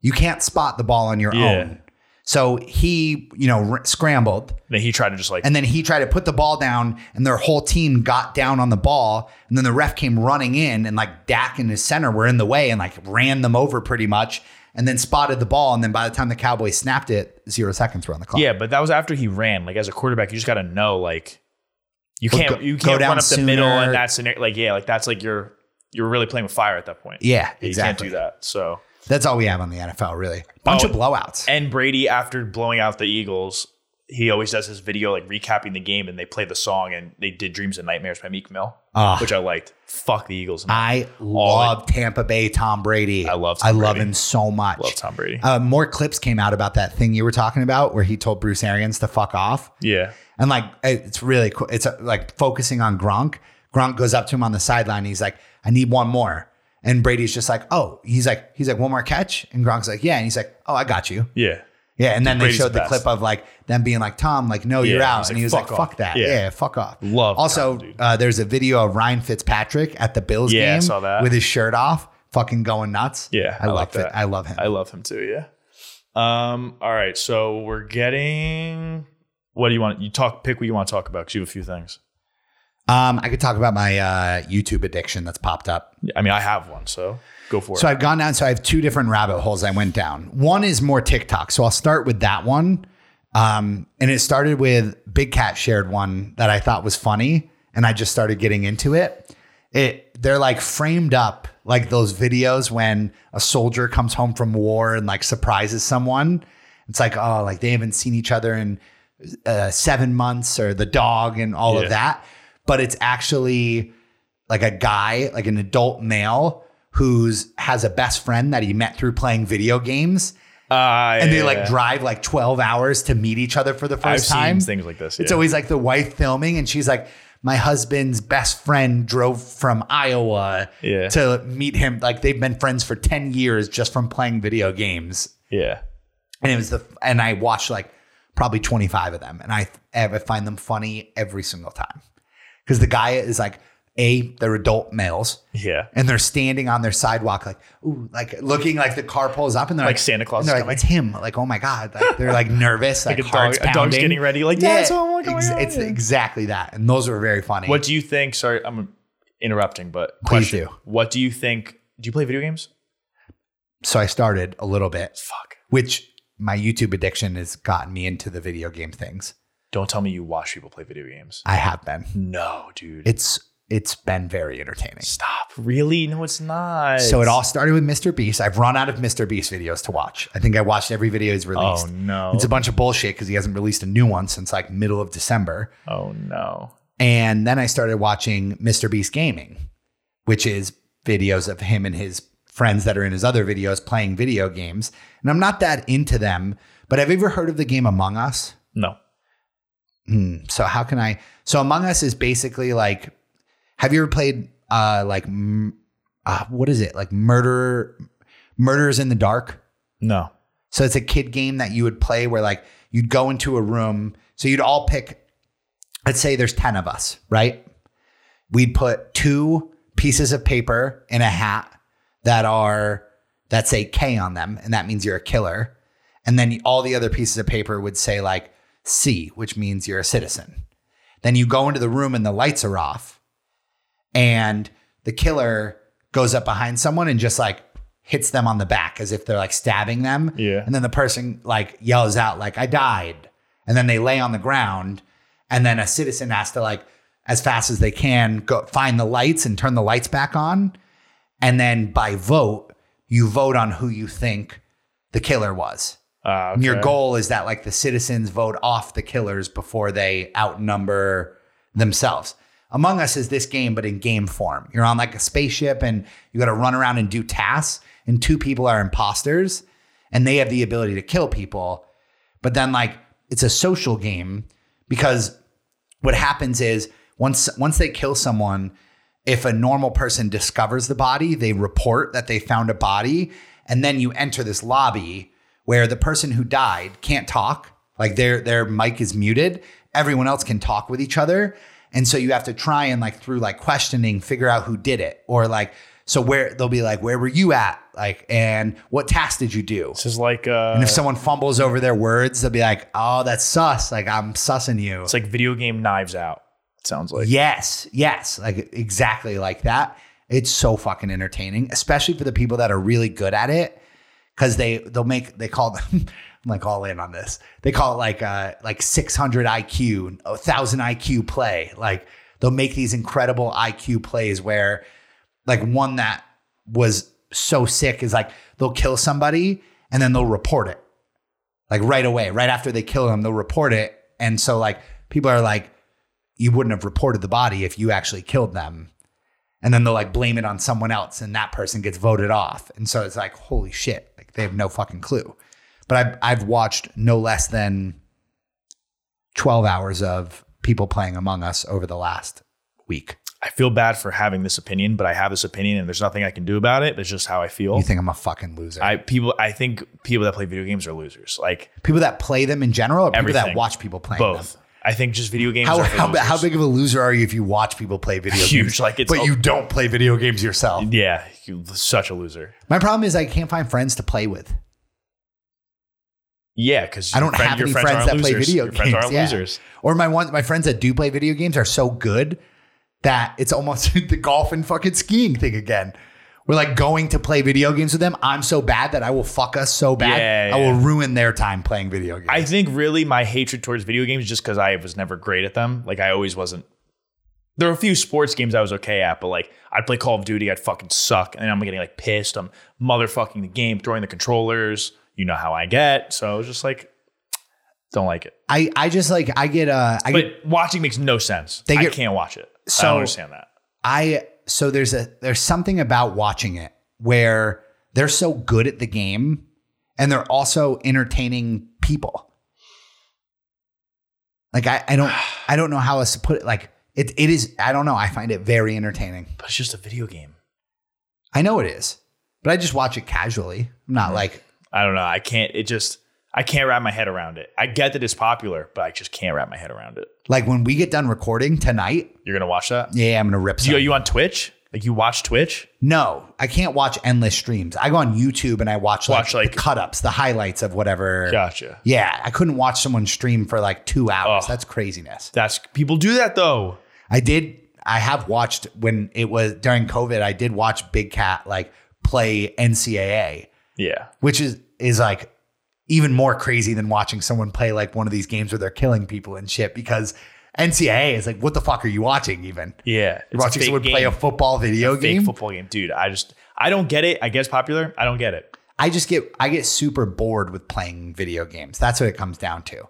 S3: You can't spot the ball on your
S2: Yeah.
S3: own. So he, you know, r- scrambled.
S2: Then he tried to just like
S3: And then he tried to put the ball down, and their whole team got down on the ball. And then the ref came running in, and like Dak and his center were in the way and like ran them over pretty much, and then spotted the ball. And then by the time the Cowboys snapped it, zero seconds were on the clock.
S2: Yeah, but that was after he ran. Like as a quarterback, you just got to know like you
S3: Well,
S2: can't
S3: go-
S2: you
S3: go
S2: can't
S3: down
S2: run up the middle
S3: sooner.
S2: and that's scenario. Like yeah, like that's like you're you're really playing with fire at that point.
S3: Yeah,
S2: You
S3: exactly.
S2: can't do that. So
S3: That's all we have on the NFL, really. Bunch
S2: Oh.
S3: of blowouts.
S2: and Brady after blowing out the Eagles, he always does his video like recapping the game and they play the song and they did Dreams and Nightmares by Meek Mill,
S3: Ah.
S2: which I liked. Fuck the Eagles. I
S3: I love Tampa Bay Tom Brady.
S2: I love
S3: I
S2: Tom
S3: love
S2: Brady.
S3: him so much.
S2: love Tom Brady.
S3: Uh, more clips came out about that thing you were talking about where he told Bruce Arians to fuck off.
S2: yeah.
S3: And like, it's really cool. It's uh, like focusing on Gronk. Gronk goes up to him on the sideline. He's like, I need one more. And Brady's just like, oh, he's like, he's like, one more catch. And Gronk's like, yeah. And he's like, oh, I got you.
S2: Yeah.
S3: Yeah. And then
S2: Brady's
S3: they showed
S2: the
S3: the
S2: best.
S3: clip of like them being like, Tom, like, no, you're
S2: Yeah,
S3: out.
S2: he's
S3: and
S2: like,
S3: he was
S2: "Fuck
S3: like,
S2: off."
S3: fuck that.
S2: Yeah.
S3: Yeah. fuck off.
S2: Love
S3: Also,
S2: Tom, dude.
S3: uh, there's a video of Ryan Fitzpatrick at the Bills
S2: Yeah, I
S3: game
S2: saw that.
S3: with his shirt off, fucking going nuts.
S2: Yeah,
S3: I,
S2: I
S3: love
S2: like
S3: it.
S2: that.
S3: I love him.
S2: I love him too, yeah. Um, all right. So we're getting what do you want? You talk pick what you want to talk about because you have a few things.
S3: um, I could talk about my uh, YouTube addiction that's popped up.
S2: I mean, I have one, so go for
S3: So
S2: it.
S3: I've gone down. So I have two different rabbit holes I went down. One is more TikTok. So I'll start with that one. Um, and it started with Big Cat shared one that I thought was funny, and I just started getting into it. It they're like framed up like those videos when a soldier comes home from war and like surprises someone. It's like oh, like they haven't seen each other in uh, seven months, or the dog and all
S2: Yeah.
S3: of that. But it's actually like a guy, like an adult male who's has a best friend that he met through playing video games
S2: Uh,
S3: and
S2: yeah,
S3: they
S2: yeah.
S3: like drive like 12 hours to meet each other for the 1st
S2: I've
S3: time.
S2: seen things like this.
S3: It's
S2: yeah.
S3: always like the wife filming and she's like my husband's best friend drove from Iowa
S2: Yeah.
S3: to meet him like they've been friends for 10 years just from playing video games.
S2: yeah.
S3: And it was the and I watched like probably 25 of them and I I find them funny every single time. Cuz the guy is like a they're adult males
S2: Yeah.
S3: and they're standing on their sidewalk, like, ooh, like looking like the car pulls up, and they're
S2: Like
S3: like,
S2: Santa Claus
S3: and they're
S2: is
S3: like,
S2: coming.
S3: it's him. Like, oh my god, like they're like nervous, like,
S2: Like a
S3: hearts
S2: dog- a dog's
S3: pounding.
S2: getting ready, like, "Dad's home, like, oh my
S3: ex-
S2: God,
S3: it's
S2: yeah."
S3: exactly that, and those were very funny.
S2: What do you think? Sorry, I'm interrupting, but
S3: Please
S2: question.
S3: do.
S2: What do you think? Do you play video games?
S3: so I started a little bit,
S2: Fuck.
S3: which my YouTube addiction has gotten me into the video game things.
S2: Don't tell me you watch people play video games.
S3: I have been.
S2: No, dude.
S3: It's it's been very entertaining.
S2: Stop. Really? No, it's not.
S3: So it all started with Mr. Beast. I've run out of Mr. Beast videos to watch. I think I watched every video he's
S2: Oh
S3: released.
S2: no.
S3: It's a bunch of bullshit because he hasn't released a new one since like middle of December.
S2: oh no.
S3: And then I started watching Mr. Beast Gaming, which is videos of him and his friends that are in his other videos playing video games. And I'm not that into them, but have you ever heard of the game Among Us?
S2: No.
S3: Hmm, So how can I? So Among Us is basically like, have you ever played uh like m- uh, what is it like murder, murderers in the dark?
S2: No.
S3: So it's a kid game that you would play where like you'd go into a room. So you'd all pick, let's say there's 10 of us, right? We'd put two pieces of paper in a hat that are that say K on them, and that means you're a killer. And then all the other pieces of paper would say like C, which means you're a citizen. Then you go into the room and the lights are off, and the killer goes up behind someone and just like hits them on the back as if they're like stabbing them.
S2: Yeah.
S3: And then the person like yells out like I died, and then they lay on the ground, and then a citizen has to like as fast as they can, go find the lights and turn the lights back on. And then by vote, you vote on who you think the killer was.
S2: Uh,
S3: And your
S2: okay.
S3: goal is that like the citizens vote off the killers before they outnumber themselves. Among Us is this game, but in game form. You're on like a spaceship and you got to run around and do tasks, and two people are imposters and they have the ability to kill people. But then like it's a social game because what happens is once once they kill someone, if a normal person discovers the body, they report that they found a body, and then you enter this lobby where the person who died can't talk, like their their mic is muted. Everyone else can talk with each other, and so you have to try and like through like questioning figure out who did it or like so where they'll be like where were you at like and what task did you do
S2: This is like uh,
S3: and if someone fumbles over their words they'll be like oh that's sus like i'm sussing you
S2: it's like video game Knives Out. It sounds like
S3: Yes, yes, like exactly like that. It's so fucking entertaining, especially for the people that are really good at it, because they they'll make they call them I'm like all in on this. They call it like uh like 600 IQ, 1000 IQ play. Like they'll make these incredible IQ plays where like one that was so sick is like they'll kill somebody and then they'll report it like right away, right after they kill them, they'll report it. And so like people are like, you wouldn't have reported the body if you actually killed them. And then they'll like blame it on someone else and that person gets voted off. And so it's like, holy shit, like they have no fucking clue. But I've I've watched no less than 12 hours of people playing Among Us over the last week.
S2: I feel bad for having this opinion, but I have this opinion, and there's nothing I can do about it. It's just how I feel.
S3: You think I'm a fucking loser.
S2: I people I think people that play video games are losers. Like
S3: people that play them in general or people that
S2: Everything.
S3: watch people playing them?
S2: both. I think just video games.
S3: How,
S2: are for
S3: how,
S2: losers.
S3: how big of a loser are you if you watch people play video
S2: Huge,
S3: games?
S2: like it's
S3: but
S2: a-
S3: you don't play video games yourself.
S2: Yeah, you- such a loser.
S3: My problem is I can't find friends to play with.
S2: Yeah, because
S3: I don't have any friends, that play
S2: your
S3: video games.
S2: Friends aren't
S3: yeah.
S2: losers.
S3: Or my one, my friends that do play video games are so good that it's almost the golf and fucking skiing thing again. We're like going to play video games with them. I'm so bad that I will fuck us so bad.
S2: Yeah,
S3: I
S2: yeah.
S3: will ruin their time playing video games.
S2: I think really my hatred towards video games is just because I was never great at them. Like I always wasn't. There were a few sports games I was okay at, but like I'd play Call of Duty, I'd fucking suck, and I'm getting like pissed. I'm motherfucking the game, throwing the controllers. You know how I get, so I was just like, don't like it.
S3: I, I just like I get uh I get,
S2: But watching makes no sense.
S3: They
S2: I
S3: get-
S2: can't watch it. I
S3: So-
S2: don't understand that.
S3: I so there's a there's something about watching it where they're so good at the game and they're also entertaining people. Like I, I don't I don't know how else to put it. Like it it is I don't know. I find it very entertaining.
S2: But it's just a video game.
S3: I know it is, but I just watch it casually. I'm not like
S2: I don't know. I can't. It just. I can't wrap my head around it. I get that it's popular, but I just can't wrap my head around it.
S3: like when we get done recording tonight.
S2: You're gonna watch that?
S3: Yeah, I'm gonna rip.
S2: Do you,
S3: some.
S2: are you on Twitch? Like you watch Twitch?
S3: No, I can't watch endless streams. I go on YouTube and I watch like,
S2: Watch, like-
S3: the cut ups, the highlights of whatever.
S2: Gotcha.
S3: Yeah, I couldn't watch someone stream for like two hours.
S2: Ugh.
S3: That's craziness.
S2: That's people do that though.
S3: I did. I have watched when it was during COVID. I did watch Big Cat like play NCAA,
S2: Yeah.
S3: which is is like even more crazy than watching someone play like one of these games where they're killing people and shit. Because NCAA is like, what the fuck are you watching? Even
S2: Yeah. It's
S3: you're watching
S2: fake
S3: someone play
S2: game.
S3: a football video
S2: fake
S3: game.
S2: football game. Dude, I just I don't get it. I guess popular. I don't get it.
S3: I just get I get super bored with playing video games. That's what it comes down to.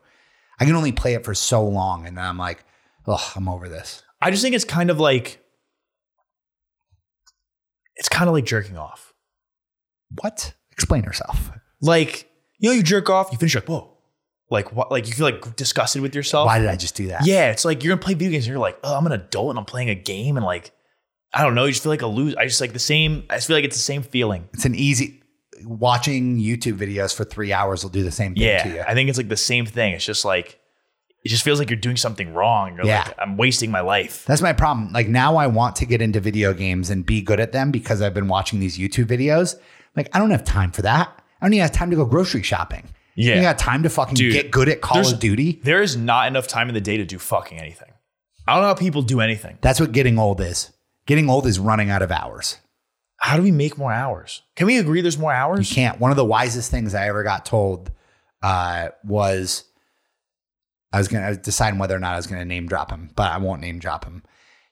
S3: I can only play it for so long, and then I'm like, oh, I'm over this.
S2: I just think it's kind of like it's kind of like jerking off.
S3: What? Explain yourself.
S2: Like, you know, you jerk off, you finish you're like, whoa. Like what like you feel like disgusted with yourself.
S3: Why did I just do that?
S2: Oh. Yeah, it's like you're gonna play video games and you're like, oh, I'm an adult and I'm playing a game and like I don't know, you just feel like a lose. I just like the same I just feel like it's the same feeling.
S3: It's an easy watching YouTube videos for three hours will do the same thing to you.
S2: Yeah, I think it's like the same thing. It's just like it just feels like you're doing something wrong. You're
S3: Yeah.
S2: like, I'm wasting my life.
S3: That's my problem. Like now I want to get into video games and be good at them because I've been watching these YouTube videos. Like I don't have time for that. I don't even have time to go grocery shopping.
S2: Yeah.
S3: You got time to fucking
S2: Dude,
S3: get good at Call
S2: there's-
S3: of Duty.
S2: There is not enough time in the day to do fucking anything. I don't know how people do anything.
S3: That's what getting old is. Getting old is running out of hours.
S2: How do we make more hours? Can we agree there's more
S3: You
S2: hours?
S3: can't. One of the wisest things I ever got told uh, was I was gonna I was deciding whether or not I was gonna name drop him, but I won't name drop him.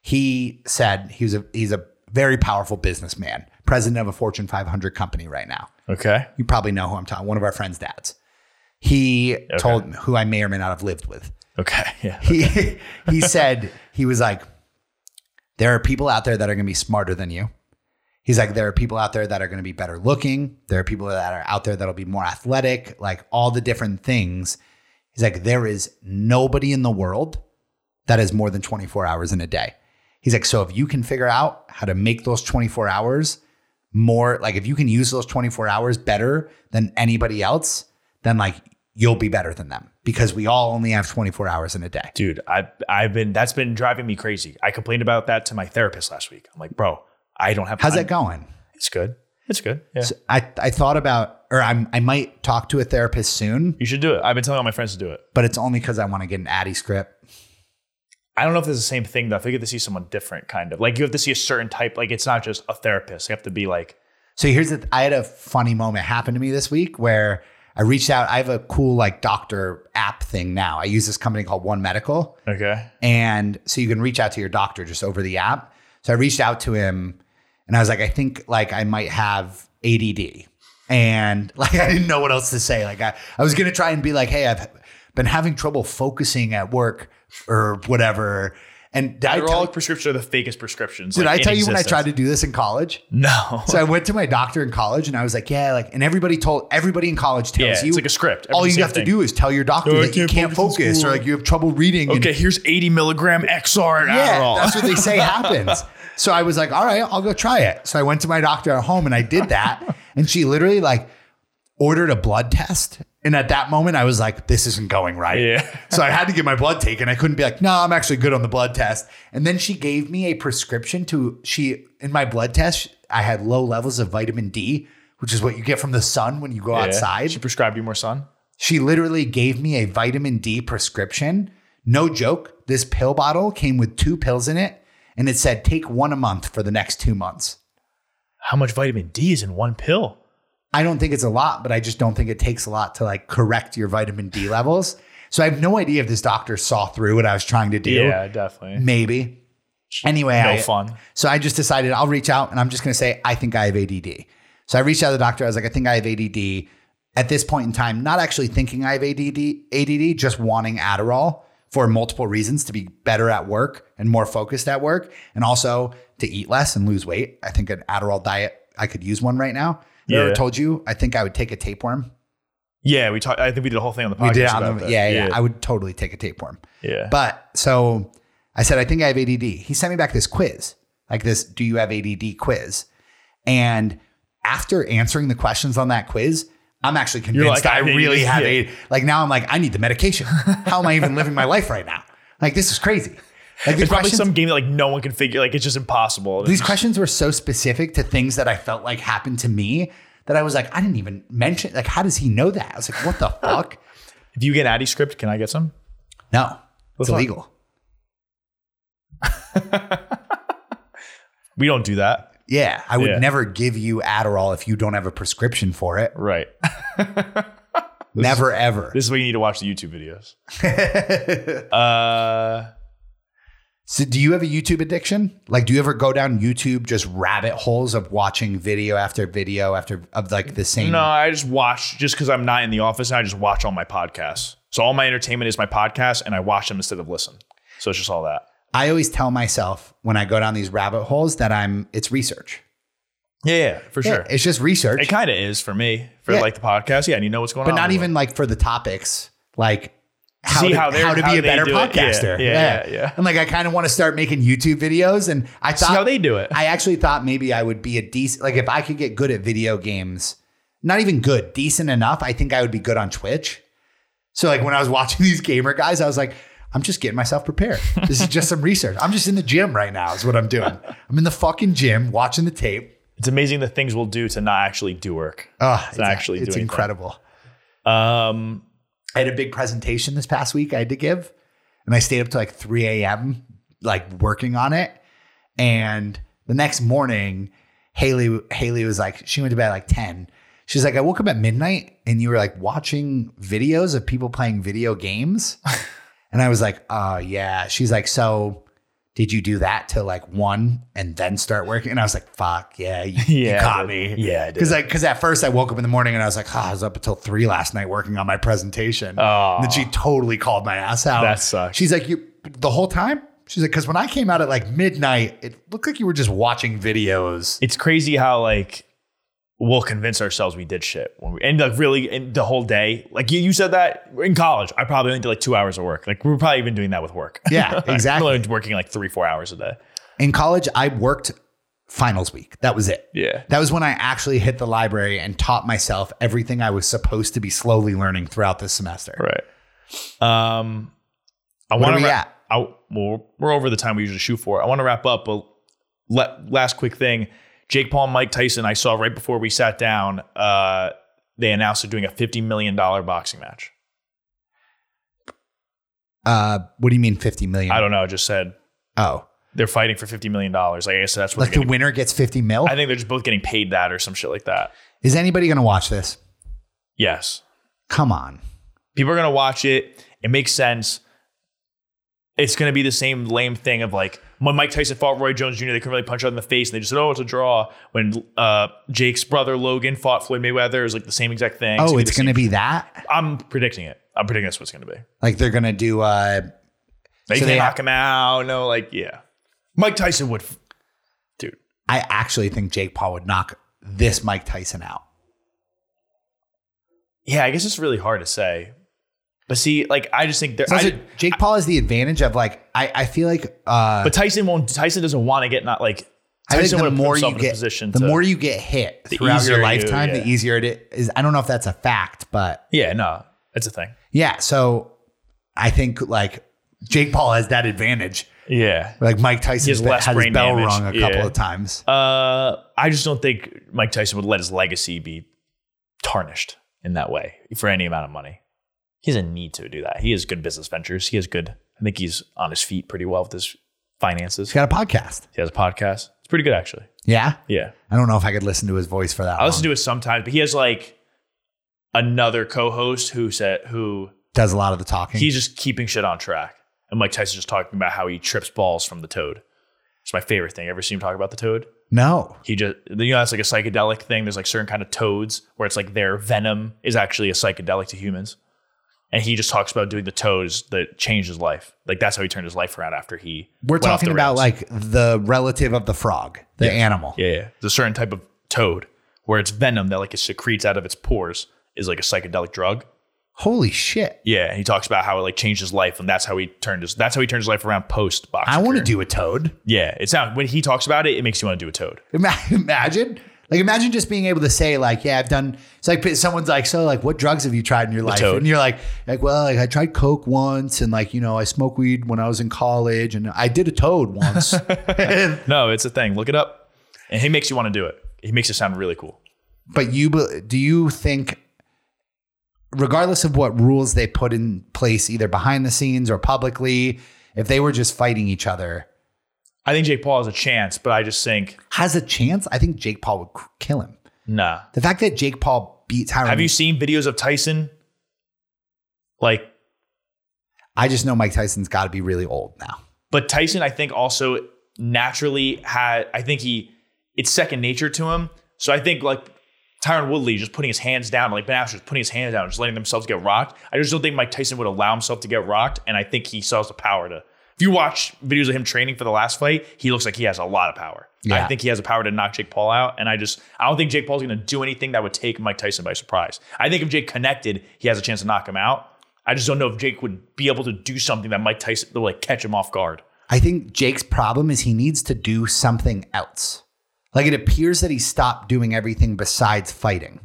S3: He said he was a he's a very powerful businessman, president of a Fortune 500 company right now.
S2: Okay.
S3: You probably know who I'm talking. One of our friends' dads. He told who I may or may not have lived with.
S2: Okay. Yeah.
S3: He he said he was like, there are people out there that are going to be smarter than you. He's like, there are people out there that are going to be better looking. There are people that are out there that'll be more athletic, like all the different things. He's like, there is nobody in the world that is more than 24 hours in a day. He's like, so if you can figure out how to make those 24 hours more, like if you can use those 24 hours better than anybody else, then like you'll be better than them because we all only have 24 hours in a day.
S2: Dude, I I've been that's been driving me crazy. I complained about that to my therapist last week. I'm like, bro, I don't have
S3: How's
S2: time.
S3: that going?
S2: It's good. It's good. Yeah.
S3: So I, I thought about, or I'm, I might talk to a therapist soon,
S2: you should do it. I've been telling all my friends to do it.
S3: but it's only because I want to get an Addy script.
S2: I don't know if it's the same thing though. I think you have to see someone different, kind of. Like you have to see a certain type. Like it's not just a therapist. You have to be like,
S3: So here's the, I had a funny moment happen to me this week where I reached out. I have a cool like doctor app thing now. I use this company called One Medical.
S2: okay,
S3: And so you can reach out to your doctor just over the app. So I reached out to him and I was like, I think like I might have ADD. And like I didn't know what else to say. Like I, I was gonna try and be like, hey, I've been having trouble focusing at work or whatever. And did I
S2: they're
S3: tell,
S2: all prescriptions are the fakest prescriptions.
S3: did
S2: like,
S3: I
S2: in
S3: tell you when I
S2: existence.
S3: tried to do this in college?
S2: No.
S3: So I went to my doctor in college and I was like, yeah, like, and everybody told, everybody in college tells
S2: Yeah,
S3: you.
S2: it's like a script.
S3: all
S2: Every
S3: you
S2: same
S3: have
S2: thing.
S3: to do is tell your doctor
S2: I
S3: that you
S2: can't
S3: can't
S2: focus in
S3: focus or
S2: school.
S3: like you have trouble reading. and
S2: Okay, here's 80 milligram XR and
S3: yeah,
S2: Adderall.
S3: that's what they say happens. So I was like, all right, I'll go try it. So I went to my doctor at home and I did that. And she literally like ordered a blood test. And at that moment, I was like, this isn't going right.
S2: Yeah.
S3: so I had to get my blood taken. I couldn't be like, no, I'm actually good on the blood test. And then she gave me a prescription to, she, in my blood test, I had low levels of vitamin D, which is what you get from the sun when you go
S2: Yeah.
S3: outside.
S2: She prescribed you more sun.
S3: She literally gave me a vitamin D prescription. No joke. This pill bottle came with two pills in it, and it said take one a month for the next two months.
S2: How much vitamin D is in one pill?
S3: I don't think it's a lot, but I just don't think it takes a lot to like correct your vitamin D levels. So I have no idea if this doctor saw through what I was trying to do.
S2: definitely.
S3: Maybe. Anyway,
S2: No
S3: I-
S2: fun.
S3: So I just decided I'll reach out and I'm just going to say, I think I have ADD. So I reached out to the doctor. I was like, I think I have ADD. At this point in time, not actually thinking I have ADD, ADD, just wanting Adderall for multiple reasons to be better at work and more focused at work, and also to eat less and lose weight. I think an Adderall diet, I could use one right now. I
S2: Yeah.
S3: Ever told you? I think I would take a tapeworm.
S2: Yeah, we talked. I think we did a whole thing on the podcast.
S3: We did it
S2: about
S3: on the,
S2: that.
S3: yeah, yeah,
S2: yeah.
S3: I would totally take a tapeworm.
S2: yeah.
S3: But so I said, I think I have ADD. He sent me back this quiz, like this Do you have ADD quiz? And after answering the questions on that quiz, I'm actually convinced
S2: like,
S3: I
S2: "I have
S3: really
S2: ADD,
S3: have
S2: yeah.
S3: ADD. Like now I'm like, I need the medication. How am I even living my life right now? Like this is crazy. Like the
S2: There's probably
S3: questions,
S2: some game that like no one can figure. Like it's just impossible.
S3: these questions were so specific to things that I felt like happened to me that I was like, I didn't even mention. Like, how does he know that? I was like, what the fuck?
S2: if you get an Addy script, can I get some?
S3: No, it's
S2: fuck?
S3: illegal.
S2: We don't do that.
S3: Yeah, I would
S2: Yeah.
S3: never give you Adderall if you don't have a prescription for it.
S2: Right.
S3: Never ever.
S2: This is why you need to watch the YouTube videos. uh,
S3: So do you have a YouTube addiction? Like do you ever go down YouTube just rabbit holes of watching video after video after of like the same
S2: no, I just watch just because I'm not in the office and I just watch all my podcasts. So all my entertainment is my podcast and I watch them instead of listen. So it's just all that.
S3: I always tell myself when I go down these rabbit holes that I'm it's research.
S2: Yeah, yeah for
S3: Yeah,
S2: sure.
S3: It's just research.
S2: It kind of is for me for
S3: Yeah.
S2: like the podcast. Yeah, and you know what's going
S3: but
S2: on.
S3: not
S2: in the
S3: even like for the topics like how
S2: See
S3: to,
S2: how
S3: how,
S2: they're-
S3: to
S2: how
S3: be a
S2: they
S3: better
S2: do it. Yeah,
S3: podcaster.
S2: yeah, yeah, yeah.
S3: And like I kind of want to start making YouTube videos and I
S2: world.
S3: thought
S2: See how they do it.
S3: I actually thought maybe I would be a decent, like if I could get good at video games, not even good, decent enough, I think I would be good on Twitch. So, like when I was watching these gamer guys, I was like, I'm just getting myself prepared. This is just some research. I'm just in the gym right now, is what I'm doing. I'm in the fucking gym watching the tape.
S2: it's amazing the things we'll do to not actually do work.
S3: Oh, it's,
S2: actually
S3: it's
S2: doing
S3: incredible.
S2: Um,
S3: I had a big presentation this past week I had to give, and I stayed up to like 3 a.m., like working on it. And the next morning, Haley Haley was like, she went to bed at like 10. She's like, I woke up at midnight and you were like watching videos of people playing video games. And I was like, oh, yeah. She's like, so did you do that till like one and then start working? And I was like, fuck, yeah, you, you
S2: Yeah, I
S3: caught me.
S2: did. Yeah, I did.
S3: Because because at first I woke up in the morning and I was like, oh, I was up until three last night working on my presentation.
S2: Aw.
S3: And then she totally called my ass out.
S2: That sucks.
S3: She's like, you the whole time? She's like, because when I came out at like midnight, it looked like you were just watching videos.
S2: it's crazy how like we'll convince ourselves we did shit when we and like really and the whole day. Like you, you said that in college, I probably only did like two hours of work. Like we were probably even doing that with work.
S3: Yeah,
S2: I'm
S3: exactly.
S2: only working like three, four hours a day.
S3: in college, I worked finals week. That was it.
S2: Yeah.
S3: That was when I actually hit the library and taught myself everything I was supposed to be slowly learning throughout this semester.
S2: Right. Um, I
S3: Where
S2: want
S3: we
S2: to.
S3: at?
S2: I, well, we're over the time we usually shoot for. I want to wrap up, but le- last quick thing: Jake Paul and Mike Tyson. I saw right before we sat down. Uh, they announced they're doing a fifty million dollar boxing match.
S3: Uh, what do you mean 50 million?
S2: I don't know. I just said
S3: oh,
S2: they're fighting for fifty million dollars. I guess that's what.
S3: like
S2: they're
S3: the
S2: getting-
S3: winner gets 50 mil?
S2: I think they're just both getting paid that or some shit like that.
S3: Is anybody going to watch this?
S2: Yes,
S3: Come on.
S2: people are gonna watch it. It makes sense. It's gonna be the same lame thing of like when Mike Tyson fought Roy Jones Jr. They couldn't really punch out in the face, and they just said, "Oh, it's a draw." When uh, Jake's brother Logan fought Floyd Mayweather, it was like the same exact thing.
S3: Oh,
S2: gonna be
S3: it's
S2: the
S3: going to
S2: same-
S3: be that?
S2: I'm predicting it. I'm predicting that's what's gonna be.
S3: Like they're going to do, uh,
S2: They
S3: So
S2: can
S3: they
S2: knock
S3: have-
S2: him out. No, like yeah, Mike Tyson would, f- dude.
S3: I actually think Jake Paul would knock this Mike Tyson out.
S2: Yeah, I guess it's really hard to say. But see, like I just think there.
S3: So
S2: I-
S3: also, Jake Paul has the advantage of like, I, I feel like, uh,
S2: but Tyson won't. Tyson doesn't want to get not like.
S3: I
S2: Tyson
S3: think the
S2: would
S3: more
S2: more
S3: you
S2: in a
S3: get,
S2: position
S3: the
S2: to,
S3: more you get hit
S2: the
S3: throughout
S2: easier
S3: your
S2: you-
S3: lifetime,
S2: yeah.
S3: the easier it is. I don't know if that's a fact, but
S2: Yeah, no, it's a thing.
S3: yeah. So I think like Jake Paul has that advantage.
S2: Yeah.
S3: Like Mike Tyson
S2: has less
S3: had his
S2: brain
S3: bell
S2: damage.
S3: rung a couple
S2: Yeah.
S3: of times.
S2: Uh, I just don't think Mike Tyson would let his legacy be tarnished in that way for any amount of money. He doesn't need to do that. He has good business ventures. He has good. I think he's on his feet pretty well with his finances.
S3: He's got a podcast.
S2: He has a podcast. It's pretty good actually.
S3: Yeah.
S2: Yeah,
S3: I don't know if I could listen to his voice for that.
S2: I listen to it sometimes, but he has like another co-host who said who
S3: Does a lot of the talking.
S2: he's just keeping shit on track. And Mike Tyson's just talking about how he trips balls from the toad. It's my favorite thing. Ever seen him talk about the toad?
S3: no.
S2: he just you know that's like a psychedelic thing there's like certain kind of toads where it's like their venom is actually a psychedelic to humans and he just talks about doing the toads that changed his life like that's how he turned his life around after he
S3: We're
S2: went off
S3: talking
S2: the
S3: about
S2: rails.
S3: like the relative of the frog, the animal.
S2: yeah, yeah the certain type of toad where it's venom that like it secretes out of its pores is like a psychedelic drug
S3: Holy shit.
S2: yeah and he talks about how it like changed his life and that's how he turned his that's how he turned his life around post boxing
S3: I want to
S2: career.
S3: do a toad.
S2: yeah it sounds when he talks about it it makes you want to do a toad
S3: Ima- Imagine, like, imagine just being able to say, like, yeah, I've done. It's like someone's like, so, like, what drugs have you tried in your life?
S2: toad.
S3: And you're like, like, well, like, I tried coke once, and like, you know, I smoked weed when I was in college, and I did a toad once.
S2: no it's a thing look it up and he makes you want to do it he makes it sound really cool
S3: but you, be- do you think, regardless of what rules they put in place, either behind the scenes or publicly, if they were just fighting each other,
S2: I think Jake Paul has a chance, but I just think
S3: has a chance? I think Jake Paul would k- kill him.
S2: nah.
S3: The fact that Jake Paul beats Tyron,
S2: Have you seen videos of Tyson? Like,
S3: I just know Mike Tyson's got to be really old now.
S2: but Tyson, I think also naturally had. I think he it's second nature to him. So I think like Tyron Woodley just putting his hands down, like Ben Askren just putting his hands down, just letting themselves get rocked. I just don't think Mike Tyson would allow himself to get rocked, and I think he still has the power to. If you watch videos of him training for the last fight, he looks like he has a lot of power.
S3: Yeah.
S2: I think he has the power to knock Jake Paul out, and I just I don't think Jake Paul's going to do anything that would take Mike Tyson by surprise. I think if Jake connected, he has a chance to knock him out. I just don't know if Jake would be able to do something that Mike Tyson would like catch him off guard.
S3: I think Jake's problem is he needs to do something else. Like it appears that he stopped doing everything besides fighting.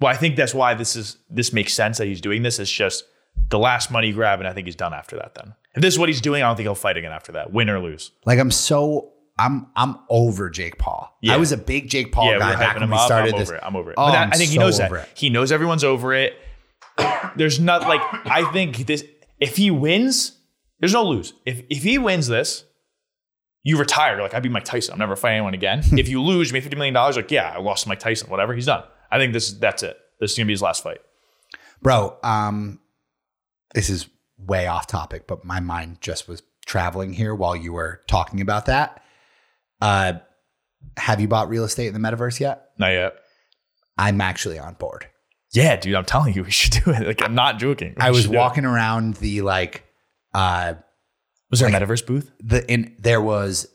S2: Well, I think that's why this is this makes sense that he's doing this. It's just the last money grab, and I think he's done after that. Then, if this is what he's doing, I don't think he'll fight again after that, win or lose.
S3: Like I'm so I'm I'm over Jake Paul.
S2: Yeah.
S3: I was a big Jake Paul
S2: yeah,
S3: guy
S2: we're
S3: back
S2: hyping
S3: when
S2: him
S3: we
S2: up. I'm
S3: started
S2: over
S3: this.
S2: it. I'm over it.
S3: Oh,
S2: but that,
S3: I'm
S2: I think he
S3: so
S2: knows that.
S3: over it.
S2: He knows everyone's over it. there's not like I think this. If he wins, there's no lose. If if he wins this, you retire. You're Like I beat Mike Tyson. I'm never fighting anyone again. if you lose, you made fifty million dollars. Like yeah, I lost to Mike Tyson. Whatever. He's done. I think this is that's it. This is gonna be his last fight.
S3: Bro, um this is way off topic, but my mind just was traveling here while you were talking about that. Uh, have you bought real estate in the metaverse yet?
S2: Not yet.
S3: I'm actually on board.
S2: Yeah, dude, I'm telling you, we should do it. Like, I'm not joking. We
S3: I was
S2: should do it.
S3: walking around the like, uh,
S2: Was there a metaverse booth?
S3: the in there was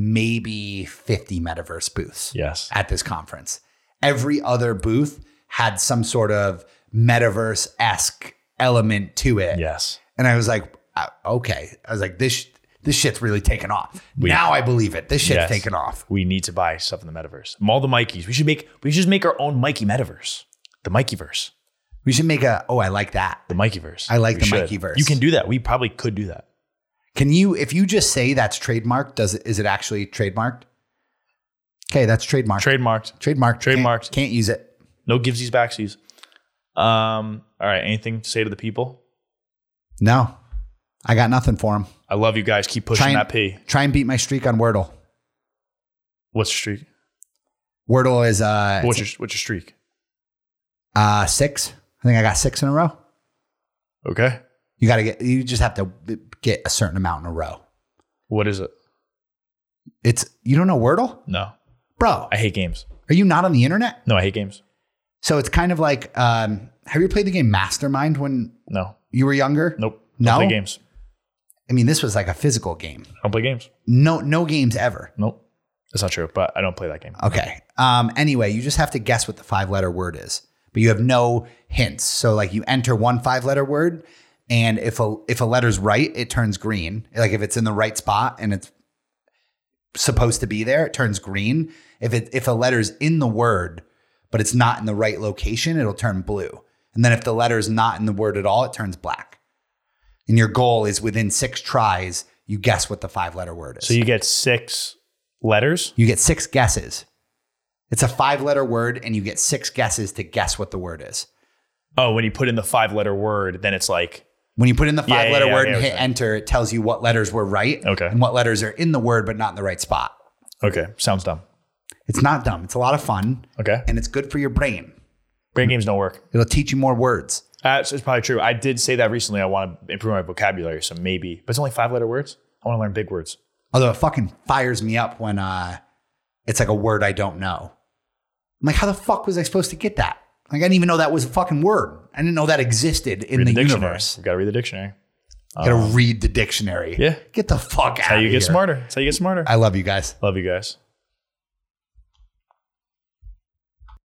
S3: maybe 50 metaverse booths
S2: Yes.
S3: at this conference. Every other booth had some sort of metaverse esque element to it.
S2: Yes.
S3: And I was like, uh, okay. I was like, this sh- this shit's really taken off.
S2: We-
S3: now I believe it. This shit's
S2: Yes.
S3: taken off.
S2: We need to buy stuff in the metaverse. I'm all the Mikeys. We should make. We should just make our own Mikey metaverse. The Mikeyverse.
S3: We should make a. Oh, I like that.
S2: The Mikeyverse.
S3: I like
S2: We
S3: the
S2: should.
S3: Mikeyverse.
S2: You can do that. We probably could do that.
S3: Can you? If you just say that's trademarked, does it? Is it actually trademarked? Okay, that's trademarked.
S2: Trademarked.
S3: trademarked. Can't-
S2: Trademarked.
S3: Can't, use it.
S2: No givesies backsies. Um. All right. Anything to say to the people?
S3: No, I got nothing for him.
S2: I love you guys. Keep pushing
S3: Try and-
S2: that P.
S3: Try and beat my streak on Wordle.
S2: What's your streak?
S3: Wordle is uh,
S2: What's your What's your streak?
S3: uh six. I think I got six in a row.
S2: Okay.
S3: You got to get. You just have to get a certain amount in a row.
S2: What is it?
S3: It's you don't know Wordle,
S2: No.
S3: bro.
S2: I hate games.
S3: Are you not on the internet?
S2: No, I hate games.
S3: So it's kind of like. Um, have you played the game Mastermind when
S2: No.
S3: you were younger?
S2: Nope.
S3: No?
S2: Don't play games.
S3: I mean, this was like a physical game.
S2: I don't play games.
S3: No, no games ever.
S2: Nope. That's not true. But I don't play that game.
S3: Okay. Um, anyway, you just have to guess what the five letter word is, but you have no hints. So like you enter one five letter word, and if a if a letter's right, it turns green. Like if it's in the right spot and it's supposed to be there, it turns green. If it if a letter's in the word, but it's not in the right location, it'll turn blue. And then if the letter's not in the word at all, it turns black. And your goal is within six tries, you guess what the five letter word is.
S2: So you get six letters.
S3: You get six guesses. It's a five letter word, and you get six guesses to guess what the word is.
S2: Oh, when you put in the five letter word, then it's like,
S3: When you put in the
S2: Yeah,
S3: five letter
S2: yeah, yeah,
S3: word
S2: I
S3: and
S2: get
S3: hit
S2: what
S3: enter, it tells you what letters were right
S2: Okay.
S3: and what letters are in the word but not in the right spot.
S2: okay, sounds dumb.
S3: It's not dumb. It's a lot of fun
S2: Okay.
S3: and it's good for your brain.
S2: Brain games don't work.
S3: It'll teach you more words.
S2: That's it's probably true. I did say that recently. I want to improve my vocabulary. So maybe, but it's only five letter words. I want to learn big words.
S3: Although it fucking fires me up when uh, it's like a word I don't know. I'm like, how the fuck was I supposed to get that? Like, I didn't even know that was a fucking word. I didn't know that existed in
S2: Read
S3: the,
S2: the, dictionary.
S3: universe.
S2: You've got to read the dictionary.
S3: Gotta read the dictionary.
S2: Yeah.
S3: Get the fuck out
S2: How you
S3: of
S2: get
S3: here.
S2: smarter. That's how you get smarter.
S3: I love you guys.
S2: Love you guys.